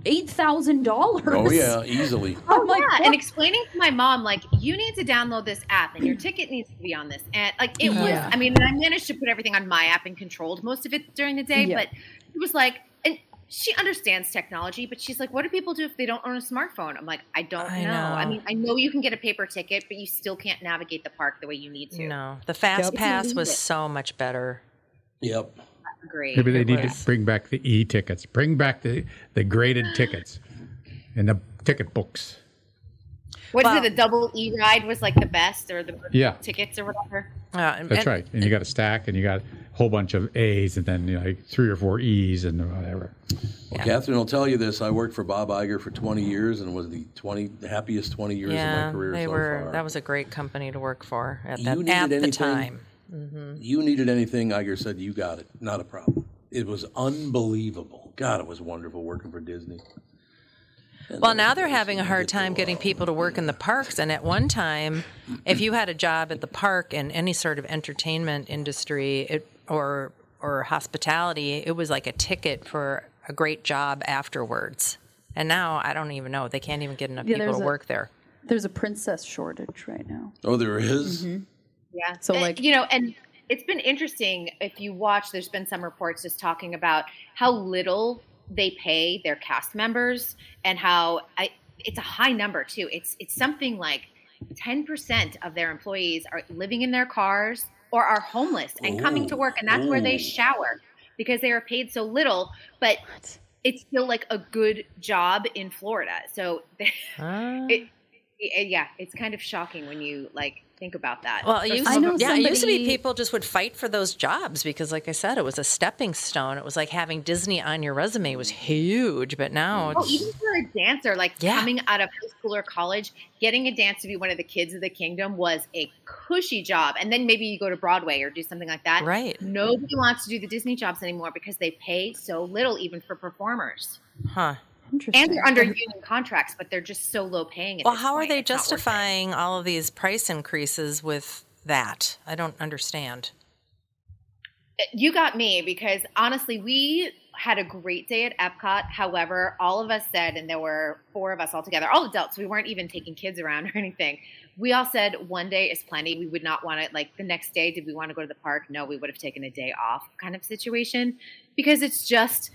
Speaker 9: eight thousand dollars.
Speaker 2: Oh yeah, easily.
Speaker 13: Oh, yeah, and explaining to my mom like you need to download this app and your ticket needs to be on this and like it
Speaker 14: Yeah.
Speaker 13: was. I mean, and I managed to put everything on my app and controlled most of it during the day,
Speaker 14: Yeah.
Speaker 13: but it was like and she understands technology, but she's like, what do people do if they don't own a smartphone? I'm like, I don't
Speaker 1: I
Speaker 13: know. I
Speaker 1: know.
Speaker 13: mean, I know you can get a paper ticket, but you still can't navigate the park the way you need to.
Speaker 1: No, the fast
Speaker 13: It's
Speaker 1: pass was
Speaker 13: needed.
Speaker 1: so much better.
Speaker 2: Yep.
Speaker 13: Agree.
Speaker 3: Maybe they
Speaker 1: It
Speaker 3: need
Speaker 1: was.
Speaker 3: to bring back the e tickets. Bring back the, the graded tickets and the ticket books.
Speaker 13: What is it? A double E ride was like the best, or the
Speaker 3: Yeah.
Speaker 13: tickets or whatever.
Speaker 3: That's right. And you got a stack and you got a whole bunch of A's and then you know, like three or four E's and whatever.
Speaker 2: Well, Catherine will tell you this. I worked for Bob Iger for 20 years and was the 20 happiest 20 years of
Speaker 1: yeah,
Speaker 2: my career
Speaker 1: they
Speaker 2: so
Speaker 1: were.
Speaker 2: far.
Speaker 1: That was a great company to work for at
Speaker 2: You
Speaker 1: that
Speaker 2: needed
Speaker 1: at the
Speaker 2: anything?
Speaker 1: time.
Speaker 9: Mm-hmm.
Speaker 1: hmm
Speaker 2: You needed anything, Iger said, you got it. Not a problem. It was unbelievable. God, it was wonderful working for Disney.
Speaker 1: Well, now they're having a hard time getting
Speaker 2: uh,
Speaker 1: people to work in the parks. And at one time, if you had a job at the park in any sort of entertainment industry it, or or hospitality, it was like a ticket for a great job afterwards. And now I don't even know. They can't even get enough
Speaker 9: Yeah,
Speaker 1: people
Speaker 9: there's
Speaker 1: to
Speaker 9: a-
Speaker 1: work there.
Speaker 9: There's a princess shortage right now.
Speaker 2: Oh, there is?
Speaker 13: Yeah.
Speaker 9: So,
Speaker 13: So
Speaker 9: like-
Speaker 13: like you know, and it's been interesting if you watch. There's been some reports just talking about how little they pay their cast members and how I, it's a high number too. It's it's something like ten percent of their employees are living in their cars or are homeless and coming to
Speaker 14: Ooh.
Speaker 13: work, and that's where they
Speaker 14: Ooh.
Speaker 13: shower because they are paid so little, but. It's still like a good job in Florida. So, it, it, Eh, yeah, it's kind of shocking when you like think about that.
Speaker 1: Well, it
Speaker 13: Or
Speaker 1: used,
Speaker 13: some
Speaker 1: yeah,
Speaker 13: of-
Speaker 1: it used to be people just would fight for those jobs because, like I said, it was a stepping stone. It was like having Disney on your resume was huge, but now
Speaker 13: Oh,
Speaker 1: it's.
Speaker 13: even for a dancer, like
Speaker 1: Yeah.
Speaker 13: coming out of high school or college, getting a dance to be one of the kids of the kingdom was a cushy job. And then maybe you go to Broadway or do something like that.
Speaker 1: Right.
Speaker 13: Nobody wants to do the Disney jobs anymore because they pay so little, even for performers.
Speaker 1: Huh.
Speaker 13: And they're under union contracts, but they're just so low paying. At
Speaker 1: Well,
Speaker 13: this
Speaker 1: how are
Speaker 13: point.
Speaker 1: they
Speaker 13: It's not worth it.
Speaker 1: justifying all of these price increases with that? I don't understand.
Speaker 13: You got me because honestly, we had a great day at Epcot. However, all of us said, and there were four of us all together, all adults. We weren't even taking kids around or anything. We all said one day is plenty. We would not want it. Like the next day, did we want to go to the park? No, we would have taken a day off, kind of situation, because it's just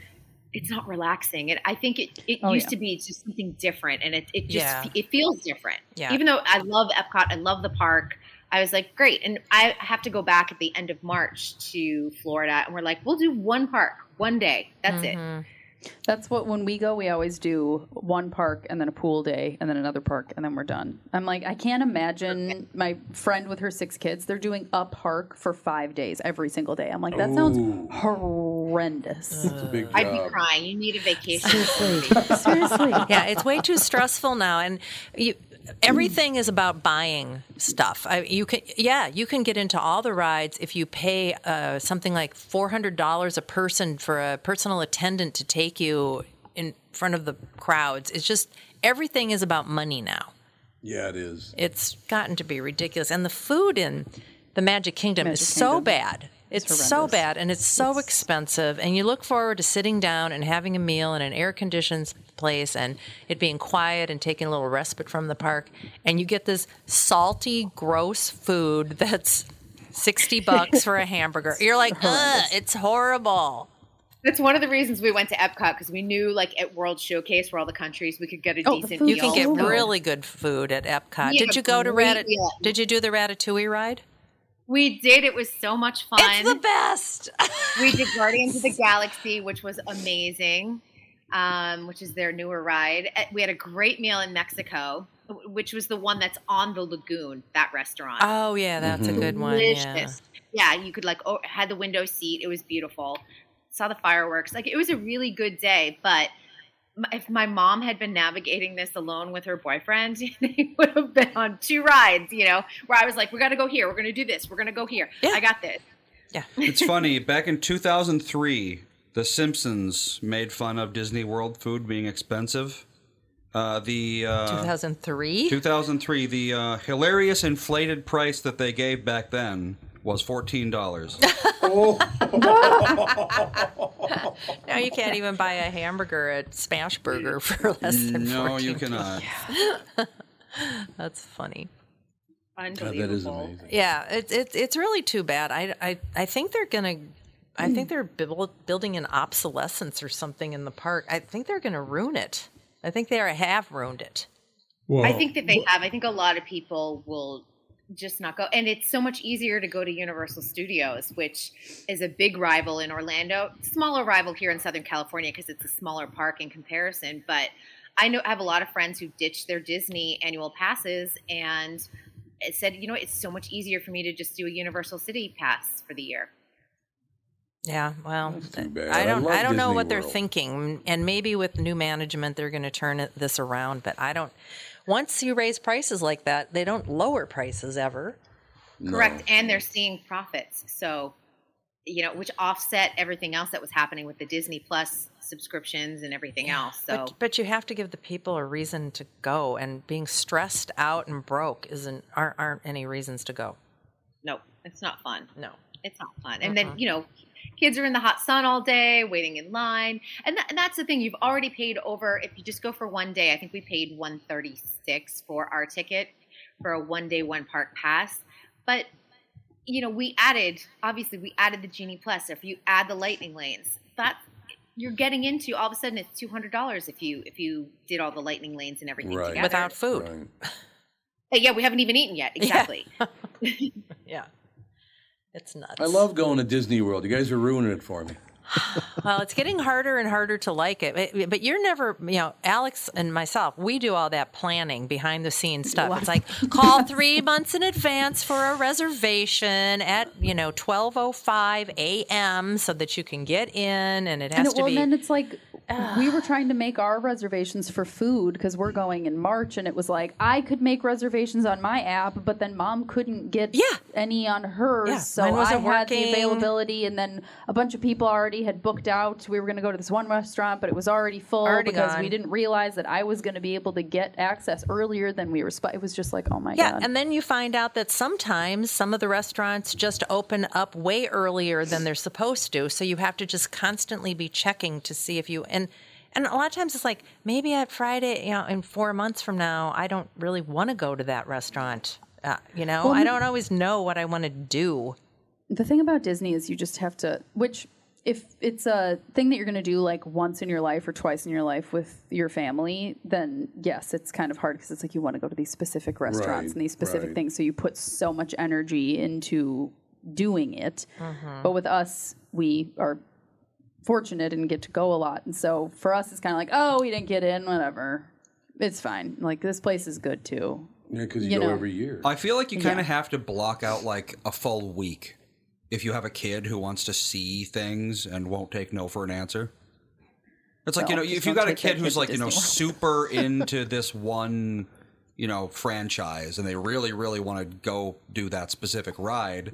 Speaker 13: it's not relaxing. And I think it it
Speaker 9: Oh,
Speaker 13: used
Speaker 9: yeah.
Speaker 13: to be just something different, and it it just
Speaker 9: Yeah.
Speaker 13: it feels different.
Speaker 9: Yeah.
Speaker 13: Even though I love Epcot, I love the park. I was like, great. And I have to go back at the end of March to Florida, and we're like, we'll do one park one day. That's
Speaker 1: Mm-hmm.
Speaker 13: it.
Speaker 9: That's what when we go, we always do one park and then a pool day and then another park and then we're done. I'm like, I can't imagine my friend with her six kids. They're doing a park for five days every single day. I'm like, that
Speaker 2: Ooh.
Speaker 9: sounds horrendous.
Speaker 2: It's a big
Speaker 13: I'd be
Speaker 2: job.
Speaker 13: crying. You need a vacation.
Speaker 9: Seriously.
Speaker 1: yeah, it's way too stressful now, and you, everything is about buying stuff. I, you can, yeah, you can get into all the rides if you pay uh, something like four hundred dollars a person for a personal attendant to take you in front of the crowds. It's just everything is about money now.
Speaker 2: Yeah, it is.
Speaker 1: It's gotten to be ridiculous, and the food in the Magic Kingdom
Speaker 9: Magic
Speaker 1: is so
Speaker 9: Kingdom.
Speaker 1: bad. It's,
Speaker 9: It's
Speaker 1: so
Speaker 9: horrendous.
Speaker 1: bad and it's so expensive. And you look forward to sitting down and having a meal in an air conditioned place and it being quiet and taking a little respite from the park. And you get this salty, gross food that's 60 bucks for a hamburger. You're like, ugh, it's horrible.
Speaker 13: That's one of the reasons we went to Epcot because we knew, like, at World Showcase for all the countries, we could get a decent meal.
Speaker 1: you can get really good food at Epcot.
Speaker 13: We
Speaker 1: Did
Speaker 13: have
Speaker 1: you go to
Speaker 13: great
Speaker 1: Ratat-
Speaker 13: meal.
Speaker 1: Did you do the Ratatouille ride?
Speaker 13: We did. It was so much fun. It's the best. we did Guardians of the Galaxy, which was amazing, um, which is their newer ride. Uh, We had a great meal in Mexico, w- which was the one that's on the lagoon, that restaurant.
Speaker 1: Oh, yeah, that's a good one, yeah.
Speaker 13: Delicious. Yeah, you could like, oh, had the window seat. It was beautiful. Saw the fireworks. Like, it was a really good day, but. m- If my mom had been navigating this alone with her boyfriend, they would have been on two rides, you know, where I was like, we're going to go here. We're going to do this. We're going to go here. I got this.
Speaker 5: It's funny. Back in 2003, The Simpsons made fun of Disney World food being expensive. Uh, the uh,
Speaker 1: 2003.
Speaker 5: 2003, the uh, hilarious inflated price that they gave back then was fourteen dollars.
Speaker 1: Now you can't even buy a hamburger at Smash Burger for less than
Speaker 5: No, you
Speaker 1: 14.
Speaker 5: cannot.
Speaker 1: That's funny.
Speaker 13: Unbelievable.
Speaker 5: that is amazing.
Speaker 1: Yeah, it's it's it's really too bad. I I I think they're gonna. I think they're buil- building an obsolescence or something in the park. I think they're going to ruin it. I think they are, have ruined it.
Speaker 13: I think that they have. I think a lot of people will just not go. And it's so much easier to go to Universal Studios, which is a big rival in Orlando, smaller rival here in Southern California because it's a smaller park in comparison. But I know I have a lot of friends who ditched their Disney annual passes and it said, you know, it's so much easier for me to just do a Universal City pass for the year.
Speaker 1: Yeah, well,
Speaker 2: bad. I
Speaker 1: I don't,
Speaker 2: love
Speaker 1: I, don't know
Speaker 2: Disney
Speaker 1: what they're
Speaker 2: World.
Speaker 1: thinking, and maybe with new management they're going to turn it, this around. But I don't. Once you raise prices like that, they don't lower prices ever.
Speaker 13: Correct. And they're seeing profits. So, you know, which offset everything else that was happening with the Disney Plus subscriptions and everything else. So,
Speaker 1: But, but you have to give the people a reason to go, and being stressed out and broke isn't aren't, aren't any reasons to go.
Speaker 13: no, it's not fun.
Speaker 1: No.
Speaker 13: It's not fun. And then,
Speaker 1: Uh-uh.
Speaker 13: you know, kids are in the hot sun all day waiting in line. And, that, and that's the thing. You've already paid over, if you just go for one day, I think we paid 136 for our ticket for a one day, one park pass. But you know, we added obviously we added the genie plus. If you add the lightning lanes, that you're getting into all of a sudden it's two hundred dollars if you if you did all the lightning lanes and everything
Speaker 1: Right.
Speaker 13: together
Speaker 1: Without food.
Speaker 13: Uh, yeah, we haven't even eaten yet. Exactly.
Speaker 1: Yeah, it's nuts.
Speaker 2: I love going to Disney World. You guys are ruining it for me.
Speaker 1: Well, it's getting harder and harder to like it. But- But you're never, you know, Alex and myself, we do all that planning behind the scenes stuff. It's like call three months in advance for a reservation at, you know, 12.05 a.m. so that you can get in and it has
Speaker 9: And it,
Speaker 1: to
Speaker 9: well,
Speaker 1: be.
Speaker 9: then it's like we were trying to make our reservations for food because we're going in March, and it was like I could make reservations on my app, but then mom couldn't get any on hers,
Speaker 1: Yeah,
Speaker 9: so
Speaker 1: mine
Speaker 9: I
Speaker 1: wasn't
Speaker 9: had the
Speaker 1: working.
Speaker 9: availability, and then a bunch of people already had booked out. We were going to go to this one restaurant, but it was already full
Speaker 1: Already
Speaker 9: because we
Speaker 1: gone.
Speaker 9: didn't realize that I was going to be able to get access earlier than we were. Sp- it was just like, oh my
Speaker 1: yeah,
Speaker 9: god,
Speaker 1: and then you find out that sometimes some of the restaurants just open up way earlier than they're supposed to, so you have to just constantly be checking to see if you and and a lot of times it's like maybe at Friday, you know, in four months from now, I don't really want to go to that restaurant. Uh, you know,
Speaker 9: Well,
Speaker 1: I
Speaker 9: m-
Speaker 1: don't always know what I want to do.
Speaker 9: the thing about Disney is you just have to, which if it's a thing that you're going to do like once in your life or twice in your life with your family, then yes, it's kind of hard because it's like you want to go to these specific restaurants
Speaker 14: Right,
Speaker 9: and these specific
Speaker 14: right.
Speaker 9: things. So you put so much energy into doing it. But with us, we are fortunate and get to go a lot. And so for us, it's kind of like, oh, we didn't get in, whatever. It's fine. Like this place is good too.
Speaker 2: Yeah, because you,
Speaker 9: You
Speaker 2: go
Speaker 9: know.
Speaker 2: every year.
Speaker 5: I feel like you
Speaker 9: Yeah.
Speaker 5: kind of have to block out like a full week if you have a kid who wants to see things and won't take no for an answer. It's like,
Speaker 16: Well,
Speaker 5: you know,
Speaker 16: just
Speaker 5: if you
Speaker 16: don't
Speaker 5: got a
Speaker 16: take their
Speaker 5: kid
Speaker 16: kid
Speaker 5: who's
Speaker 16: to
Speaker 5: like, you know,
Speaker 16: Disney World.
Speaker 5: super into this one, you know, franchise and they really, really want to go do that specific ride,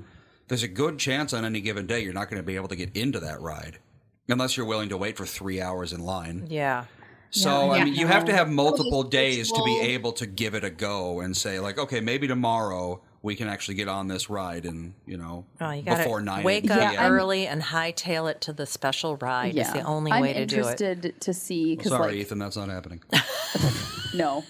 Speaker 5: there's a good chance on any given day you're not going to be able to get into that ride unless you're willing to wait for three hours in line.
Speaker 1: Yeah.
Speaker 5: So
Speaker 1: Yeah.
Speaker 5: I mean, you have to
Speaker 1: No.
Speaker 5: have multiple days to be
Speaker 1: Well-
Speaker 5: able to give it a go and say like, okay, maybe tomorrow we can actually get on this ride and you know
Speaker 1: Oh, you gotta
Speaker 5: before nine
Speaker 1: wake
Speaker 5: PM.
Speaker 1: up early and hightail it to the special ride. It's the only
Speaker 9: I'm
Speaker 1: way to do it.
Speaker 9: interested to see
Speaker 5: Well,
Speaker 9: because
Speaker 5: sorry,
Speaker 9: like
Speaker 5: Ethan, that's not happening.
Speaker 9: No.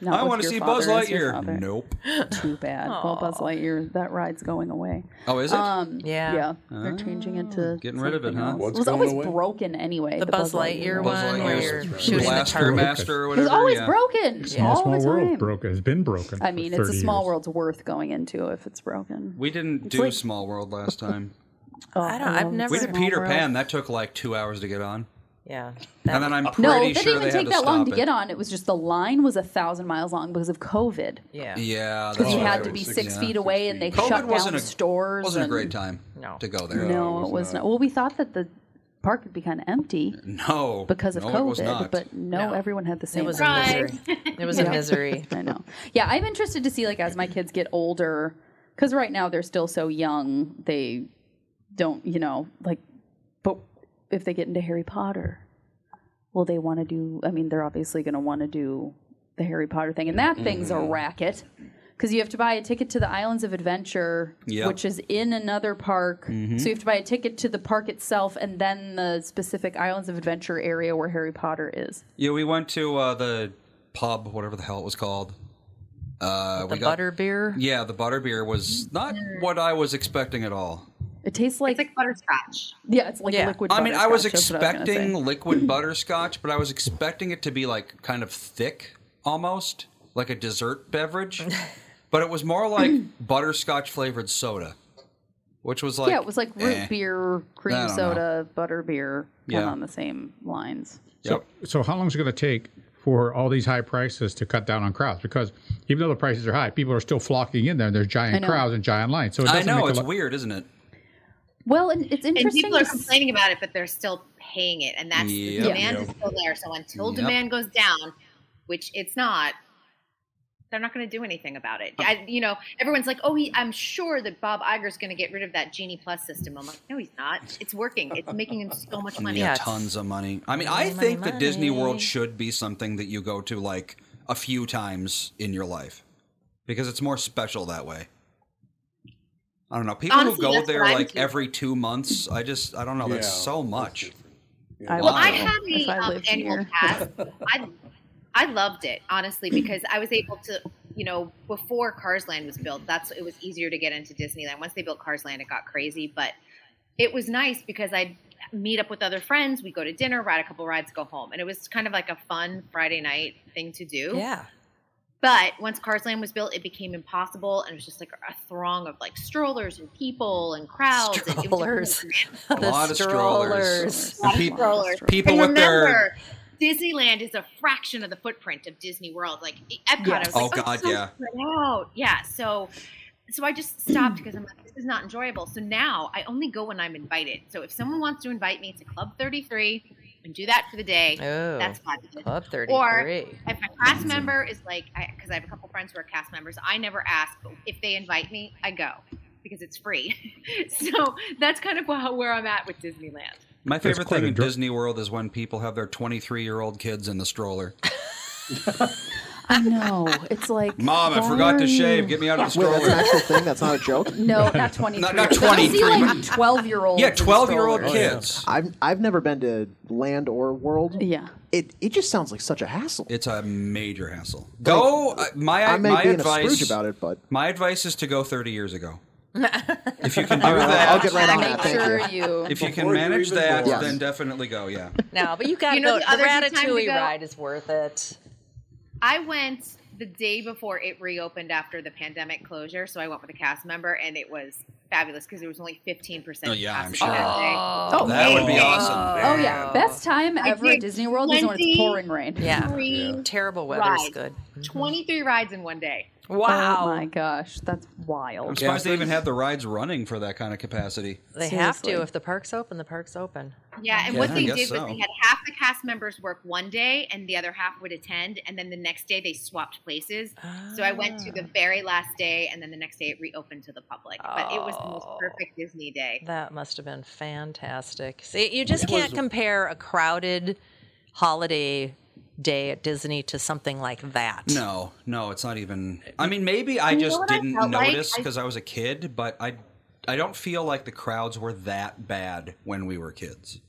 Speaker 9: Not
Speaker 5: I
Speaker 9: with
Speaker 5: want to
Speaker 9: your
Speaker 5: see
Speaker 9: father
Speaker 5: Buzz
Speaker 9: as your father.
Speaker 5: Lightyear. Nope.
Speaker 9: Too bad. Well, Buzz Lightyear, that ride's going away.
Speaker 5: Oh, is it?
Speaker 9: Um, yeah.
Speaker 5: Yeah.
Speaker 9: They're changing it to.
Speaker 5: Getting rid of it,
Speaker 9: something
Speaker 5: huh?
Speaker 9: else.
Speaker 5: What's
Speaker 9: it was
Speaker 5: going
Speaker 9: always
Speaker 5: away?
Speaker 9: broken anyway.
Speaker 1: The Buzz Lightyear
Speaker 9: one.
Speaker 1: one where you're
Speaker 5: Lightyear.
Speaker 1: shooting the
Speaker 5: Blaster
Speaker 1: target.
Speaker 5: Master or
Speaker 9: It's
Speaker 5: whatever.
Speaker 9: always
Speaker 5: yeah.
Speaker 9: broken.
Speaker 3: Small,
Speaker 9: all
Speaker 3: small
Speaker 9: the time.
Speaker 3: world broke has been broken.
Speaker 9: I
Speaker 3: for
Speaker 9: mean, it's a
Speaker 3: 30
Speaker 9: small
Speaker 3: years.
Speaker 9: world's worth going into if it's broken.
Speaker 5: We didn't
Speaker 9: It's
Speaker 5: do
Speaker 9: like-
Speaker 5: Small World last time.
Speaker 9: Oh, I
Speaker 1: don't- I've
Speaker 9: love
Speaker 1: never-
Speaker 5: we did
Speaker 9: Small
Speaker 5: Peter
Speaker 9: World.
Speaker 5: Pan. That took like two hours to get on.
Speaker 1: Yeah.
Speaker 5: and then I'm pretty
Speaker 9: No, it didn't
Speaker 5: sure they
Speaker 9: even
Speaker 5: had
Speaker 9: take
Speaker 5: to
Speaker 9: that long to
Speaker 5: stop it.
Speaker 9: get on. It was just the line was a thousand miles long because of COVID.
Speaker 1: Yeah.
Speaker 5: Yeah.
Speaker 9: Because
Speaker 5: that's
Speaker 9: you
Speaker 5: what
Speaker 9: had
Speaker 5: I
Speaker 9: to
Speaker 5: would
Speaker 9: be
Speaker 5: say.
Speaker 9: six
Speaker 5: Yeah.
Speaker 9: feet away, and they
Speaker 5: COVID
Speaker 9: shut down
Speaker 5: wasn't a,
Speaker 9: stores.
Speaker 5: Wasn't a
Speaker 9: and-
Speaker 5: great time to go there.
Speaker 9: No, it was not. Well, we thought that the park would be kind of empty
Speaker 5: No.
Speaker 9: because of
Speaker 5: no,
Speaker 9: COVID,
Speaker 5: It was not.
Speaker 9: but no, everyone had the same.
Speaker 1: It was a
Speaker 9: amount.
Speaker 1: misery. It was
Speaker 9: Yeah.
Speaker 1: a misery.
Speaker 9: I know. Yeah, I'm interested to see like as my kids get older, because right now they're still so young, they don't, you know, like. But if they get into Harry Potter, will they want to do? I mean, they're obviously going to want to do the Harry Potter thing, and that thing's a racket because you have to buy a ticket to the Islands of Adventure,
Speaker 14: Yep.
Speaker 9: which is in another park.
Speaker 14: Mhm.
Speaker 9: So you have to buy a ticket to the park itself, and then the specific Islands of Adventure area where Harry Potter is.
Speaker 5: Yeah, we went to uh, the pub, whatever the hell it was called. Uh,
Speaker 9: The
Speaker 5: we got,
Speaker 9: butter beer?
Speaker 5: Yeah, the butter beer was not what I was expecting at all.
Speaker 9: It tastes like it's
Speaker 13: like butterscotch.
Speaker 9: Yeah, it's like liquid.
Speaker 5: I mean, I was
Speaker 9: butterscotch, that's what I was gonna
Speaker 5: expecting
Speaker 9: say.
Speaker 5: liquid butterscotch, but I was expecting it to be like kind of thick almost, like a dessert beverage. but it was more like butterscotch flavored soda, which was like.
Speaker 9: yeah, it was like root
Speaker 5: eh.
Speaker 9: beer,
Speaker 5: I
Speaker 9: cream
Speaker 5: don't know.
Speaker 9: soda, butter beer, kind of
Speaker 3: Yeah.
Speaker 9: on the same lines.
Speaker 3: So, so how long is it going to take for all these high prices to cut down on crowds? Because even though the prices are high, people are still flocking in there, and there's
Speaker 9: I
Speaker 3: giant
Speaker 9: know.
Speaker 3: crowds and giant lines. So it
Speaker 5: I
Speaker 3: doesn't
Speaker 5: know,
Speaker 3: make a
Speaker 5: it's
Speaker 3: lot-
Speaker 5: weird, isn't it?
Speaker 9: Well, and it's
Speaker 13: And
Speaker 9: interesting.
Speaker 13: people are
Speaker 9: to s-
Speaker 13: complaining about it, but they're still paying it, and that's
Speaker 9: Yep.
Speaker 13: the demand
Speaker 9: Yep.
Speaker 13: is still there. So until
Speaker 9: Yep.
Speaker 13: demand goes down, which it's not, they're not going to do anything about it. I, you know, everyone's like, "Oh, he, I'm sure that Bob Iger's going to get rid of that Genie Plus system." I'm like, "No, he's not. It's working. It's making him so much money."
Speaker 5: Yeah, tons of money. I mean, I
Speaker 13: Money,
Speaker 5: think that Disney World
Speaker 13: money.
Speaker 5: should be something that you go to like a few times in your life because it's more special that way. I don't know. People
Speaker 13: Honestly,
Speaker 5: who go
Speaker 13: that's
Speaker 5: there
Speaker 13: what I'm
Speaker 5: like
Speaker 13: doing.
Speaker 5: every two months, I just, I don't know. That's
Speaker 13: Yeah,
Speaker 5: so much.
Speaker 9: I
Speaker 13: well,
Speaker 5: Wow.
Speaker 13: I had
Speaker 9: If
Speaker 13: the
Speaker 9: I
Speaker 13: um,
Speaker 9: lived
Speaker 13: annual
Speaker 9: here.
Speaker 13: pass. I I loved it honestly because I was able to, you know, before Cars Land was built, that's it was easier to get into Disneyland. Once they built Cars Land, it got crazy, but it was nice because I'd meet up with other friends, we go to dinner, ride a couple rides, go home, and it was kind of like a fun Friday night thing to do.
Speaker 1: Yeah.
Speaker 13: But once Cars Land was built, it became impossible, and it was just like a throng of like strollers and people and crowds. and it was
Speaker 1: Strollers.
Speaker 13: a
Speaker 1: The
Speaker 13: lot of
Speaker 1: strollers.
Speaker 13: strollers.
Speaker 5: And pe-
Speaker 13: strollers.
Speaker 5: people
Speaker 13: and
Speaker 5: with their-
Speaker 13: remember, Disneyland is a fraction of the footprint of Disney World. Like e, Epcot, I
Speaker 5: Yes.
Speaker 13: was like,
Speaker 5: Oh, God,
Speaker 13: it's so
Speaker 5: yeah.
Speaker 13: spread out. yeah. So, so I just stopped because I'm like, this is not enjoyable. So now I only go when I'm invited. So if someone wants to invite me to Club 33 and do that for the day,
Speaker 1: Oh,
Speaker 13: that's positive.
Speaker 1: Club
Speaker 13: Or
Speaker 1: 33.
Speaker 13: if my cast member is like, because I, have a couple friends who are cast members, I never ask, but if they invite me, I go because it's free. so that's kind of how, where I'm at with Disneyland.
Speaker 5: My
Speaker 3: That's
Speaker 5: favorite
Speaker 3: quite
Speaker 5: thing
Speaker 3: a
Speaker 5: in
Speaker 3: dr-
Speaker 5: Disney World is when people have their 23 year old kids in the stroller.
Speaker 9: I know. It's like
Speaker 5: Mom, I
Speaker 9: why
Speaker 5: forgot
Speaker 9: are
Speaker 5: to shave.
Speaker 9: you-
Speaker 5: Get me out of the
Speaker 8: Wait,
Speaker 5: stroller.
Speaker 8: that's an actual thing. That's not a joke.
Speaker 9: No, not twenty.
Speaker 5: Not- not 23.
Speaker 9: like twelve year olds.
Speaker 5: Yeah, 12-year-old kids.
Speaker 8: Oh, I've I've never been to land or world.
Speaker 9: Yeah.
Speaker 8: It it just sounds like such a hassle.
Speaker 5: It's a major hassle. Go. uh, my
Speaker 8: I may
Speaker 5: my
Speaker 8: be in a
Speaker 5: advice
Speaker 8: Scrooge about it, but
Speaker 5: my advice is to go 30 years ago. if you
Speaker 8: All
Speaker 5: can do
Speaker 8: right,
Speaker 5: that,
Speaker 8: I'll get right on that. Thank
Speaker 9: Sure you.
Speaker 5: If you can
Speaker 8: Before you're
Speaker 5: manage
Speaker 8: even
Speaker 5: that,
Speaker 8: born.
Speaker 5: then definitely go. Yeah.
Speaker 1: No, but you got
Speaker 13: You
Speaker 1: to
Speaker 13: know the
Speaker 1: go. The,
Speaker 13: other good time to
Speaker 1: Ratatouille
Speaker 13: go?
Speaker 1: ride is worth it.
Speaker 13: I went the day before it reopened after the pandemic closure, so I went with a cast member, and it was fabulous because there was only fifteen percent.
Speaker 5: Oh, yeah, I'm
Speaker 13: capacity
Speaker 5: sure.
Speaker 13: that day.
Speaker 9: Oh,
Speaker 5: that would be
Speaker 9: yeah.
Speaker 5: awesome.
Speaker 9: Oh yeah, best time ever at
Speaker 13: did
Speaker 9: Disney World is when it's
Speaker 13: 20
Speaker 9: pouring rain.
Speaker 1: Yeah.
Speaker 13: Three
Speaker 1: Terrible weather's
Speaker 13: rides.
Speaker 1: good.
Speaker 9: Mm-hmm.
Speaker 13: Twenty-three rides in one day.
Speaker 9: Oh my gosh, that's wild.
Speaker 5: I'm surprised they even had the rides running for that kind of capacity.
Speaker 1: They have to.
Speaker 13: Seriously.
Speaker 1: If the park's open, the park's open.
Speaker 13: Yeah, and
Speaker 5: Yeah,
Speaker 13: what
Speaker 5: I
Speaker 13: they
Speaker 5: guess
Speaker 13: did was
Speaker 5: so.
Speaker 13: they had half the cast members work one day and the other half would attend, and then the next day they swapped places. So I went to the
Speaker 5: Ah.
Speaker 13: very last day, and then the next day it reopened to the public. But it was the
Speaker 5: Oh.
Speaker 13: most perfect Disney day.
Speaker 1: That must have been fantastic. See, you just
Speaker 13: It was-
Speaker 1: can't compare a crowded holiday day at Disney to something like that.
Speaker 5: No, no, it's not even. I mean, maybe I
Speaker 1: You know
Speaker 5: just
Speaker 1: what I
Speaker 5: didn't
Speaker 1: felt like?
Speaker 5: notice
Speaker 1: I-
Speaker 5: because I was a kid, but I, I don't feel like the crowds were that bad when we were kids.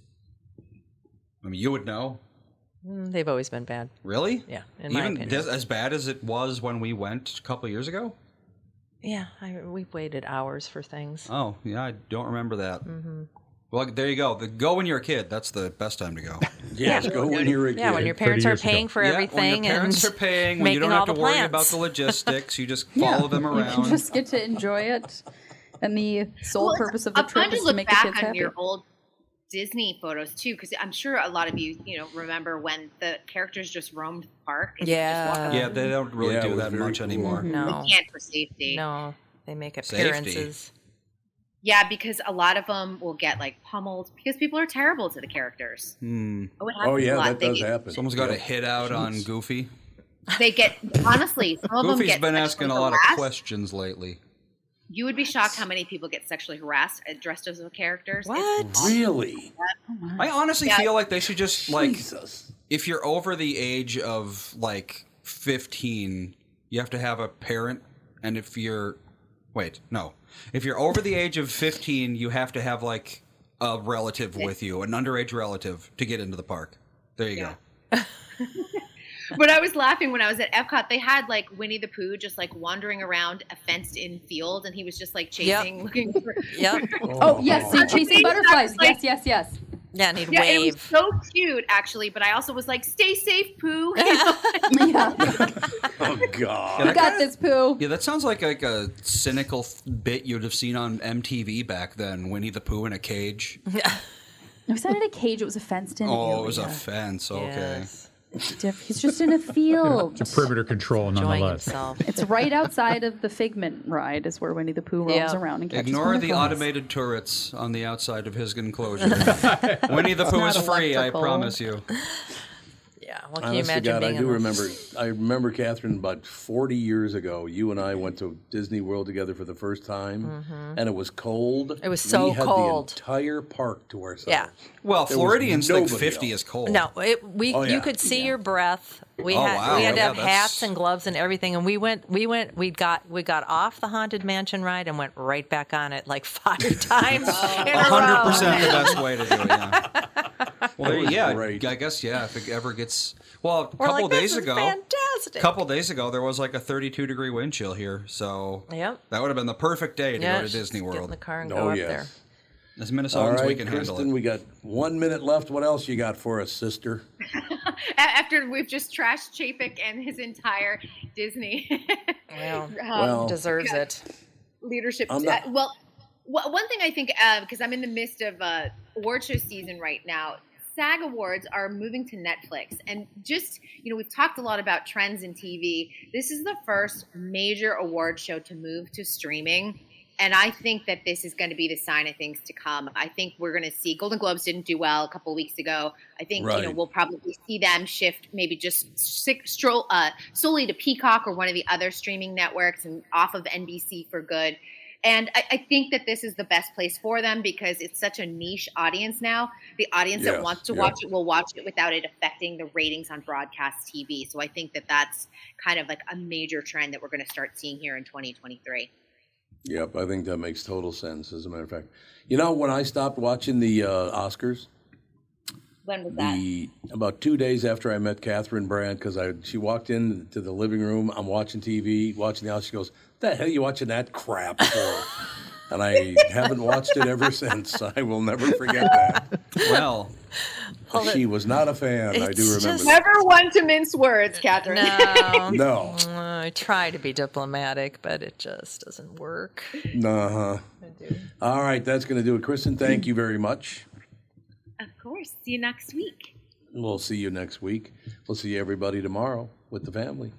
Speaker 5: I mean, you would know.
Speaker 1: Mm, They've always been bad.
Speaker 5: Really?
Speaker 1: Yeah, in my
Speaker 5: Even
Speaker 1: opinion.
Speaker 5: this- as bad as it was when we went a couple years ago.
Speaker 1: Yeah, I, we've waited hours for things.
Speaker 5: Oh yeah, I don't remember that.
Speaker 1: hmm
Speaker 5: Well, there you go. The, go when you're a kid. That's the best time to go.
Speaker 1: Yes, Yeah. go when you're a
Speaker 5: Yeah,
Speaker 1: Yeah, when kid. your parents are paying for
Speaker 5: When
Speaker 1: everything
Speaker 5: your parents
Speaker 1: and
Speaker 5: are paying, when you
Speaker 1: making
Speaker 5: don't have
Speaker 1: all
Speaker 5: to
Speaker 1: the
Speaker 5: worry
Speaker 1: plans.
Speaker 5: about the logistics, you just follow them
Speaker 9: You
Speaker 5: around.
Speaker 9: just get to enjoy it, and the sole
Speaker 13: Well, it's
Speaker 9: purpose of the
Speaker 13: uh, fun
Speaker 9: trip is
Speaker 13: to
Speaker 9: to
Speaker 13: look
Speaker 9: make the
Speaker 13: back
Speaker 9: kids
Speaker 13: on
Speaker 9: happy.
Speaker 13: your old Disney photos too, because I'm sure a lot of you, you know, remember when the characters just roamed the park. and you just walked
Speaker 1: Yeah.
Speaker 5: yeah, they don't really
Speaker 2: Yeah, it
Speaker 5: do
Speaker 2: was
Speaker 5: that
Speaker 2: very
Speaker 5: much
Speaker 2: cool.
Speaker 5: anymore.
Speaker 1: No.
Speaker 13: They can't for safety.
Speaker 1: No, they make
Speaker 5: Safety.
Speaker 1: appearances.
Speaker 13: Yeah, because a lot of them will get like pummeled because people are terrible to the characters.
Speaker 5: Hmm.
Speaker 13: Oh, it happens a lot. they, get-
Speaker 5: Someone's got a
Speaker 2: Yep.
Speaker 5: hit out on
Speaker 2: Jeez.
Speaker 5: Goofy.
Speaker 13: They get honestly, some of them
Speaker 5: Goofy's
Speaker 13: get
Speaker 5: been asking
Speaker 13: sexually
Speaker 5: a lot of
Speaker 13: harassed.
Speaker 5: questions lately.
Speaker 13: You would be shocked how many people get sexually harassed uh, dressed as those characters. It's-
Speaker 5: Really? I honestly
Speaker 13: Yeah.
Speaker 5: feel like they should just like if you're over the age of like 15, you have to have a parent and if you're wait, no. If you're over the age of 15, you have to have like a relative with you, an underage relative to get into the park. There you go.
Speaker 13: But I was laughing when I was at Epcot. They had like Winnie the Pooh just like wandering around a fenced-in field, and he was just like chasing, looking for.
Speaker 1: Yep.
Speaker 9: Oh yes, see, chasing butterflies. Yes, yes, yes.
Speaker 1: Yeah, and he'd
Speaker 13: Yeah, it was
Speaker 1: wave.
Speaker 13: so cute, actually. But I also was like, "Stay safe, Pooh."
Speaker 2: Oh God.
Speaker 9: You got this, Pooh.
Speaker 5: Yeah, that sounds like like a cynical th- bit you'd have seen on MTV back then, Winnie the Pooh in a cage.
Speaker 9: It was not in a cage. It was a fenced in.
Speaker 5: Oh, it was a fence. Okay.
Speaker 9: He's just in a field.
Speaker 3: It's a perimeter control, nonetheless.
Speaker 9: it's right outside of the Figment ride, is where Winnie the Pooh roams around and catches
Speaker 5: Ignore the
Speaker 9: butterflies.
Speaker 5: automated turrets on the outside of his enclosure. Winnie the
Speaker 9: It's
Speaker 5: Pooh
Speaker 9: not
Speaker 5: is free, I
Speaker 9: electrical.
Speaker 5: promise you.
Speaker 1: Yeah. Well, can you
Speaker 2: Honest to
Speaker 1: imagine
Speaker 2: God,
Speaker 1: being
Speaker 2: I
Speaker 1: in
Speaker 2: do
Speaker 1: the-
Speaker 2: remember. I remember Catherine about 40 years ago. You and I went to Disney World together for the first time,
Speaker 1: Mhm.
Speaker 2: and it was cold.
Speaker 1: It was so
Speaker 2: we had
Speaker 1: cold.
Speaker 2: The entire park to ourselves.
Speaker 1: Yeah.
Speaker 5: Well,
Speaker 2: There was
Speaker 5: Floridians think
Speaker 2: nobody
Speaker 5: 50
Speaker 2: else.
Speaker 5: is cold.
Speaker 1: No, it, we
Speaker 5: Oh, yeah.
Speaker 1: you could see your breath. We
Speaker 5: Oh,
Speaker 1: had
Speaker 5: wow.
Speaker 1: we had to
Speaker 5: Yeah,
Speaker 1: have
Speaker 5: that's-
Speaker 1: hats and gloves and everything, and we went we went we got we got off the haunted mansion ride and went right back on it like five times. in a row.
Speaker 5: 100% the best way to do it, yeah. Well, yeah, I guess, yeah, if it ever gets. Well, a
Speaker 1: We're
Speaker 5: couple
Speaker 1: like,
Speaker 5: days
Speaker 1: this is
Speaker 5: ago.
Speaker 1: fantastic.
Speaker 5: couple days ago, there was like a 32 degree wind chill here, so
Speaker 1: Yep.
Speaker 5: that would have been the perfect day to
Speaker 1: Yeah,
Speaker 5: go to
Speaker 1: just
Speaker 5: Disney
Speaker 1: get in
Speaker 5: World.
Speaker 1: the car and Oh, go up yes. there.
Speaker 5: As
Speaker 2: All
Speaker 5: Minnesotans,
Speaker 2: right,
Speaker 5: we can
Speaker 2: Kristen,
Speaker 5: handle it.
Speaker 2: we got one minute left. What else you got for us, sister?
Speaker 13: A- After we've just trashed Chapek and his entire Disney Um,
Speaker 1: Well,
Speaker 2: Well-
Speaker 1: deserves it.
Speaker 13: leadership.
Speaker 1: I'm
Speaker 13: t-
Speaker 1: not-
Speaker 13: uh, well, w- one thing I think because I'm in the midst of uh, award show season right now. SAG Awards are moving to Netflix, and just you know, we've talked a lot about trends in TV. This is the first major award show to move to streaming. And I think that this is going to be the sign of things to come. I think we're going to see Golden Globes didn't do well a couple weeks ago. I think you know
Speaker 14: Right.
Speaker 13: we'll probably see them shift maybe just sick, stroll, uh, solely to Peacock or one of the other streaming networks and off of NBC for good. And I, I think that this is the best place for them because it's such a niche audience now. The audience
Speaker 14: Yes,
Speaker 13: that wants to
Speaker 14: yeah.
Speaker 13: watch it will watch it without it affecting the ratings on broadcast TV. So I think that that's kind of like a major trend that we're going to start seeing here in 2023.
Speaker 2: Yep, I think that makes total sense. As a matter of fact, you know when I stopped watching the uh, Oscars,
Speaker 13: When was that?
Speaker 2: the about two days after I met Catherine Brand, because I she walked into the living room. I'm watching TV, watching the house. She goes, "The hell you watching that crap for?" and I haven't watched it ever since. I will never forget that.
Speaker 5: Well,
Speaker 1: Well,
Speaker 2: she was not a fan. I do remember. that.
Speaker 13: Never one to mince words, Catherine.
Speaker 1: No.
Speaker 2: No.
Speaker 1: Mm, I try to be diplomatic, but it just doesn't work.
Speaker 2: Uh huh. All right, that's going to do it, Kristen. Thank you very much.
Speaker 13: Of course. See you next week.
Speaker 2: We'll see you next week. We'll see everybody tomorrow with the family.